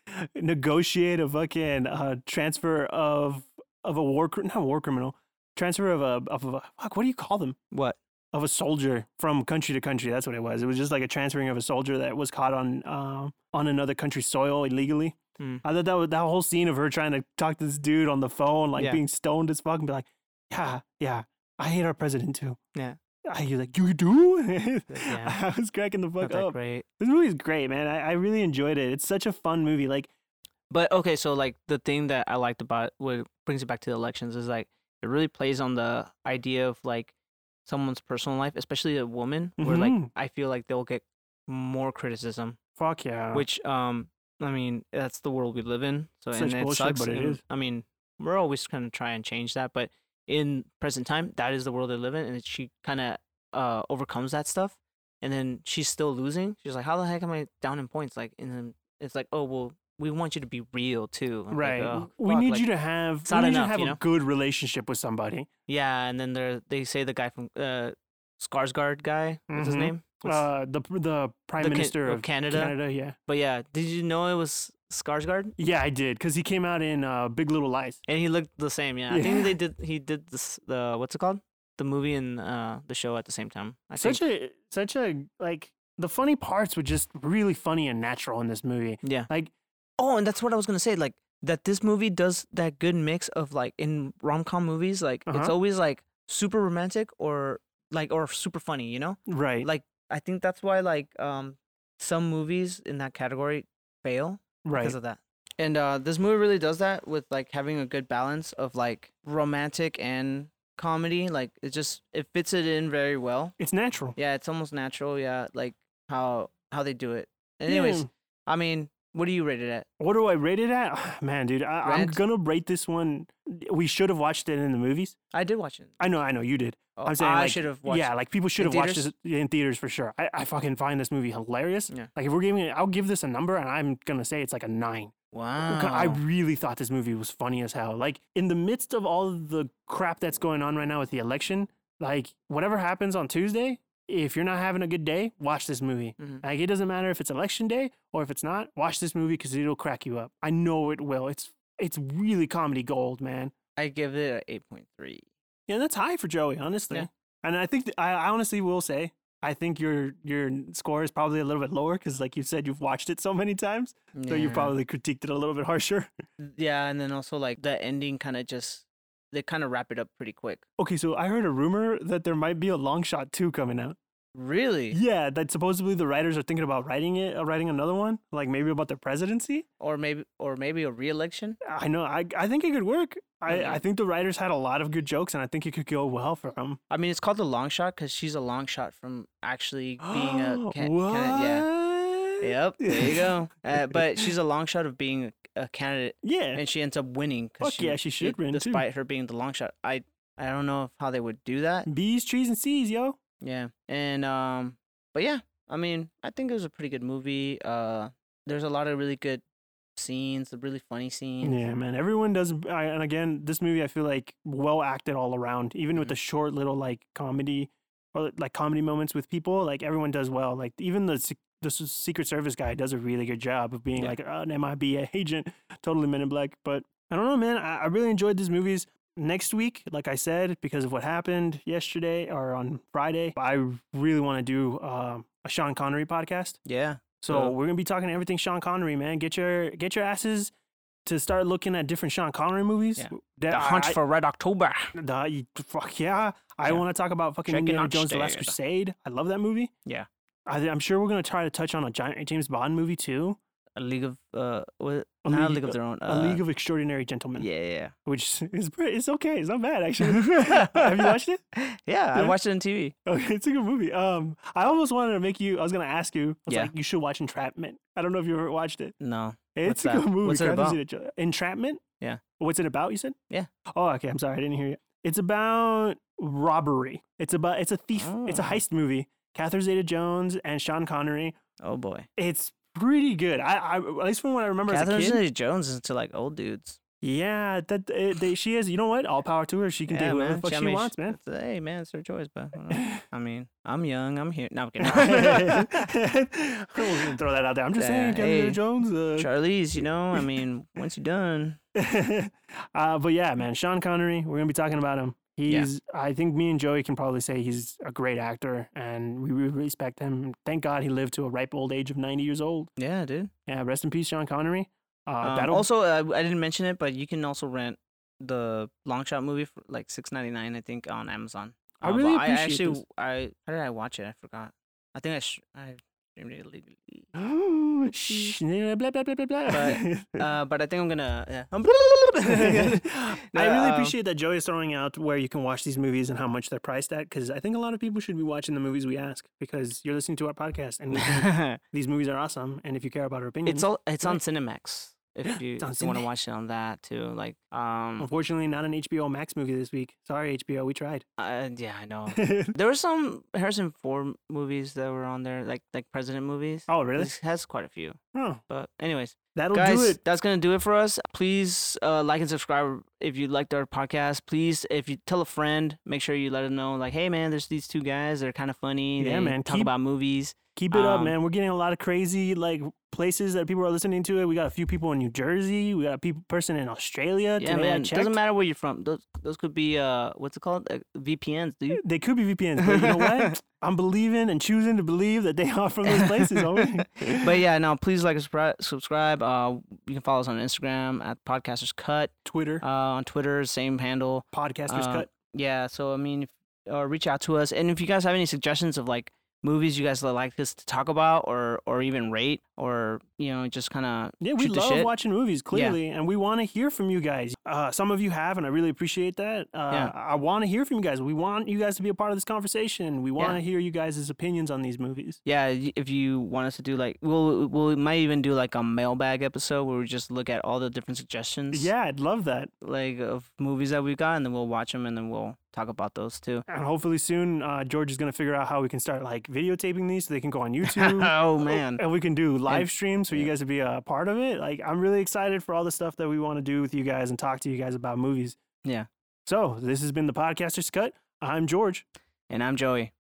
Speaker 1: negotiate a fucking uh, transfer of of a war cr- not war criminal transfer of a of a fuck, what do you call them
Speaker 2: what?
Speaker 1: of a soldier from country to country. That's what it was. It was just like a transferring of a soldier that was caught on um on another country's soil illegally.
Speaker 2: Mm.
Speaker 1: I thought that was, that whole scene of her trying to talk to this dude on the phone, like
Speaker 2: Yeah.
Speaker 1: being stoned as fuck, and be like, "Yeah, yeah, I hate our president too."
Speaker 2: Yeah.
Speaker 1: I, you're like, "You do?"
Speaker 2: Yeah.
Speaker 1: I was cracking the
Speaker 2: Not
Speaker 1: fuck
Speaker 2: that
Speaker 1: up.
Speaker 2: great.
Speaker 1: This movie's great, man. I, I really enjoyed it. It's such a fun movie. Like,
Speaker 2: But okay, so like the thing that I liked about what brings it back to the elections is like it really plays on the idea of like someone's personal life, especially a woman, where like
Speaker 1: Mhm.
Speaker 2: I feel like they'll get more criticism,
Speaker 1: fuck yeah.
Speaker 2: which um I mean that's the world we live in. So
Speaker 1: Such
Speaker 2: and it
Speaker 1: bullshit,
Speaker 2: sucks.
Speaker 1: but it
Speaker 2: and,
Speaker 1: is.
Speaker 2: I mean we're always kind of try and change that, but in present time, that is the world they live in, and she kind of uh overcomes that stuff, and then she's still losing. She's like, "How the heck am I down in points?" Like, and then it's like, "Oh well." We want you to be real too. I'm like,
Speaker 1: right.
Speaker 2: "Oh,
Speaker 1: we
Speaker 2: fuck,"
Speaker 1: need
Speaker 2: like-
Speaker 1: you to have
Speaker 2: it's
Speaker 1: we
Speaker 2: not
Speaker 1: need you
Speaker 2: enough,
Speaker 1: to have
Speaker 2: you
Speaker 1: a
Speaker 2: know?
Speaker 1: good relationship with somebody.
Speaker 2: Yeah, and then they they say the guy from uh Skarsgård guy, what's his
Speaker 1: Mhm.
Speaker 2: name? What's-
Speaker 1: Uh, the the prime
Speaker 2: the Ca-
Speaker 1: minister of
Speaker 2: Canada.
Speaker 1: Canada, yeah.
Speaker 2: But yeah, did you know it was Skarsgård?
Speaker 1: Yeah, I did because he came out in uh, Big Little Lies.
Speaker 2: And he looked the same. Yeah, I think they did. He did this. The what's it called? The movie and uh the show at the same time. I
Speaker 1: Such
Speaker 2: think.
Speaker 1: a such a like the funny parts were just really funny and natural in this movie.
Speaker 2: yeah.
Speaker 1: Like
Speaker 2: Oh, and that's what I was gonna say. Like that, this movie does that good mix of like in rom com movies. Like it's
Speaker 1: Uh-huh.
Speaker 2: always like super romantic or like or super funny. You know.
Speaker 1: right,
Speaker 2: Like I think that's why like um some movies in that category fail.
Speaker 1: right.
Speaker 2: because of that. And uh, this movie really does that with like having a good balance of like romantic and comedy. Like it just it fits it in very well.
Speaker 1: It's natural.
Speaker 2: Yeah, it's almost natural. Yeah, like how how they do it. Anyways,
Speaker 1: Yeah.
Speaker 2: I mean, what do you rate it at?
Speaker 1: what do I rate it at? Man, dude, I, I'm
Speaker 2: Rant?
Speaker 1: gonna rate this one. We should have watched it in the movies.
Speaker 2: I did watch it.
Speaker 1: I know, I know, you did.
Speaker 2: Oh,
Speaker 1: I'm saying
Speaker 2: I
Speaker 1: like,
Speaker 2: should have watched.
Speaker 1: Yeah, like people should
Speaker 2: in
Speaker 1: have watched this
Speaker 2: theaters?
Speaker 1: in theaters for sure. I, I fucking find this movie hilarious.
Speaker 2: Yeah.
Speaker 1: Like if we're giving, it, I'll give this a number, and I'm gonna say it's like a nine.
Speaker 2: Wow.
Speaker 1: I really thought this movie was funny as hell. Like in the midst of all the crap that's going on right now with the election, like whatever happens on Tuesday, if you're not having a good day, watch this movie.
Speaker 2: Mhm.
Speaker 1: Like it doesn't matter if it's election day or if it's not, watch this movie because it'll crack you up. I know it will. It's it's really comedy gold, man.
Speaker 2: I give it a eight point three.
Speaker 1: Yeah, that's high for Joey, honestly.
Speaker 2: Yeah.
Speaker 1: And I think th- I, I honestly will say I think your your score is probably a little bit lower because, like you said, you've watched it so many times, so you probably critiqued it a little bit harsher.
Speaker 2: yeah, and then also like the ending kind of just they kind of wrap it up pretty quick.
Speaker 1: Okay, so I heard a rumor that there might be a long shot two coming out.
Speaker 2: Really?
Speaker 1: Yeah, that supposedly the writers are thinking about writing it, uh, writing another one, like maybe about their presidency.
Speaker 2: Or maybe or maybe a re-election?
Speaker 1: I know. I I think it could work. I,
Speaker 2: Yeah.
Speaker 1: I think the writers had a lot of good jokes, and I think it could go well for them.
Speaker 2: I mean, it's called the long shot because she's a long shot from actually being a can-
Speaker 1: what?
Speaker 2: candidate. Yeah. Yep. There you go. Uh, but she's a long shot of being a, a candidate,
Speaker 1: Yeah.
Speaker 2: and she ends up winning. 'cause
Speaker 1: Fuck yeah, she should win, too.
Speaker 2: despite her being the long shot. I I don't know if- how they would do that.
Speaker 1: B's, trees, and C's, yo.
Speaker 2: Yeah. And um, but yeah, I mean, I think it was a pretty good movie. Uh, there's a lot of really good scenes, the really funny scenes.
Speaker 1: Yeah, man. Everyone does. I, and again, this movie I feel like well acted all around, even with
Speaker 2: Mhm.
Speaker 1: the short little like comedy or like comedy moments with people. Like everyone does well. Like even the sec- the s- Secret Service guy does a really good job of being
Speaker 2: Yeah.
Speaker 1: like "Oh, an MIB agent, totally Men in Black. But I don't know, man. I, I really enjoyed these movies. Next week, like I said, because of what happened yesterday or on Friday, I really want to do um, a Sean Connery podcast.
Speaker 2: Yeah.
Speaker 1: So
Speaker 2: Uh,
Speaker 1: we're gonna be talking everything Sean Connery, man. Get your get your asses to start looking at different Sean Connery movies.
Speaker 2: Yeah.
Speaker 1: That
Speaker 2: The Hunt
Speaker 1: I-
Speaker 2: for Red October.
Speaker 1: the- you- fuck yeah! I
Speaker 2: Yeah.
Speaker 1: want to talk about fucking
Speaker 2: Check it
Speaker 1: Indiana
Speaker 2: out,
Speaker 1: Jones: The Last
Speaker 2: Stade.
Speaker 1: Crusade. I love that movie.
Speaker 2: Yeah.
Speaker 1: I, thi- I'm sure we're gonna try to touch on a giant James Bond movie too,
Speaker 2: A League of uh, what?
Speaker 1: A
Speaker 2: not
Speaker 1: League-
Speaker 2: a League of Their Own.
Speaker 1: A
Speaker 2: uh,
Speaker 1: League of Extraordinary Gentlemen,
Speaker 2: Yeah, yeah.
Speaker 1: which is pretty, it's okay, it's not bad actually.
Speaker 2: yeah.
Speaker 1: Have you watched it?
Speaker 2: Yeah, I
Speaker 1: Yeah.
Speaker 2: watched it on TV.
Speaker 1: Okay, it's a good movie. Um, I almost wanted to make you. I was gonna ask you. I was
Speaker 2: Yeah.
Speaker 1: like, you should watch Entrapment. I don't know if you ever watched it.
Speaker 2: No.
Speaker 1: It's
Speaker 2: What's
Speaker 1: a
Speaker 2: that?
Speaker 1: good movie.
Speaker 2: What's it
Speaker 1: I haven't
Speaker 2: about?
Speaker 1: seen it yet. Entrapment?
Speaker 2: Yeah.
Speaker 1: What's it about, you said?
Speaker 2: Yeah.
Speaker 1: Oh, okay. I'm sorry. I didn't hear you. It's about robbery. It's about it's a thief. It's a
Speaker 2: Oh.
Speaker 1: heist movie. Catherine Zeta Jones and Sean Connery.
Speaker 2: Oh boy.
Speaker 1: It's pretty good. I, I at least from what I remember
Speaker 2: Catherine
Speaker 1: as a kid.
Speaker 2: Zeta Jones is to like old dudes.
Speaker 1: Yeah, that uh, they, she is. You know what? All power to her. She can
Speaker 2: yeah,
Speaker 1: do whatever the
Speaker 2: man.
Speaker 1: fuck
Speaker 2: I
Speaker 1: she
Speaker 2: mean,
Speaker 1: wants, man.
Speaker 2: it's- Hey, man, it's her choice, but I, don't know. I mean, I'm young. I'm here. No, I'm
Speaker 1: I
Speaker 2: kidding.
Speaker 1: wasn't gonna throw that out there. I'm just saying,
Speaker 2: Yeah,
Speaker 1: Catherine Zeta
Speaker 2: hey.
Speaker 1: Jones. Uh,
Speaker 2: Charlize, you know, I mean, once you're done,
Speaker 1: uh, but yeah, man, Sean Connery, we're gonna be talking about him.
Speaker 2: Yeah.
Speaker 1: He's, I think, me and Joey can probably say he's a great actor, and we really respect him. Thank God he lived to a ripe old age of ninety years old.
Speaker 2: yeah, dude.
Speaker 1: Yeah, rest in peace, Sean Connery. Uh,
Speaker 2: Um,
Speaker 1: that'll
Speaker 2: also, uh, I didn't mention it, but you can also rent the long shot movie for like six ninety nine, I think, on Amazon.
Speaker 1: I
Speaker 2: Uh, but
Speaker 1: really
Speaker 2: I
Speaker 1: appreciate
Speaker 2: actually,
Speaker 1: this.
Speaker 2: I how did I watch it? I forgot. I think I sh- I streamed it illegally.
Speaker 1: Shh, blah blah blah blah blah.
Speaker 2: But, uh, but I think I'm gonna. Yeah. I'm-
Speaker 1: I
Speaker 2: No,
Speaker 1: really
Speaker 2: um,
Speaker 1: appreciate that Joey is throwing out where you can watch these movies and how much they're priced at, because I think a lot of people should be watching the movies we ask because you're listening to our podcast and we think these movies are awesome. And if you care about our opinions,
Speaker 2: it's all. It's on
Speaker 1: Right.
Speaker 2: Cinemax. If you,
Speaker 1: on
Speaker 2: want
Speaker 1: Cinemax.
Speaker 2: to watch it on that too, like um,
Speaker 1: Unfortunately, not an HBO Max movie this week. Sorry, HBO, we tried.
Speaker 2: uh, yeah, I know.
Speaker 1: oh,
Speaker 2: There were some Harrison Ford movies that were on there, like like President movies.
Speaker 1: Oh, really?
Speaker 2: This has quite a few.
Speaker 1: Oh,
Speaker 2: But anyways,
Speaker 1: that'll
Speaker 2: guys,
Speaker 1: do it.
Speaker 2: that's gonna do it for us. Please uh, like and subscribe if you liked our podcast. Please, if you tell a friend, make sure you let them know, like, hey man, there's these two guys. They're kind of funny.
Speaker 1: Yeah,
Speaker 2: they
Speaker 1: man,
Speaker 2: Talk
Speaker 1: keep-
Speaker 2: about movies.
Speaker 1: Keep it up,
Speaker 2: um,
Speaker 1: man. We're getting a lot of crazy like places that people are listening to it. We got a few people in New Jersey. We got a peop person in Australia.
Speaker 2: Yeah,
Speaker 1: Today I
Speaker 2: man.
Speaker 1: checked.
Speaker 2: Doesn't matter where you're from. Those those could be uh, what's it called? Uh, VPNs, dude.
Speaker 1: They could be VPNs, but you know what? I'm believing and choosing to believe that they are from those places. homie.
Speaker 2: But yeah, no. Please like and subscribe. Subscribe. Uh, you can follow us on Instagram at Podcasters Cut.
Speaker 1: Twitter,
Speaker 2: Uh, on Twitter, same handle.
Speaker 1: podcasters
Speaker 2: uh,
Speaker 1: cut.
Speaker 2: Yeah, so I mean, if, uh, reach out to us, and if you guys have any suggestions of like movies you guys would like us to talk about, or or even rate, or you know, just kind of
Speaker 1: Yeah, we
Speaker 2: shoot the
Speaker 1: love
Speaker 2: shit.
Speaker 1: watching movies, clearly, and we want to hear from you guys. Uh, some of you have, and I really appreciate that. Uh,
Speaker 2: Yeah.
Speaker 1: I want to hear from you guys. We want you guys to be a part of this conversation. We want to
Speaker 2: Yeah.
Speaker 1: hear you guys' opinions on these movies.
Speaker 2: Yeah, y- if you want us to do like, we'll we'll we might even do like a mailbag episode where we just look at all the different suggestions,
Speaker 1: Yeah, I'd love that.
Speaker 2: like of movies that we've got, and then we'll watch them, and then we'll talk about those too.
Speaker 1: And hopefully soon, uh, George is going to figure out how we can start like videotaping these so they can go on YouTube.
Speaker 2: oh man,
Speaker 1: And we can do live streams for you
Speaker 2: yeah.
Speaker 1: guys to be a part of it. Like, I'm really excited for all the stuff that we want to do with you guys and talk to you guys about movies.
Speaker 2: Yeah.
Speaker 1: So, this has been the Podcaster's Cut. I'm George.
Speaker 2: and I'm Joey.